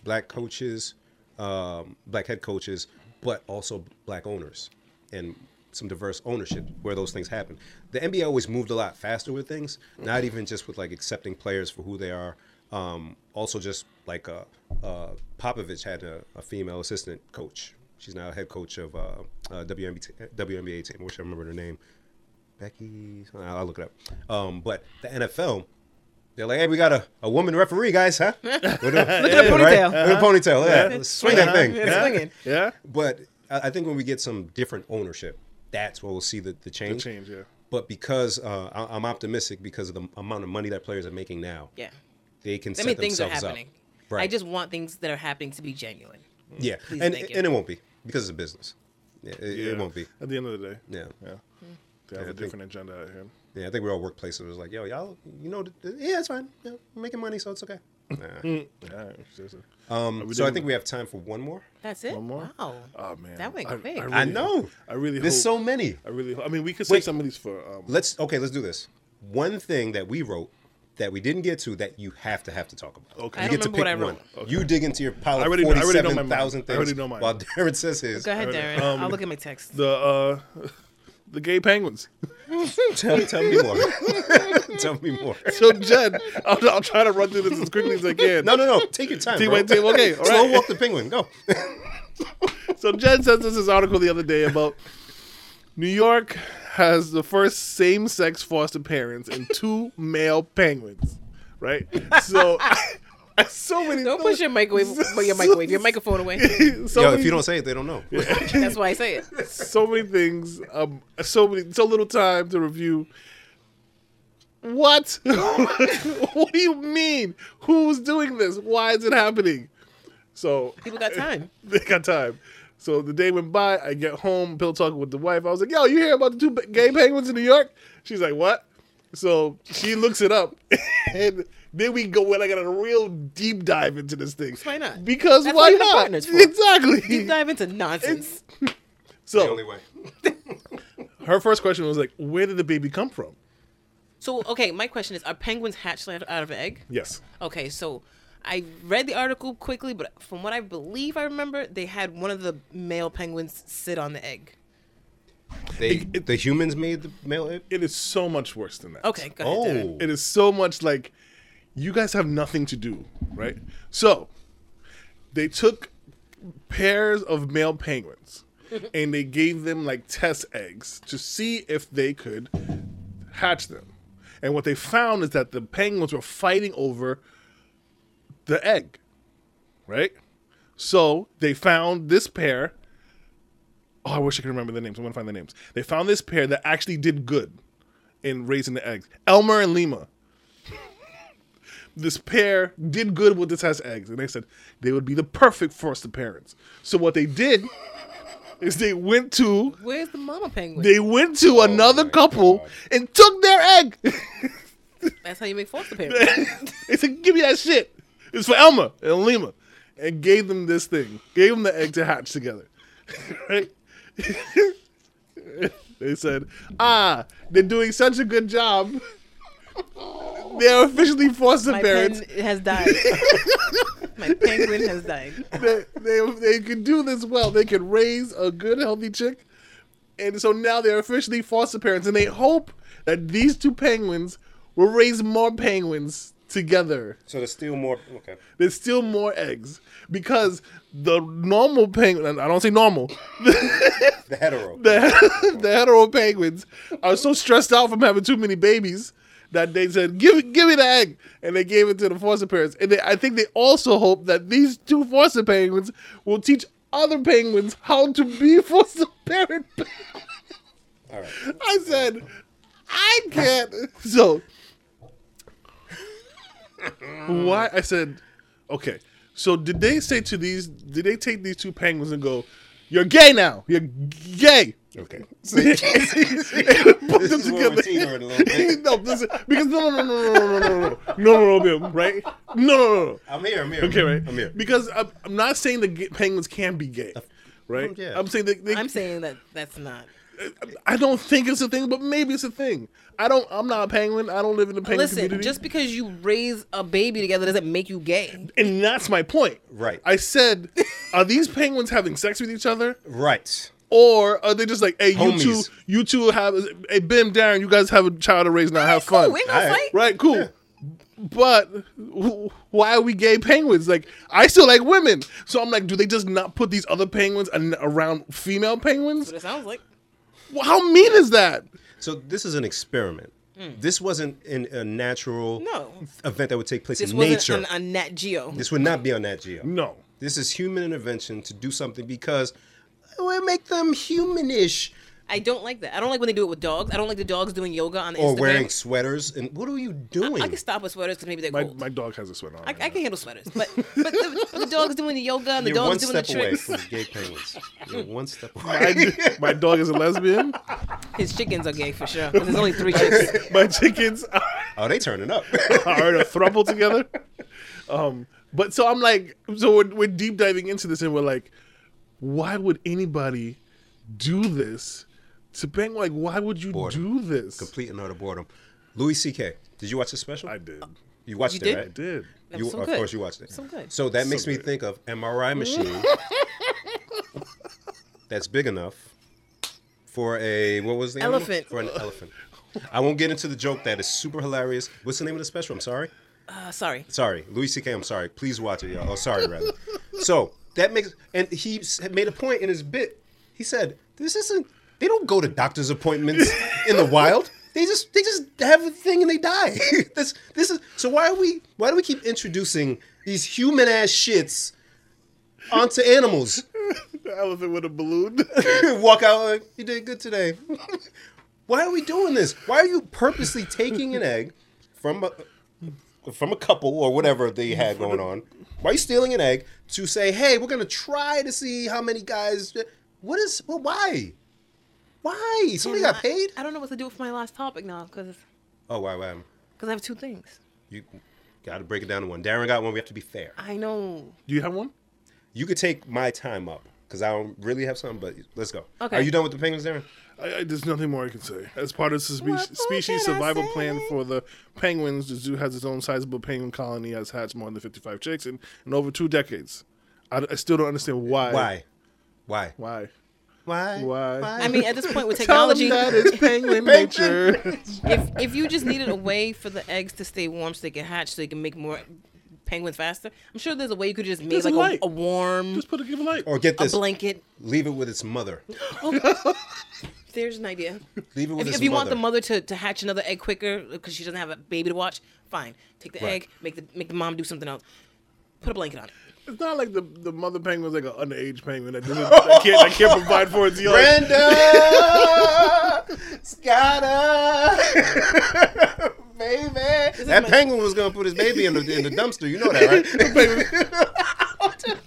black coaches, um, black head coaches, but also black owners and some diverse ownership where those things happen. The NBA always moved a lot faster with things, not even just with like accepting players for who they are. Um, also, just like uh, uh, Popovich had a, a female assistant coach. She's now a head coach of uh, uh, WNBA, t- WNBA team, which I remember her name. Becky. I'll I'll look it up. Um, but the NFL, they're like, hey, we got a, a woman referee, guys, huh? look at the
ponytail. Uh-huh.
Look at the ponytail. Yeah, let's swing that thing.
It's swinging.
Yeah,
But I I think when we get some different ownership, that's where we'll see the, the change.
change. Yeah,
But because uh, I- I'm optimistic because of the amount of money that players are making now,
Yeah.
they can
I
set
mean, things are
themselves
happening.
up. Right.
I just want things that are happening to be genuine.
yeah,
Please,
and
thank you.
and it won't be because it's a business. Yeah, it,
yeah,
it won't be.
At the end of the day,
Yeah. Mm.
yeah, they have
I
a
think-
different agenda out here.
Yeah, I think we're all workplaces was like, yo, y'all, you know, th- th- yeah, it's fine. Yeah, we're making money, so it's okay. Nah.
Yeah, it's just a- Are
Um,
we
so I
doing-
think we have time for one more.
That's it.
One more?
Wow.
Oh man,
That went
I,
quick.
I, really,
I know.
I really.
There's
hope,
so many.
I really. Hope, I mean, we could
Wait.
save some of these for. Um,
Let's okay. Let's do this. One thing that we wrote that we didn't get to that you have to have to talk about.
Okay.
you
I
get
don't
to
remember what I
pick one.
wrote.
You dig into your pile
I
of
already know- I already know my
forty-seven thousand
mine. I
things.
already know mine.
While Darren says his.
Go ahead, Darren.
Um,
I'll look at my text.
the uh, the gay penguins.
Tell, tell me more. tell me more.
So Jed, I'll, I'll try to run through this as quickly as I can.
No, no, no. Take your time.
Take
bro.
my time, okay, all
Slow
right.
walk the penguin. Go.
So Jed sent us this article the other day about New York has the first same-sex foster parents and two male penguins, right? So so many.
Don't push your microwave, well, your microwave, your microphone away.
so
Yo,
many-
if you don't say it, they don't know.
That's why I say it.
so many things, um, so many, so little time to review. What? what do you mean? Who's doing this? Why is it happening? So
People got time.
they got time. So the day went by. I get home, pill talking with the wife. I was like, "Yo, you hear about the two pe- gay penguins in New York?" She's like, "What?" So she looks it up, and then we go in. I got a real deep dive into this thing.
Why not?
Because
That's
why
what you have
not?
partners for.
Exactly.
Deep dive into nonsense.
The
So
only way.
her first question was like, "Where did the baby come from?"
So, okay, my question is: Are penguins hatched out of an egg?
Yes.
Okay, so I read the article quickly, but from what I believe I remember, they had one of the male penguins sit on the egg.
They, the humans made the male. ape?
It is so much worse than that.
Okay, go ahead. Darren.
Oh,
It is so much like you guys have nothing to do, right? So they took pairs of male penguins and they gave them like test eggs to see if they could hatch them. And what they found is that the penguins were fighting over the egg, right? So they found this pair. Oh, I wish I could remember the names. I'm gonna find the names. They found this pair that actually did good in raising the eggs. Elmer and Lima. this pair did good with the test eggs, and they said they would be the perfect foster parents. So what they did is they went to
Where's the mama penguin?
they went to another
Oh my
couple
God.
and took their egg.
That's how you make foster parents.
they said, "Give me that shit. It's for Elma and Lima," and gave them this thing. Gave them the egg to hatch together. right? they said, "Ah, they're doing such a good job. they're officially foster
My
parents.
pen has died. My penguin has died.
they, they they can do this well. They can raise a good, healthy chick, and so now they're officially foster parents, and they hope that these two penguins will raise more penguins together."
So there's still more. Okay.
there's still more eggs because the normal penguin I don't say normal
The hetero.
the, the hetero penguins are so stressed out from having too many babies that they said give it- give me the egg and they gave it to the foster parents and they, I think they also hope that these two foster penguins will teach other penguins how to be foster parent
All right.
I said I can't so why I said, okay. So did they say to these? Did they take these two penguins and go, "You're gay now. You're gay."
Okay.
And Put them
is where we're teetering a little
together.
bit.
no, listen, because no, no, no, no, no, no, no, no, no, no, no, no, right? No, no, no, no.
I'm here. I'm here.
Okay, right?
I'm here.
Because I'm, I'm not saying the gay penguins can be gay, right?
yeah.
I'm saying they, they,
I'm saying that that's not.
I don't think it's a thing, but maybe it's a thing. I don't. I'm not a penguin. I don't live in the penguin
Listen,
community.
just because you raise a baby together doesn't make you gay.
and that's my point.
Right.
I said, are these penguins having sex with each other?
Right.
Or are they just like, hey, you
Homies.
two, you two have, hey, Bim, Darren, you guys have a child to raise now, have fun.
We ain't gonna
All right.
fight.
Right, cool. But wh- why are we gay penguins? Like, I still like women. So I'm like, do they just not put these other penguins an- around female penguins?
What it sounds like.
Well, How mean is that?
So this is an experiment. This wasn't in a natural
Hmm. No.
event that would take place
This
in
wasn't
nature.
an, a Nat Geo.
this would not be on that Geo.
No.
This is human intervention to do something because it would make them humanish.
I don't like that. I don't like when they do it with dogs. I don't like the dogs doing yoga on
Or
Instagram.
wearing sweaters. And what are you doing?
I can stop with sweaters because maybe they're
My,
cold.
my dog has a sweater on.
I,
right
I
now.
can handle sweaters, but but the, but the dog's doing the yoga and the
You're one
dog's doing the
step away
tricks.
from the gay penguins. You're one step
I
away.
do- my dog is a lesbian.
His chickens are gay for sure. 'cause There's only three chicks.
My chickens are,
oh, they turning up.
are in a throuple together. Um, but so I'm like, so we're, we're deep diving into this, and we're like, why would anybody do this to Bang? Like, why would you
Boredom.
do this?
Complete and utter boredom. Louis C.K. Did you watch the special?
I did.
you watched
You
it,
did?
right?
I did.
You,
so
of
good.
course, you watched it. So
good.
that makes me think of MRI machine that's big enough for a what was the animal?
Elephant.
for an elephant. I won't get into the joke that is super hilarious. What's the name of the special? I'm sorry.
Uh, sorry.
Sorry, Louis C.K. I'm sorry. Please watch it, y'all. Oh, sorry, rather. So that makes and he s- made a point in his bit. He said, "This isn't. They don't go to doctor's appointments in the wild. They just they just have a thing and they die. this this is so. Why are we? Why do we keep introducing these human ass shits onto animals?
The elephant with a balloon.
Walk out like you did good today. why are we doing this? Why are you purposely taking an egg from a from a couple or whatever they had going on? Why are you stealing an egg to say, "Hey, we're gonna try to see how many guys"? What is? Well, why? Why? Somebody got paid?
Um, I don't know what to do with my last topic now because
Oh, wow, wow.
I have two things.
You got to break it down to one. Darren got one. We have to be fair.
I know.
do you have one?
You could take my time up because I don't really have something. But let's go.
Okay.
Are you done with the penguins, Darren?
I, I, there's nothing more I can say. As part of the spe-
What more
species
can I
survival
say?
plan for the penguins, the zoo has its own sizable penguin colony, has hatched more than 55 chicks in, in over two decades. I, I still don't understand why.
Why? Why?
Why?
Why?
Why?
I mean, at this point with
Tell them
technology,
that it's penguin nature.
if if you just needed a way for the eggs to stay warm so they can hatch, so they can make more
penguin faster. I'm sure there's a way you could just make
There's a
like
light.
a, a warm,
Just put a give a light.
Or get
a
this.
blanket.
Leave it with its mother.
There's an idea.
Leave it with
If,
its
if you
mother.
want the mother to, to hatch another egg quicker because she doesn't have a baby to watch, fine. Take the
Right.
egg, make the make the mom do something else. Put a blanket on it.
It's not like the, the mother penguin's like an underage penguin that doesn't that can't, that can't provide for its young.
Brenda Scotta, baby. That penguin was gonna put his baby in the, in the dumpster. You know that, right?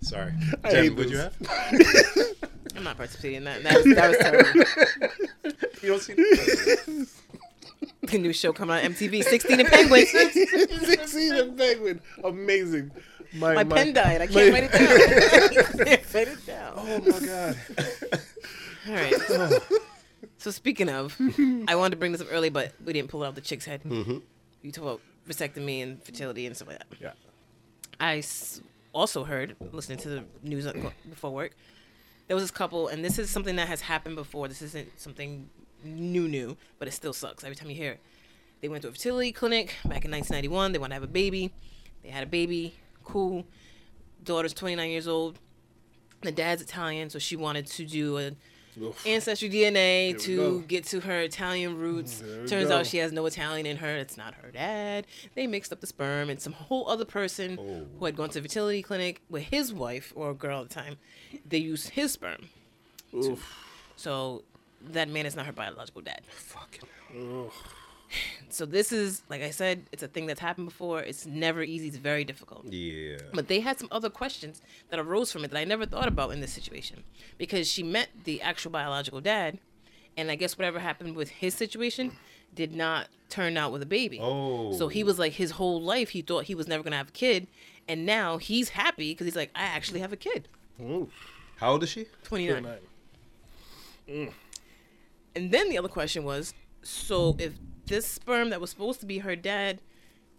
Sorry,
hate
Jen, would you have?
this.
I'm not participating in that. That was, that was terrible.
You don't see the
the new show coming on MTV, 16 and Penguins.
Sixteen and penguin, amazing.
My pen died. I can't write it down. I can't write it down.
Oh my god.
All right. So speaking of, I wanted to bring this up early, but we didn't pull it out the chick's head. You talk about vasectomy and fertility and stuff like that.
Yeah.
I s- also heard, listening to the news on- before work, there was this couple, and this is something that has happened before. This isn't something new, new, but it still sucks every time you hear it. They went to a fertility clinic back in 1991. They wanted to have a baby. They had a baby. Cool. Daughter's 29 years old. The dad's Italian, so she wanted to do an ancestry DNA
we
to
go.
get to her Italian roots.
Mm, There we
Turns
go.
out she has no Italian in her. It's not her dad. They mixed up the sperm and some whole other person
Oh.
who had gone to a fertility clinic with his wife or a girl at the time. They used his sperm. So that man is not her biological dad.
Fucking hell.
So this is, like I said, it's a thing that's happened before. It's never easy. It's very difficult.
Yeah.
But they had some other questions that arose from it that I never thought about in this situation because she met the actual biological dad, and I guess whatever happened with his situation did not turn out with a baby.
Oh.
So he was like, his whole life, he thought he was never going to have a kid, and now he's happy because he's like, I actually have a kid.
How old is she?
29. And then the other question was so if this sperm that was supposed to be her dad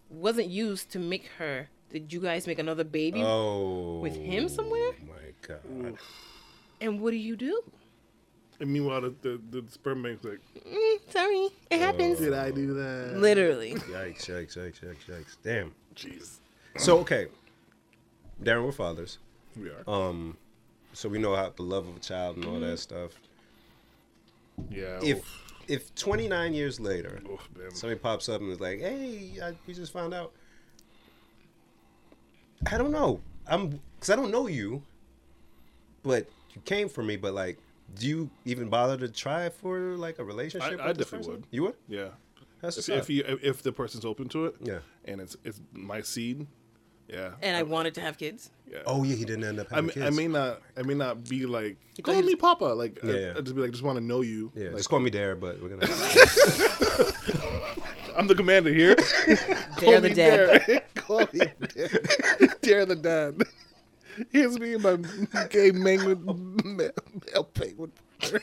wasn't used to make her, did you guys make another baby?
Oh.
With him somewhere?
My god.
And what do you do?
And meanwhile, the, the, the sperm bank's like,
Mm,
"Oh,
Sorry, it happens.
did I do that?
Literally.
Yikes! Yikes! Yikes! Yikes! Yikes! Damn.
Jeez,
So okay, Darren, we're fathers.
we are.
Um, so we know how the love of a child and all
Mm-hmm.
that stuff.
yeah.
If
oof,
if 29 years later,
oof, man.
somebody pops up and is like, "Hey, I, we just found out." I don't know. I'm because I don't know you, but you came for me. But like, do you even bother to try for like a relationship?
I-
with
I
this
definitely
person?
would.
You would?
yeah.
That's
If,
what's
if
up.
you if the person's open to it,
Yeah.
and it's it's my seed, yeah.
And I wanted to have kids.
yeah.
Oh yeah, he didn't end up
I
having
mean, I
kids.
may not, I may not be like,
thought
call
he
me Papa. Like, I-
Yeah.
I, just be like, just want to know you.
yeah,
like,
just call me Dare, but we're gonna.
I'm the commander here.
Dare the dad.
Dare. Call me Dare. Dare the dad. Here's me and my gay penguin, male penguin. partner.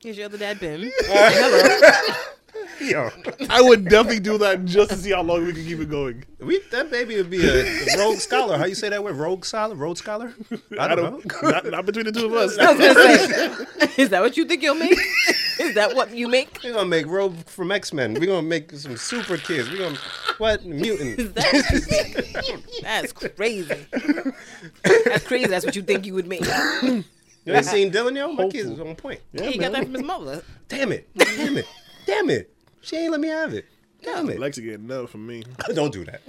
Here's your other dad, Bim.
Yo,
I would definitely do that just to see how long we can keep it going.
we that baby would be a rogue scholar. How you say that word? Rogue scholar, rogue scholar.
I don't, not, not between the two of us.
I was gonna say, is that what you think you'll make? Is that what you make?
We're gonna make Rogue from X Men. We're gonna make some super kids. We're gonna what mutant?
Is that what you think? That's crazy. That's crazy. That's what you think you would make.
You ain't seen Dylan yo? My kids
Hopeful.
is on point.
Yeah,
he got that from his mother.
Damn it! Damn it! Damn it! She ain't let me have it. Damn it! Like,
Lexi getting no from me.
don't do that.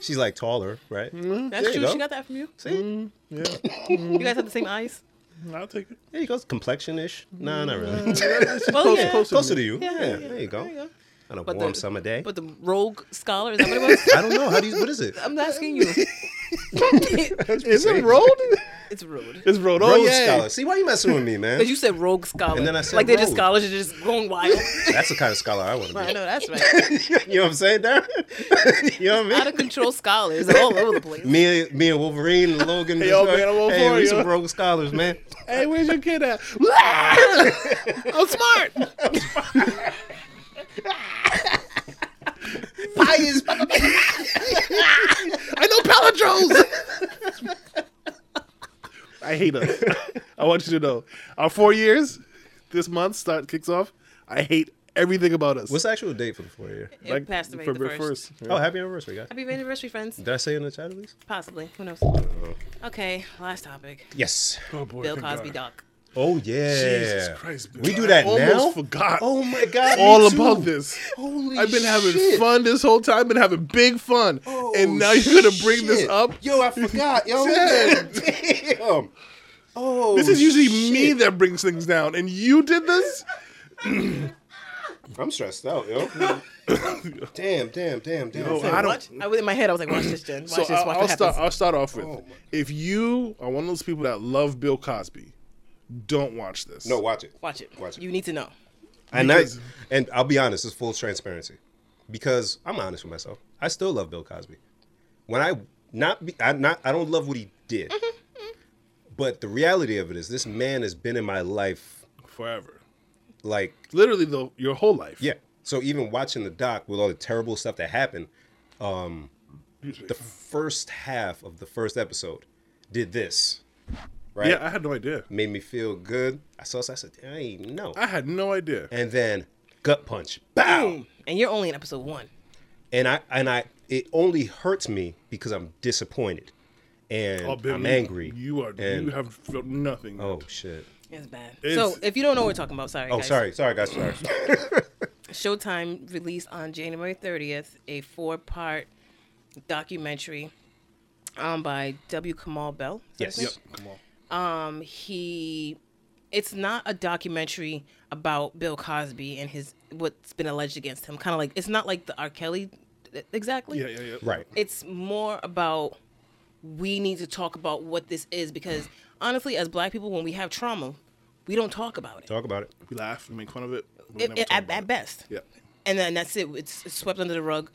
She's like taller, right?
Mm-hmm. That's
There you
true.
go.
She got that from you.
See,
Yeah,
You guys have the same eyes.
I'll take it.
there you go. Complexion ish. No, not really.
Well,
Close-
Mm-hmm. yeah.
close to
Closer to
me.
you. Yeah,
yeah,
there you go.
There you go.
On a
But
warm
the-
summer day.
But the rogue scholar is that what it was?
I don't know. How do you? What is it?
I'm asking you.
Is it road?
It's rude.
It's road.
Rogue
Oh yeah.
scholar. See why you messing with me, man?
Because you said rogue scholar.
And then I said
like they're just
rogue.
scholars, you're just going wild.
That's the kind of scholar I want to
I
be.
know that's right.
you know what I'm saying, Darren? you know what I mean?
Out of control scholars are all over the place.
Me, and- me and Wolverine and Logan.
Hey,
just
yo,
like,
man, I'm all
hey,
for
we
you."
some rogue scholars, man.
Hey, where's your kid at?
I'm smart.
Pious.
I know palindromes. I hate us. I want you to know. Our four years, this month start kicks off. I hate everything about us.
What's the actual date for the four year?
It passed away the
February
first.
1st. yeah.
Oh, happy anniversary, guys.
Happy anniversary, friends.
Did I say in the chat at least?
Possibly. Who knows? Okay, last topic.
Yes.
Oh, boy,
Bill
thank God.
Cosby doc.
Oh yeah.
Jesus Christ, Bill.
We do that
I almost
now.
forgot
Oh my God. me
all
too. Oh,
about this.
Holy
I've been having
shit.
fun this whole time. I've been having big fun, and now you're gonna bring this
shit.
up.
Yo, I forgot. Yo,
Shit.
damn. Oh,
This is usually me
shit.
that brings things down, and you did this.
I'm stressed out, yo. damn, damn, damn, damn.
Yo,
damn.
I don't-
Watch. I was in my head. I was like, watch this, Jen. Watch
So
this. Watch
I'll,
what
I'll
happens.
start. I'll start off with,
Oh, my-
if you are one of those people that love Bill Cosby, don't watch this.
No, watch it.
Watch it.
Watch it.
You need to know.
And I,
Because-
and I'll be honest, it's full transparency, because I'm honest with myself. I still love Bill Cosby. When I not be, I not I don't love what he did, but the reality of it is, this man has been in my life
forever.
like
Literally, though, your whole life.
yeah. So even watching the doc with all the terrible stuff that happened, the first half of the first episode did this, right?
Yeah, I had no idea.
Made me feel good. I saw, this, I said, I ain't know.
I had no idea.
And then gut punch, bow.
Boom. And you're only in episode one.
and I and I it only hurts me because I'm disappointed and
Oh, Bill,
I'm
you-
angry.
You are.
and,
you have felt nothing.
oh shit.
It's bad.
It's-
so if you don't know what we're talking about, sorry.
Oh,
guys.
sorry, sorry guys, sorry.
Showtime released on January 30th a four-part documentary um, by W. Kamal Bell. Is that his
yes.
name?
Yep. Come on.
he it's not a documentary about Bill Cosby and his what's been alleged against him. Kind of like it's not like the R. Kelly exactly.
Yeah, yeah, yeah.
Right.
It's more about we need to talk about what this is because honestly, as black people, when we have trauma, we don't talk about it.
Talk about it.
We laugh. We make fun of it. we
It-
never
it-
talk
at,
about
at
it.
best.
Yeah.
And then that's it. It's, it's swept under the rug.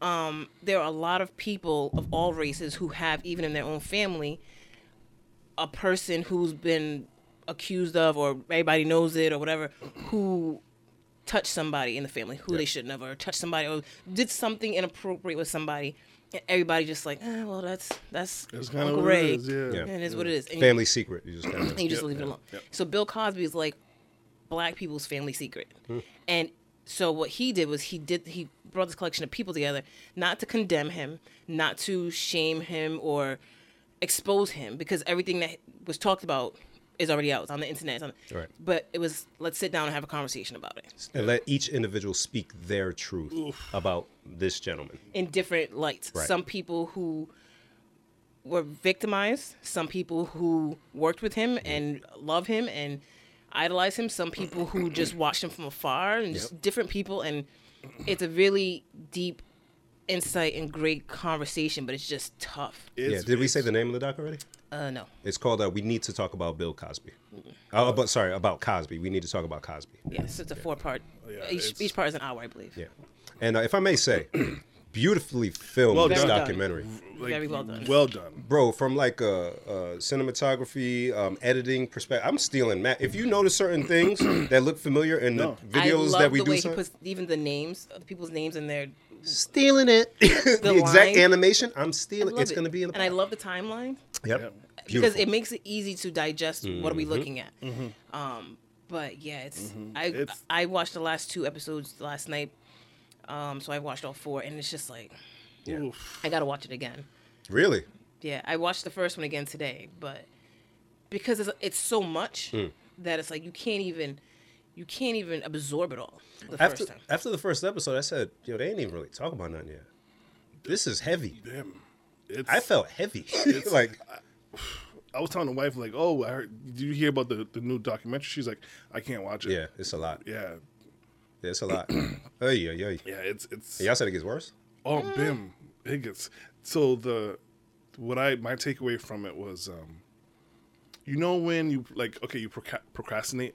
Um, there are a lot of people of all races who have, even in their own family, a person who's been accused of, or everybody knows it, or whatever, who touched somebody in the family who they should never touch somebody or did something inappropriate with somebody. And everybody just like, eh, well, that's that's
That's kind of
Uncle
what it
Ray.
is. Yeah.
Yeah.
And it is what it is. And you-
Family secret. You just gotta,
and you just
Yep.
leave it alone.
Yep.
So Bill Cosby is like black people's family secret, and so what he did was he did he brought this collection of people together, not to condemn him, not to shame him or expose him, because everything that was talked about is already out. It's on the internet. It's on the,
Right.
But it was let's sit down and have a conversation about it.
and let each individual speak their truth about this gentleman.
in different lights.
Right.
Some people who were victimized, some people who worked with him and love him and idolize him, some people who just watched him from afar, and just different people. And it's a really deep insight and great conversation, but it's just tough.
yeah.
It's-
Did we say
it's-
the name of the doc already?
Uh, no.
It's called uh, "We Need to Talk About Bill Cosby." Oh, but sorry, about Cosby. We need to talk about Cosby.
Yeah, so it's a four part.
Yeah,
each,
it's-
each part is an hour, I believe.
Yeah. And uh, if I may say, beautifully filmed
Well
this
done.
documentary.
like,
Very well done.
Well done.
bro from like a, a cinematography um, editing perspective i'm stealing matt if you notice certain things that look familiar in
No.
the videos
I love
that we
the
do
way
some-
he puts even the names of the people's names in there.
stealing it the, exact
line.
animation i'm
I
stealing
love
it's
it.
going to be in the
and I love the timeline.
yep
Yeah.
Beautiful. Mm-hmm.
because it makes it easy to digest what are we looking at um but yeah it's i
It's-
i watched the last two episodes last night um so i watched all four and it's just like
Yeah.
i gotta watch it again
really
yeah i watched the first one again today but because it's, it's so much
Hmm.
that it's like you can't even you can't even absorb it all the
after,
first time
after the first episode i said yo they ain't even really talk about nothing yet this is heavy
Damn. It's,
i felt heavy like
I was telling the wife like, oh, I heard, did you hear about the, the new documentary? She's like, I can't watch it.
yeah it's a lot yeah,
Yeah.
it's a lot hey yeah yeah
Yeah. It's it's.
y'all said it gets worse
Oh, bim, it gets. So the what I my takeaway from it was, um, you know, when you like, okay, you proca- procrastinate,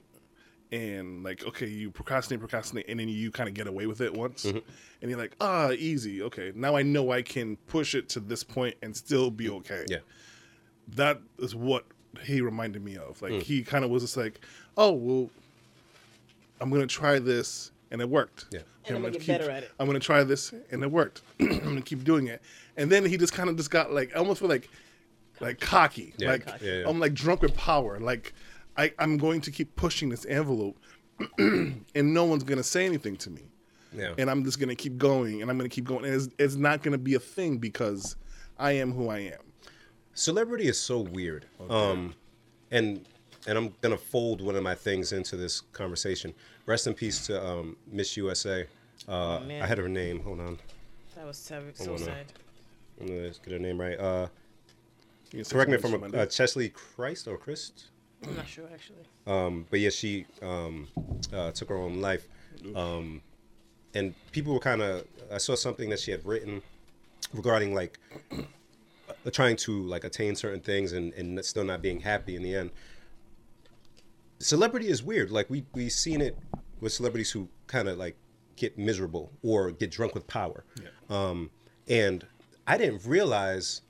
and like, okay, you procrastinate, procrastinate, and then you kind of get away with it once,
Mm-hmm.
and you're like, ah, easy, okay, now I know I can push it to this point and still be okay
yeah
that is what he reminded me of.
Hmm.
Like he kind of was just like, "Oh well, I'm gonna try this," and it worked.
Yeah.
Okay,
And I'm gonna
gonna
get
keep-
better at it.
I'm gonna try this, and it worked. I'm gonna keep doing it, and then he just kind of just got like, I almost feel like, like cocky.
Yeah,
Like
cocky. Yeah, yeah.
I'm like drunk with power. Like I, I'm going to keep pushing this envelope and no one's gonna say anything to me.
Yeah.
And I'm just gonna keep going, and I'm gonna keep going, and it's, it's not gonna be a thing because I am who I am.
Celebrity is so weird. Um, and and I'm gonna fold one of my things into this conversation. Rest in peace to um, Miss USA. Uh,
man.
I had her name. Hold on.
That was so, so
Hold on.
sad.
I'm gonna just get her name right. Uh,
You can say
correct me if
something
I'm
to
wrong,
my
uh,
dick.
Chesley Christ or Christ.
I'm not sure actually.
Um, but yeah, she um, uh, took her own life. Um, and people were kind of, I saw something that she had written regarding like uh, trying to like attain certain things and, and still not being happy in the end. Celebrity is weird. Like we we seen it with celebrities who kind of like get miserable or get drunk with power. Um, and I didn't realize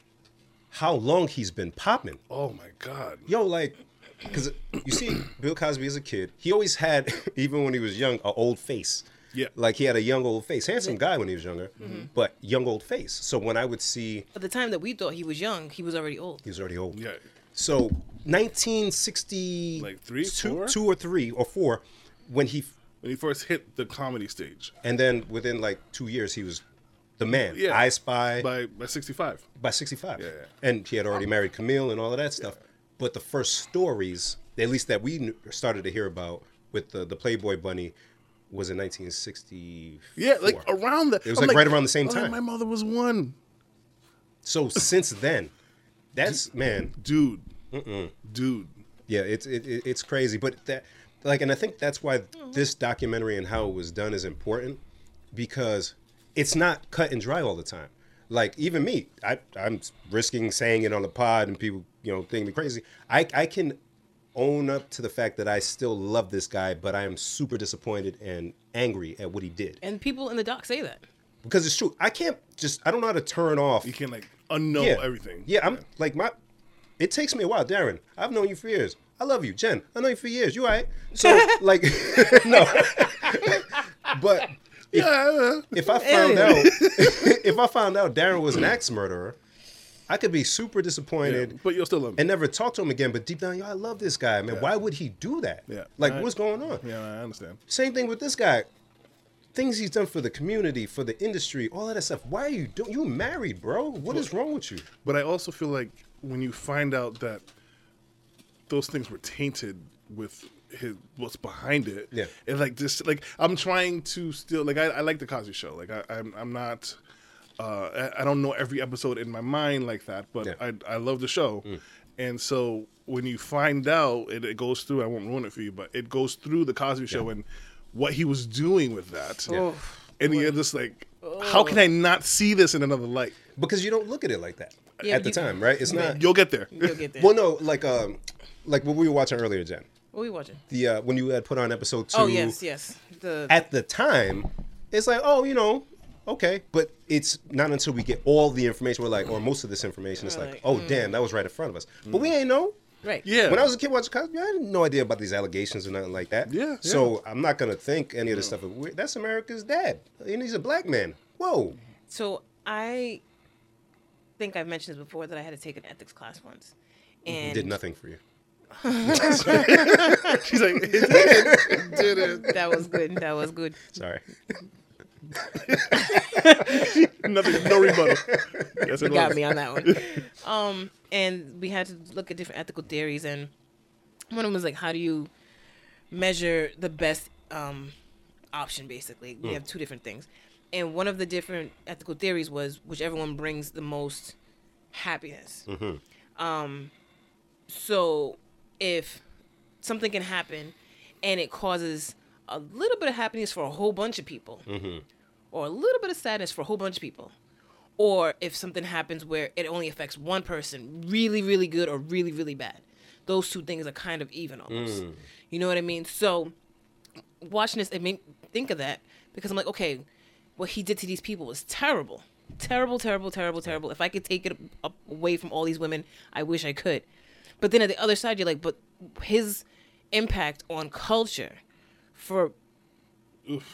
how long he's been popping
oh my god,
yo, like, because you see, Bill Cosby as a kid, he always had, even when he was young, a old face.
Yeah.
Like, he had a young old face. Handsome guy when he was younger, but young old face. So when I would see,
At the time that we thought he was young, he was already old.
he was already old.
yeah,
So 1960,
Like three,
two,
four?
two or three or four, when he,
when he first hit the comedy stage
and then within like two years, he was the man.
Yeah.
I Spy.
by by 65.
by 65.
yeah.
And he had already married Camille and all of that stuff. But the first stories, at least that we kn- started to hear about with the, the Playboy Bunny, was in 1960.
Yeah, like around that.
It was, like, right around the same time.
My mother was one
So since then, that's, man,
dude, dude.
yeah, it's it, it, it's crazy. But that, like, and I think that's why this documentary and how it was done is important because it's not cut and dry all the time. Like even me, I I'm risking saying it on the pod and people you know think me crazy. I I can own up to the fact that I still love this guy, but I am super disappointed and angry at what he did
And people in the doc say that.
because it's true. I can't just I don't know how to turn off
You can like unknow
yeah.
everything.
Yeah, I'm like my. It takes me a while, Darren. I've known you for years. I love you, Jen. I know you for years. You all right? So like, no. but
yeah.
if I found out, if I found out Darren was an axe murderer, I could be super disappointed.
But you'll still love me.
and never talk to him again. But deep down, yo, I love this guy, man. Why would he do that?
Yeah.
Like,
Right.
what's going on?
yeah, I understand.
Same thing with this guy. Things he's done for the community, for the industry, all of that stuff. Why are you doing? You married, bro? What is wrong with you?
But I also feel like when you find out that those things were tainted with his what's behind it,
Yeah.
and like this, like I'm trying to still like I, I like the Cosby Show. Like I, I'm, I'm not. Uh, I, I don't know every episode in my mind like that, but
Yeah. Mm.
I, I love the show, and so when you find out, it, it goes through. I won't ruin it for you, but it goes through the Cosby Show and what he was doing with that, and you're just like, how can I not see this in another light?
because you don't look at it like that
Yeah,
at the
you-
time, right? It's not.
You'll get there.
You'll get there.
Well, no, like um, like what we were watching earlier, Jen.
what are we watching?
The uh, when you had put on episode two.
Oh yes, yes. The
At the time, it's like, oh, you know, okay, but it's not until we get all the information, we're like, or most of this information, it's like,
Right. Mm.
oh, damn, that was right in front of us,
Mm.
but we ain't know.
right.
Yeah.
When I was a kid watching Cosby, I had no idea about these allegations or nothing like that.
Yeah,
So I'm not gonna think any of this stuff. We're- That's America's dad, and he's a black man. Whoa.
So I think I've mentioned this before that I had to take an ethics class once. And
Did nothing for you.
She's like, it did, it did it.
that was good. That was good.
Sorry.
Nothing, no rebuttal. Yes, it
You got
was.
me on that one. Um, and we had to look at different ethical theories, and one of them was like, how do you measure the best um, option? Basically, we have two different things, and one of the different ethical theories was whichever one brings the most happiness. Um, so if something can happen, and it causes a little bit of happiness for a whole bunch of people, or a little bit of sadness for a whole bunch of people or if something happens where it only affects one person really really good or really really bad those two things are kind of even almost
Mm.
you know what i mean so watching this it made me think of that because i'm like okay what he did to these people was terrible terrible terrible terrible terrible if i could take it up away from all these women i wish i could but then at the other side you're like but his impact on culture for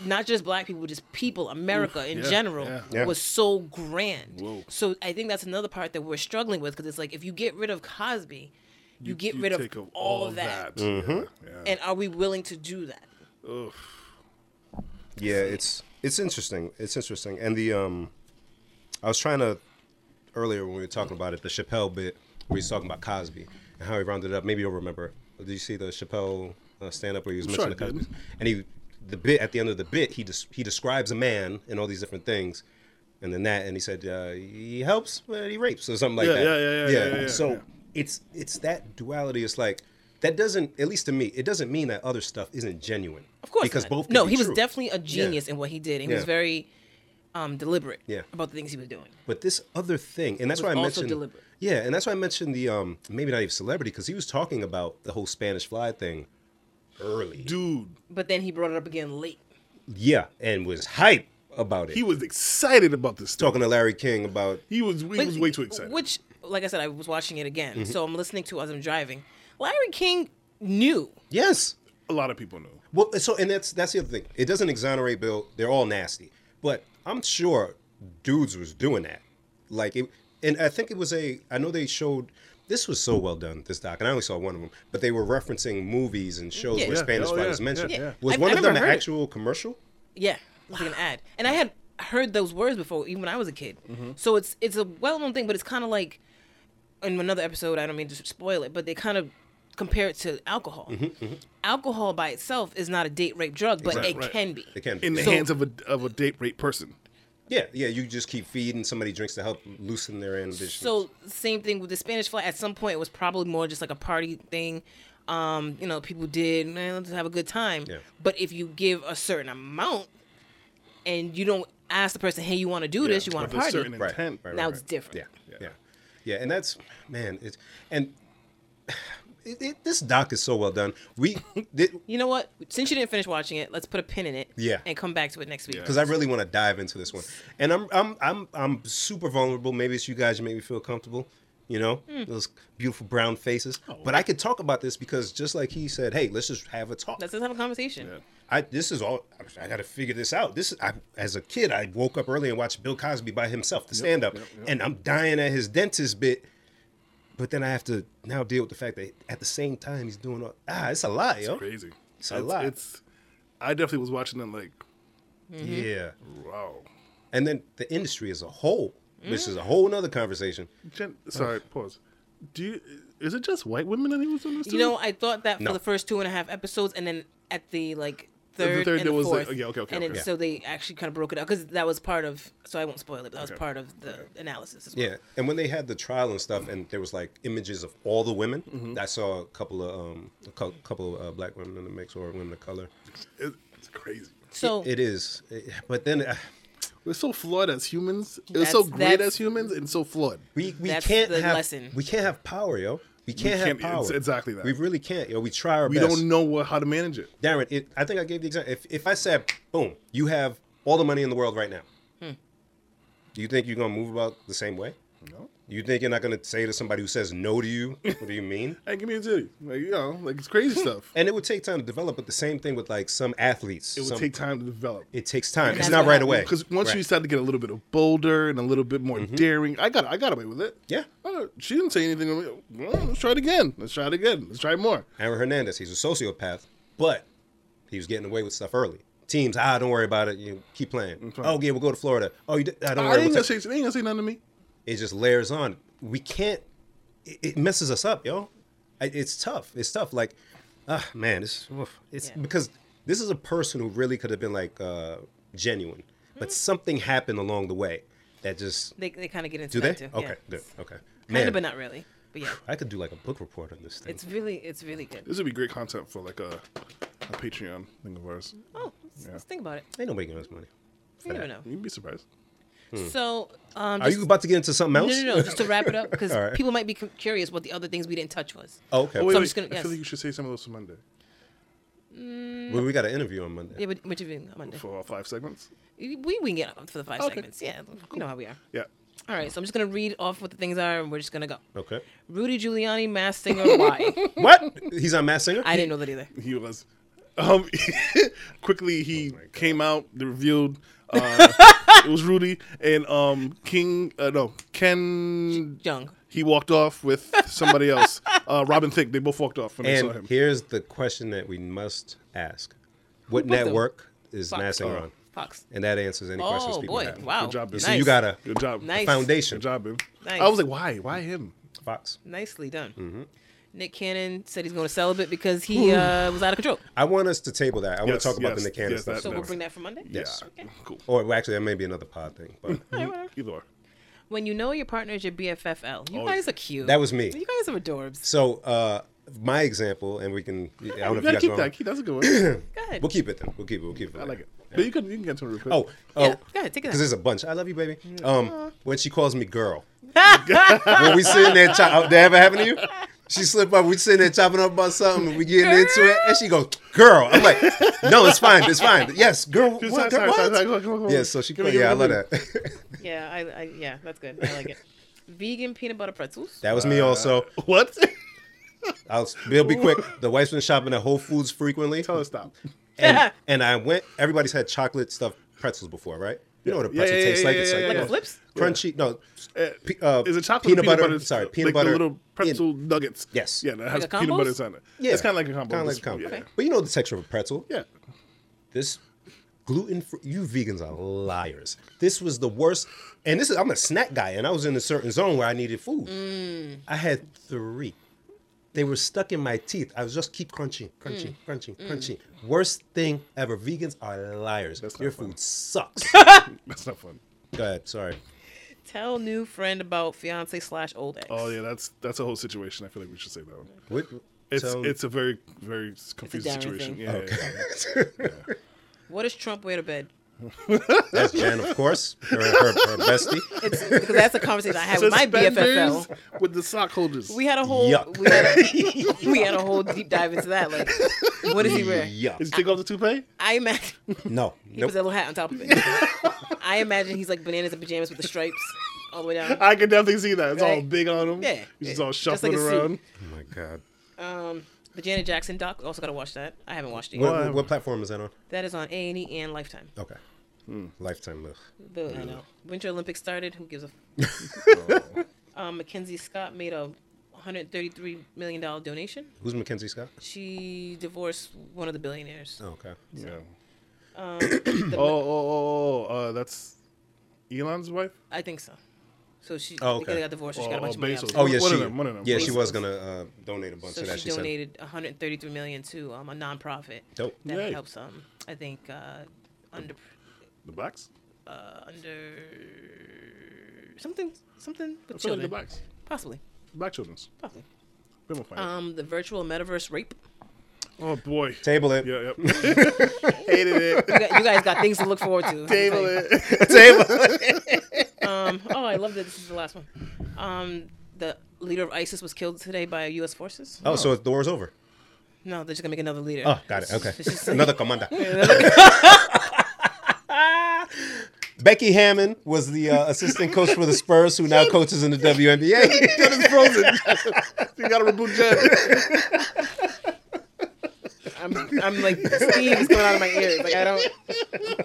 not just black people, just people, America in
yeah,
general,
yeah.
Yeah.
was so grand.
Whoa.
So I think that's another part that we're struggling with because it's like if you get rid of Cosby, you, get
You
rid of
take
all that.
Yeah, yeah.
Mm-hmm.
And are we willing to do that?
yeah it's it's interesting it's interesting and the um i was trying to earlier when we were talking about it the chappelle bit where he's talking about cosby and how he rounded up maybe you'll remember did you see the chappelle uh, stand-up where he was
sure
mentioning the
I did.
cosby and he the bit at the end of the bit he des- he describes a man and all these different things and then that and he said uh, he helps but he rapes or something like
Yeah,
that
yeah, yeah, yeah, yeah, yeah,
so
yeah.
it's it's that duality it's like that doesn't at least to me it doesn't mean that other stuff isn't genuine
Of course,
because
not.
both could
No,
be
he was
true.
definitely a genius in what he did. and He was
Yeah.
very um, deliberate
Yeah.
about the things he was doing.
But this other thing, and that's
Was
why I
also
mentioned.
deliberate.
Yeah, and that's why I mentioned the um maybe not even celebrity because he was talking about the whole Spanish fly thing early.
dude.
But then he brought it up again late.
Yeah, and was hype about it.
He was excited about this stuff.
talking to Larry King about
He was he was way too excited.
Which, like I said, I was watching it again,
Mm-hmm.
so I'm listening to it as I'm driving. Larry King knew.
yes.
a lot of people know.
Well, so and that's that's the other thing. It doesn't exonerate Bill. They're all nasty, but I'm sure dudes was doing that. Like it, and I think it was a. I know they showed. This was so well done, this doc, and I only saw one of them. But they were referencing movies and shows
Yeah.
where
Yeah.
Spanish
Oh,
fly
yeah.
was mentioned.
Yeah. Yeah.
Was
I-
one
I
of them
never
an
heard it.
actual commercial?
Yeah, like an ad. And I had heard those words before, even when I was a kid.
Mm-hmm.
So it's it's a well known thing, but it's kind of like in another episode. I don't mean to spoil it, but they kind of compare it to alcohol. Alcohol by itself is not a date rape drug, but
Mm-hmm, Right,
it
right.
can be.
It can be.
In the
yeah.
hands of a of a date rape person.
yeah, yeah. You just keep feeding somebody drinks to help loosen their inhibitions.
So same thing with the Spanish fly. At some point, it was probably more just like a party thing. Um, you know, people did man, let's have a good time.
Yeah.
But if you give a certain amount, and you don't ask the person, "Hey, you want to do this? You want
with
to
a
party?"
certain
right,
intent.
right, right,
Now
right.
it's different.
Yeah, yeah, yeah. And that's man. It's and it, it, this doc is so well done. We did.
You know what? Since you didn't finish watching it, let's put a pin in it.
Yeah.
And come back to it next week.
because I really want to dive into this one. And I'm I'm I'm I'm super vulnerable. Maybe it's you guys who make me feel comfortable. You know
Hmm.
those beautiful brown faces. But I could talk about this because just like he said, hey, let's just have a talk.
Let's just have a conversation.
I this is all I got to figure this out. This is I, as a kid, I woke up early and watched Bill Cosby by himself, the stand up, and I'm dying at his dentist bit. But then I have to now deal with the fact that at the same time he's doing all, ah, it's a lot, yo.
Crazy.
It's a lot.
It's I definitely was watching it like
Yeah,
wow.
and then the industry as a whole, which is a whole nother conversation.
Gen- sorry, pause. Do you is it just white women that he was doing this?
You
to?
know, I thought that for
No.
the first two and a half episodes, and then at the like
the
third,
third,
and the
there was, like,
fourth,
okay, okay, okay,
and then,
okay.
so they actually kind of broke it up because that was part of. So I won't spoil it, but that was
Okay.
part of the analysis. As well.
Yeah, and when they had the trial and stuff, and there was like images of all the women. I saw a couple of um, a cou- couple of uh, black women in the mix or women of color.
It- it's crazy.
So
It is, It- but then uh,
We're so flawed as humans. We're so
That's-
great
that's-
as humans and so flawed.
we we
That's
can't
the
have
lesson.
we can't have power, yo. We can't,
can't-
have
it's
power.
exactly that.
We really can't, yo. We try our
We
best.
don't know what, how to manage it.
Darren, it, I think I gave the example. If if I said, boom, you have all the money in the world right now,
Hmm.
do you think you're gonna move about the same way?
No.
You think you're not gonna say to somebody who says no to you, what do you mean?
Hey, give me a titty. Like you know, like it's crazy stuff.
And it would take time to develop, but the same thing with like some athletes.
It would
some-
take time to develop.
It takes time. It's
That's
not
what
right
happens.
away.
Because once
Right. Mm-hmm.
you start to get a little bit of bolder and a little bit more daring, I got I got away with it.
Yeah.
Oh, she didn't say anything. to me. Well, let's try it again. Let's try it again. Let's try more.
Aaron Hernandez, he's a sociopath, but he was getting away with stuff early. Teams, ah, don't worry about it. You keep playing.
fine.
Oh, yeah, we'll go to Florida. Oh, you did, ah, don't
I
worry.
ain't
We'll
gonna
take-
say they ain't gonna say nothing to me.
it just layers on. We can't. It, it messes us up, yo. I- It's tough. It's tough. Like, ah, man, it's oof. it's
Yeah.
because this is a person who really could have been like uh, genuine, but something happened along the way that just
Mm-hmm. they they kind of get into
do they?
that too.
Okay,
yeah.
good. Okay,
Kind
man,
of, but not really. But yeah,
I could do like a book report on this thing.
it's really it's really good.
This would be great content for like a, a Patreon thing of ours.
Oh, let's, let's think about it.
Ain't nobody giving us money.
You never know.
You'd be surprised.
So um,
Hmm. Are you about to get into something
no,
else?
no, no. Just to wrap it up, because
All right.
people might be cu- curious what the other things we didn't touch was.
Oh, okay.
Oh, wait,
So I'm
wait.
just gonna-
I
yes.
feel like you should say some of those for Monday
Well, we got an interview on Monday.
Yeah, but what you doing on Monday?
for all five segments.
We we can get up for the five
Okay.
segments. Yeah, you know how we are.
Yeah.
All right, so I'm just gonna read off what the things are, and we're just gonna go.
Okay.
Rudy Giuliani, mass singer. Why?
What? He's on Mass Singer?
I didn't know that either.
He was. Um, quickly, he
Oh
came out. They revealed uh, it was Rudy and um, King. Uh, no, Ken.
Young.
He walked off with somebody else. Uh, Robin Thicke. They both walked off when they saw
and
him.
here's the question that we must ask What network is
Fox.
Massing on?
Fox.
And that answers any questions
Oh
people
boy!
have.
Wow.
Good job,
You
Nice.
see, you got a
Good job.
Nice.
foundation.
Good job, man.
Nice.
I was like, why? Why him?
Fox.
nicely done.
Mm-hmm.
Nick Cannon said he's going to celibate because he uh, was out of control.
I want us to table that. I want
Yes,
to talk about
yes,
the Nicanor
yes,
stuff.
that-
So we'll
Nice.
bring that for Monday.
Yes. Mm-hmm.
Okay.
Cool.
Or well, actually, that may be another pod thing, but
Either or.
When you know your partner is your BFFL, you guys are cute.
Oh, that was me.
You guys are adorbs.
So uh, my example, and we can. I don't know
You
if you
gotta
guys
keep
want.
that. Keep, that's a good one.
Go ahead.
We'll keep it then. We'll keep it. We'll keep it.
I like it. But you can you can get to it real quick.
Oh, oh,
Yeah, go ahead, take it
Because
out.
there's a bunch. I love you, baby.
Mm.
Um, when she calls me girl, when we sitting there, chop, oh, that ever happen to you? She slip up. We sitting there chopping up about something, and we getting into it, and she goes, "Girl." I'm like, "No, it's fine. It's fine. Yes, girl.
Just
What?
sorry,
girl,
sorry,
what?"
sorry, sorry, come on, come on.
Yeah. So she,
Give
called,
me- give me-
yeah, I love
give me-
that.
Yeah, I, I yeah, that's good. I like it. Vegan peanut butter pretzels.
that was me also.
What?
I'll will be quick. The wife's been shopping at Whole Foods frequently.
Tell us stop.
and, and I went. Everybody's had chocolate stuffed pretzels before, right? You know what a
Yeah,
pretzel
yeah, yeah,
tastes like?
yeah,
it's
yeah,
like,
yeah,
like
yeah.
a flips.
crunchy. No, pe- uh,
Is it chocolate or
peanut, butter? Sorry,
Like
peanut
the
butter.
little pretzel nuggets.
Yes.
Yeah, that has
Like a
peanut
combos?
butter on it. Yeah. It's kind of like a combo.
Kind of like a
It's-
combo.
Yeah.
But you know the texture of a pretzel.
yeah.
This gluten free. You vegans are liars. This was the worst. And this is I'm a snack guy, and I was in a certain zone where I needed food.
Mm.
I had three. They were stuck in my teeth. I was just keep crunching,
Mm.
crunching, crunching, crunching. Worst thing ever. Vegans are liars.
not
Your
fun.
food sucks.
That's not fun.
Go ahead. Sorry.
Tell new friend about fiance slash old ex.
Oh yeah, that's that's a whole situation. I feel like we should say that one.
What?
It's
So-
it's a very very confusing
Darren
situation.
thing.
Yeah, yeah, yeah.
What does Trump wear to bed?
that's Jan, of course, her, her, her bestie.
It's because that's a conversation I had with my
Suspenders
BFFL.
with the sock holders.
We had a whole
Yuck.
we had a, we had a whole deep dive into that. Like, what does he wear?
Yeah.
Did you take off the toupee?
I imagine
No.
He
Nope.
puts a little hat on top of it. I imagine he's like bananas and pajamas with the stripes all the way down.
I can definitely see that. It's all
Right.
big on him.
Yeah.
He's just all
Just like
shuffling
a suit.
around.
Oh my God.
The Janet Jackson doc also got to watch that. I haven't watched it. yet.
What, what, what platform is that on?
That is on A and E and Lifetime.
Okay.
Hmm.
Lifetime. Ugh.
The I know. Winter Olympics started. Who gives a? F-
Oh.
um, Mackenzie Scott made a 133 million dollar donation.
Who's Mackenzie Scott?
She divorced one of the billionaires.
Oh, okay.
Yeah. oh, oh, oh, oh, uh, that's Elon's wife.
I think so. So she
Oh,
they
okay.
got divorced. she
Or-
got a bunch
or
of money.
Bezos.
out
Oh
of
yeah,
One
she.
of them, one of them.
Yeah, she
Please.
was gonna uh, donate a bunch
it.
of that.
So Oh, she
She
donated 133 million to um, a nonprofit
Dope.
that
Yay.
helps um I think uh, under uh,
The blacks.
under something something with
I feel like the
children
blacks.
possibly
Black children's.
possibly
We're gonna find it.
um the virtual metaverse rape
Oh boy.
said. Table it.
Yeah, yeah. Hated it.
you, got, you guys got things to look forward to
Table it.
Table. it.
um oh I love that this is the last one um the leader of ISIS was killed today by U.S. forces
Oh, so the door's over.
no they're just gonna make another leader
Oh, got it. Okay.
It's just-
Another commander. Becky Hammond was the uh, assistant coach for the Spurs, who now coaches in the WNBA.
It's frozen. you gotta reboot Jen.
I'm I'm like steam is coming out of my ears like I don't I'm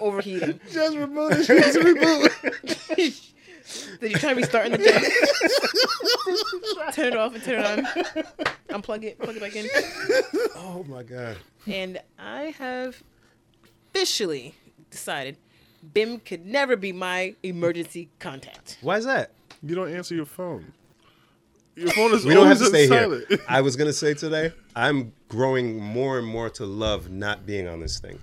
overheating
Just reboot it. Just reboot.
did you try restarting the gym turn it off and turn it on unplug it plug it back in
oh my God.
and I have officially decided Bim could never be my emergency contact.
Why is that?
You don't answer your phone. Your phone is
We don't have
always
to stay
in silent.
here. I was gonna say today, I'm growing more and more to love not being on this thing,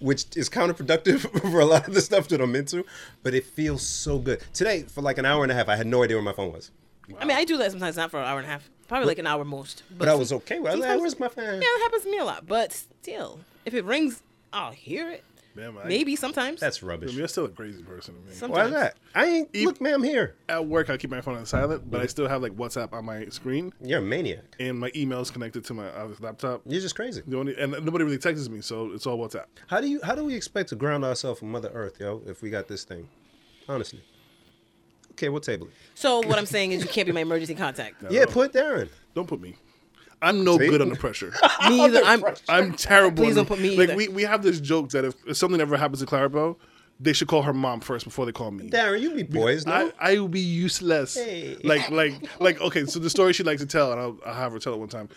which is counterproductive for a lot of the stuff that I'm into. But it feels so good today. For like an hour and a half, I had no idea where my phone was,
I mean, I do that sometimes, not for an hour and a half, probably like an hour most.
but I was okay with. it. I was like,
sometimes-
"Where's my phone?"
Yeah, that happens to me a lot. But still, if it rings, I'll hear it.
Man, I-
Maybe sometimes.
That's rubbish.
You're still a crazy person to me.
Why is that? I ain't. Look, man, I'm here.
At work, I keep my phone on silent, but I still have like WhatsApp on my screen,
You're a maniac.
and my emails connected to my other laptop.
You're just crazy.
The only and nobody really texts me, so it's all WhatsApp.
How do you? How do we expect to ground ourselves in Mother Earth, yo? If we got this thing, honestly. Okay, we'll table it.
So what I'm saying is, you can't be my emergency contact.
Yeah, put Darren.
Don't put me. I'm no
See?
good under pressure.
Me either. I'm.
I'm terrible.
Please
under-
don't put me
Like
either.
we, we have this joke that if, if something ever happens to Clarabelle, they should call her mom first before they call me.
Darren, you be boys, no?
I, I will be useless.
Hey.
Like, like, like. Okay, so the story she likes to tell, and I'll, I'll have her tell it one time.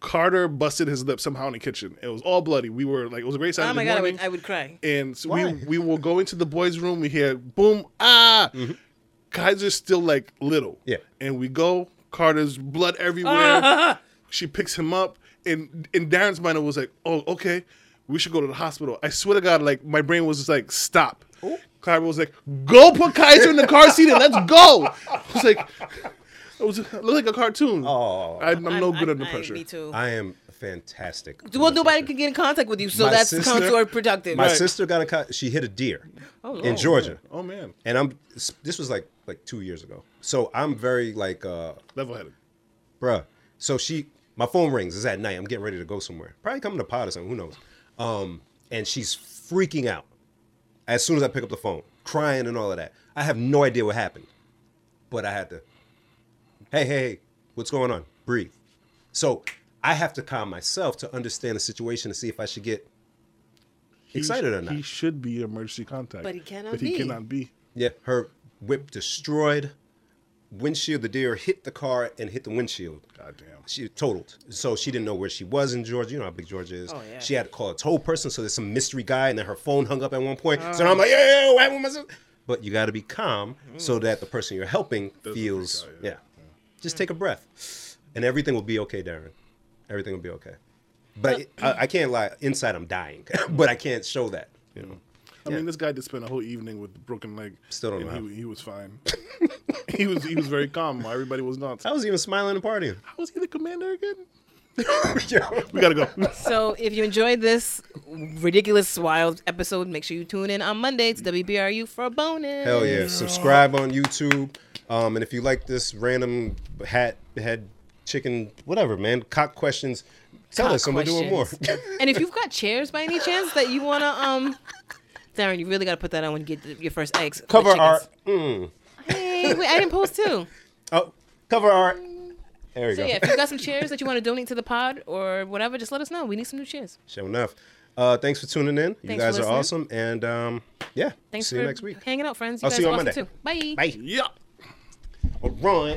Carter busted his lip somehow in the kitchen. It was all bloody. We were like, it was a great Saturday
Oh my god, I
morning.
would, I would cry.
and so
Why?
we we will go into the boys' room. We hear boom ah. Kaiser's still like little.
Yeah.
And we go. Carter's blood everywhere. She picks him up, and in Darren's mind, it was like, oh okay, we should go to the hospital. I swear to God, like my brain was just like stop.
Oh.
Kaiser was like, go put Kaiser in the car seat and let's go. I was like. It was it looked like a cartoon.
Oh.
I, I'm, no
I'm-
good
I'm-
under
I-
pressure.
Me too.
I am fantastic.
well, nobody could get in contact with you, so
My
that's
sister-
counterproductive.
My sister got a cut. She hit a deer in Georgia,
Oh man,
and I'm. This was like like two years ago. So I'm very like, uh,
level-headed.
bruh. So she, my phone rings. It's at night. I'm getting ready to go somewhere. Probably coming to pot or something. Who knows? Um, and she's freaking out as soon as I pick up the phone, crying and all of that. I have no idea what happened, but I had to. Hey, hey, hey, what's going on? Breathe. So I have to calm myself to understand the situation to see if I should get
He sh-
excited or not.
He should be emergency contact.
But he cannot
But he
be.
cannot be.
Yeah, her whip destroyed. Windshield, the deer hit the car and hit the windshield.
Goddamn.
She totaled. So she didn't know where she was in Georgia. You know how big Georgia is.
Oh, yeah.
She had to call a tow person. So there's some mystery guy, and then her phone hung up at one point.
Oh.
so I'm like, yo, yo, yo, what happened with my sister?" But you got to be calm
Mm.
so that the person you're helping feels,
freak out,
yeah.
yeah. Mm.
Just take a breath, and everything will be okay, Darren. Everything will be okay. But
Uh,
I, I can't lie. Inside, I'm dying, but I can't show that. You know.
I mean, this guy did spend a whole evening with a broken leg.
Still don't
and
know how.
He, he was fine. he was he was very calm. while Everybody was not.
I was even smiling and partying.
How was he the commander again? We gotta go.
So if you enjoyed this ridiculous, wild episode, make sure you tune in on Monday to WBRU for a bonus.
Hell Oh, yeah. Subscribe on YouTube. Um, and if you like this random hat, head, chicken, whatever, man, cock questions, tell
Cock
us and we'll do it more.
questions. And if you've got chairs by any chance that you wanna um, Darren, you really gotta put that on when you get th- your first eggs. for
cover our.
chickens. Hey, wait, I didn't post too.
Oh, cover our. There we
So
go.
yeah, if you've got some chairs that you want to donate to the pod or whatever, just let us know. We need some new chairs.
Sure enough. Uh, thanks for tuning in. You
Thanks
guys
for
are
listening.
awesome. And um, yeah,
Thanks
see
for
you next week.
hanging out, friends. You
I'll
guys
see you
are
on
awesome
Monday.
too. Bye.
Bye.
yeah.
All right.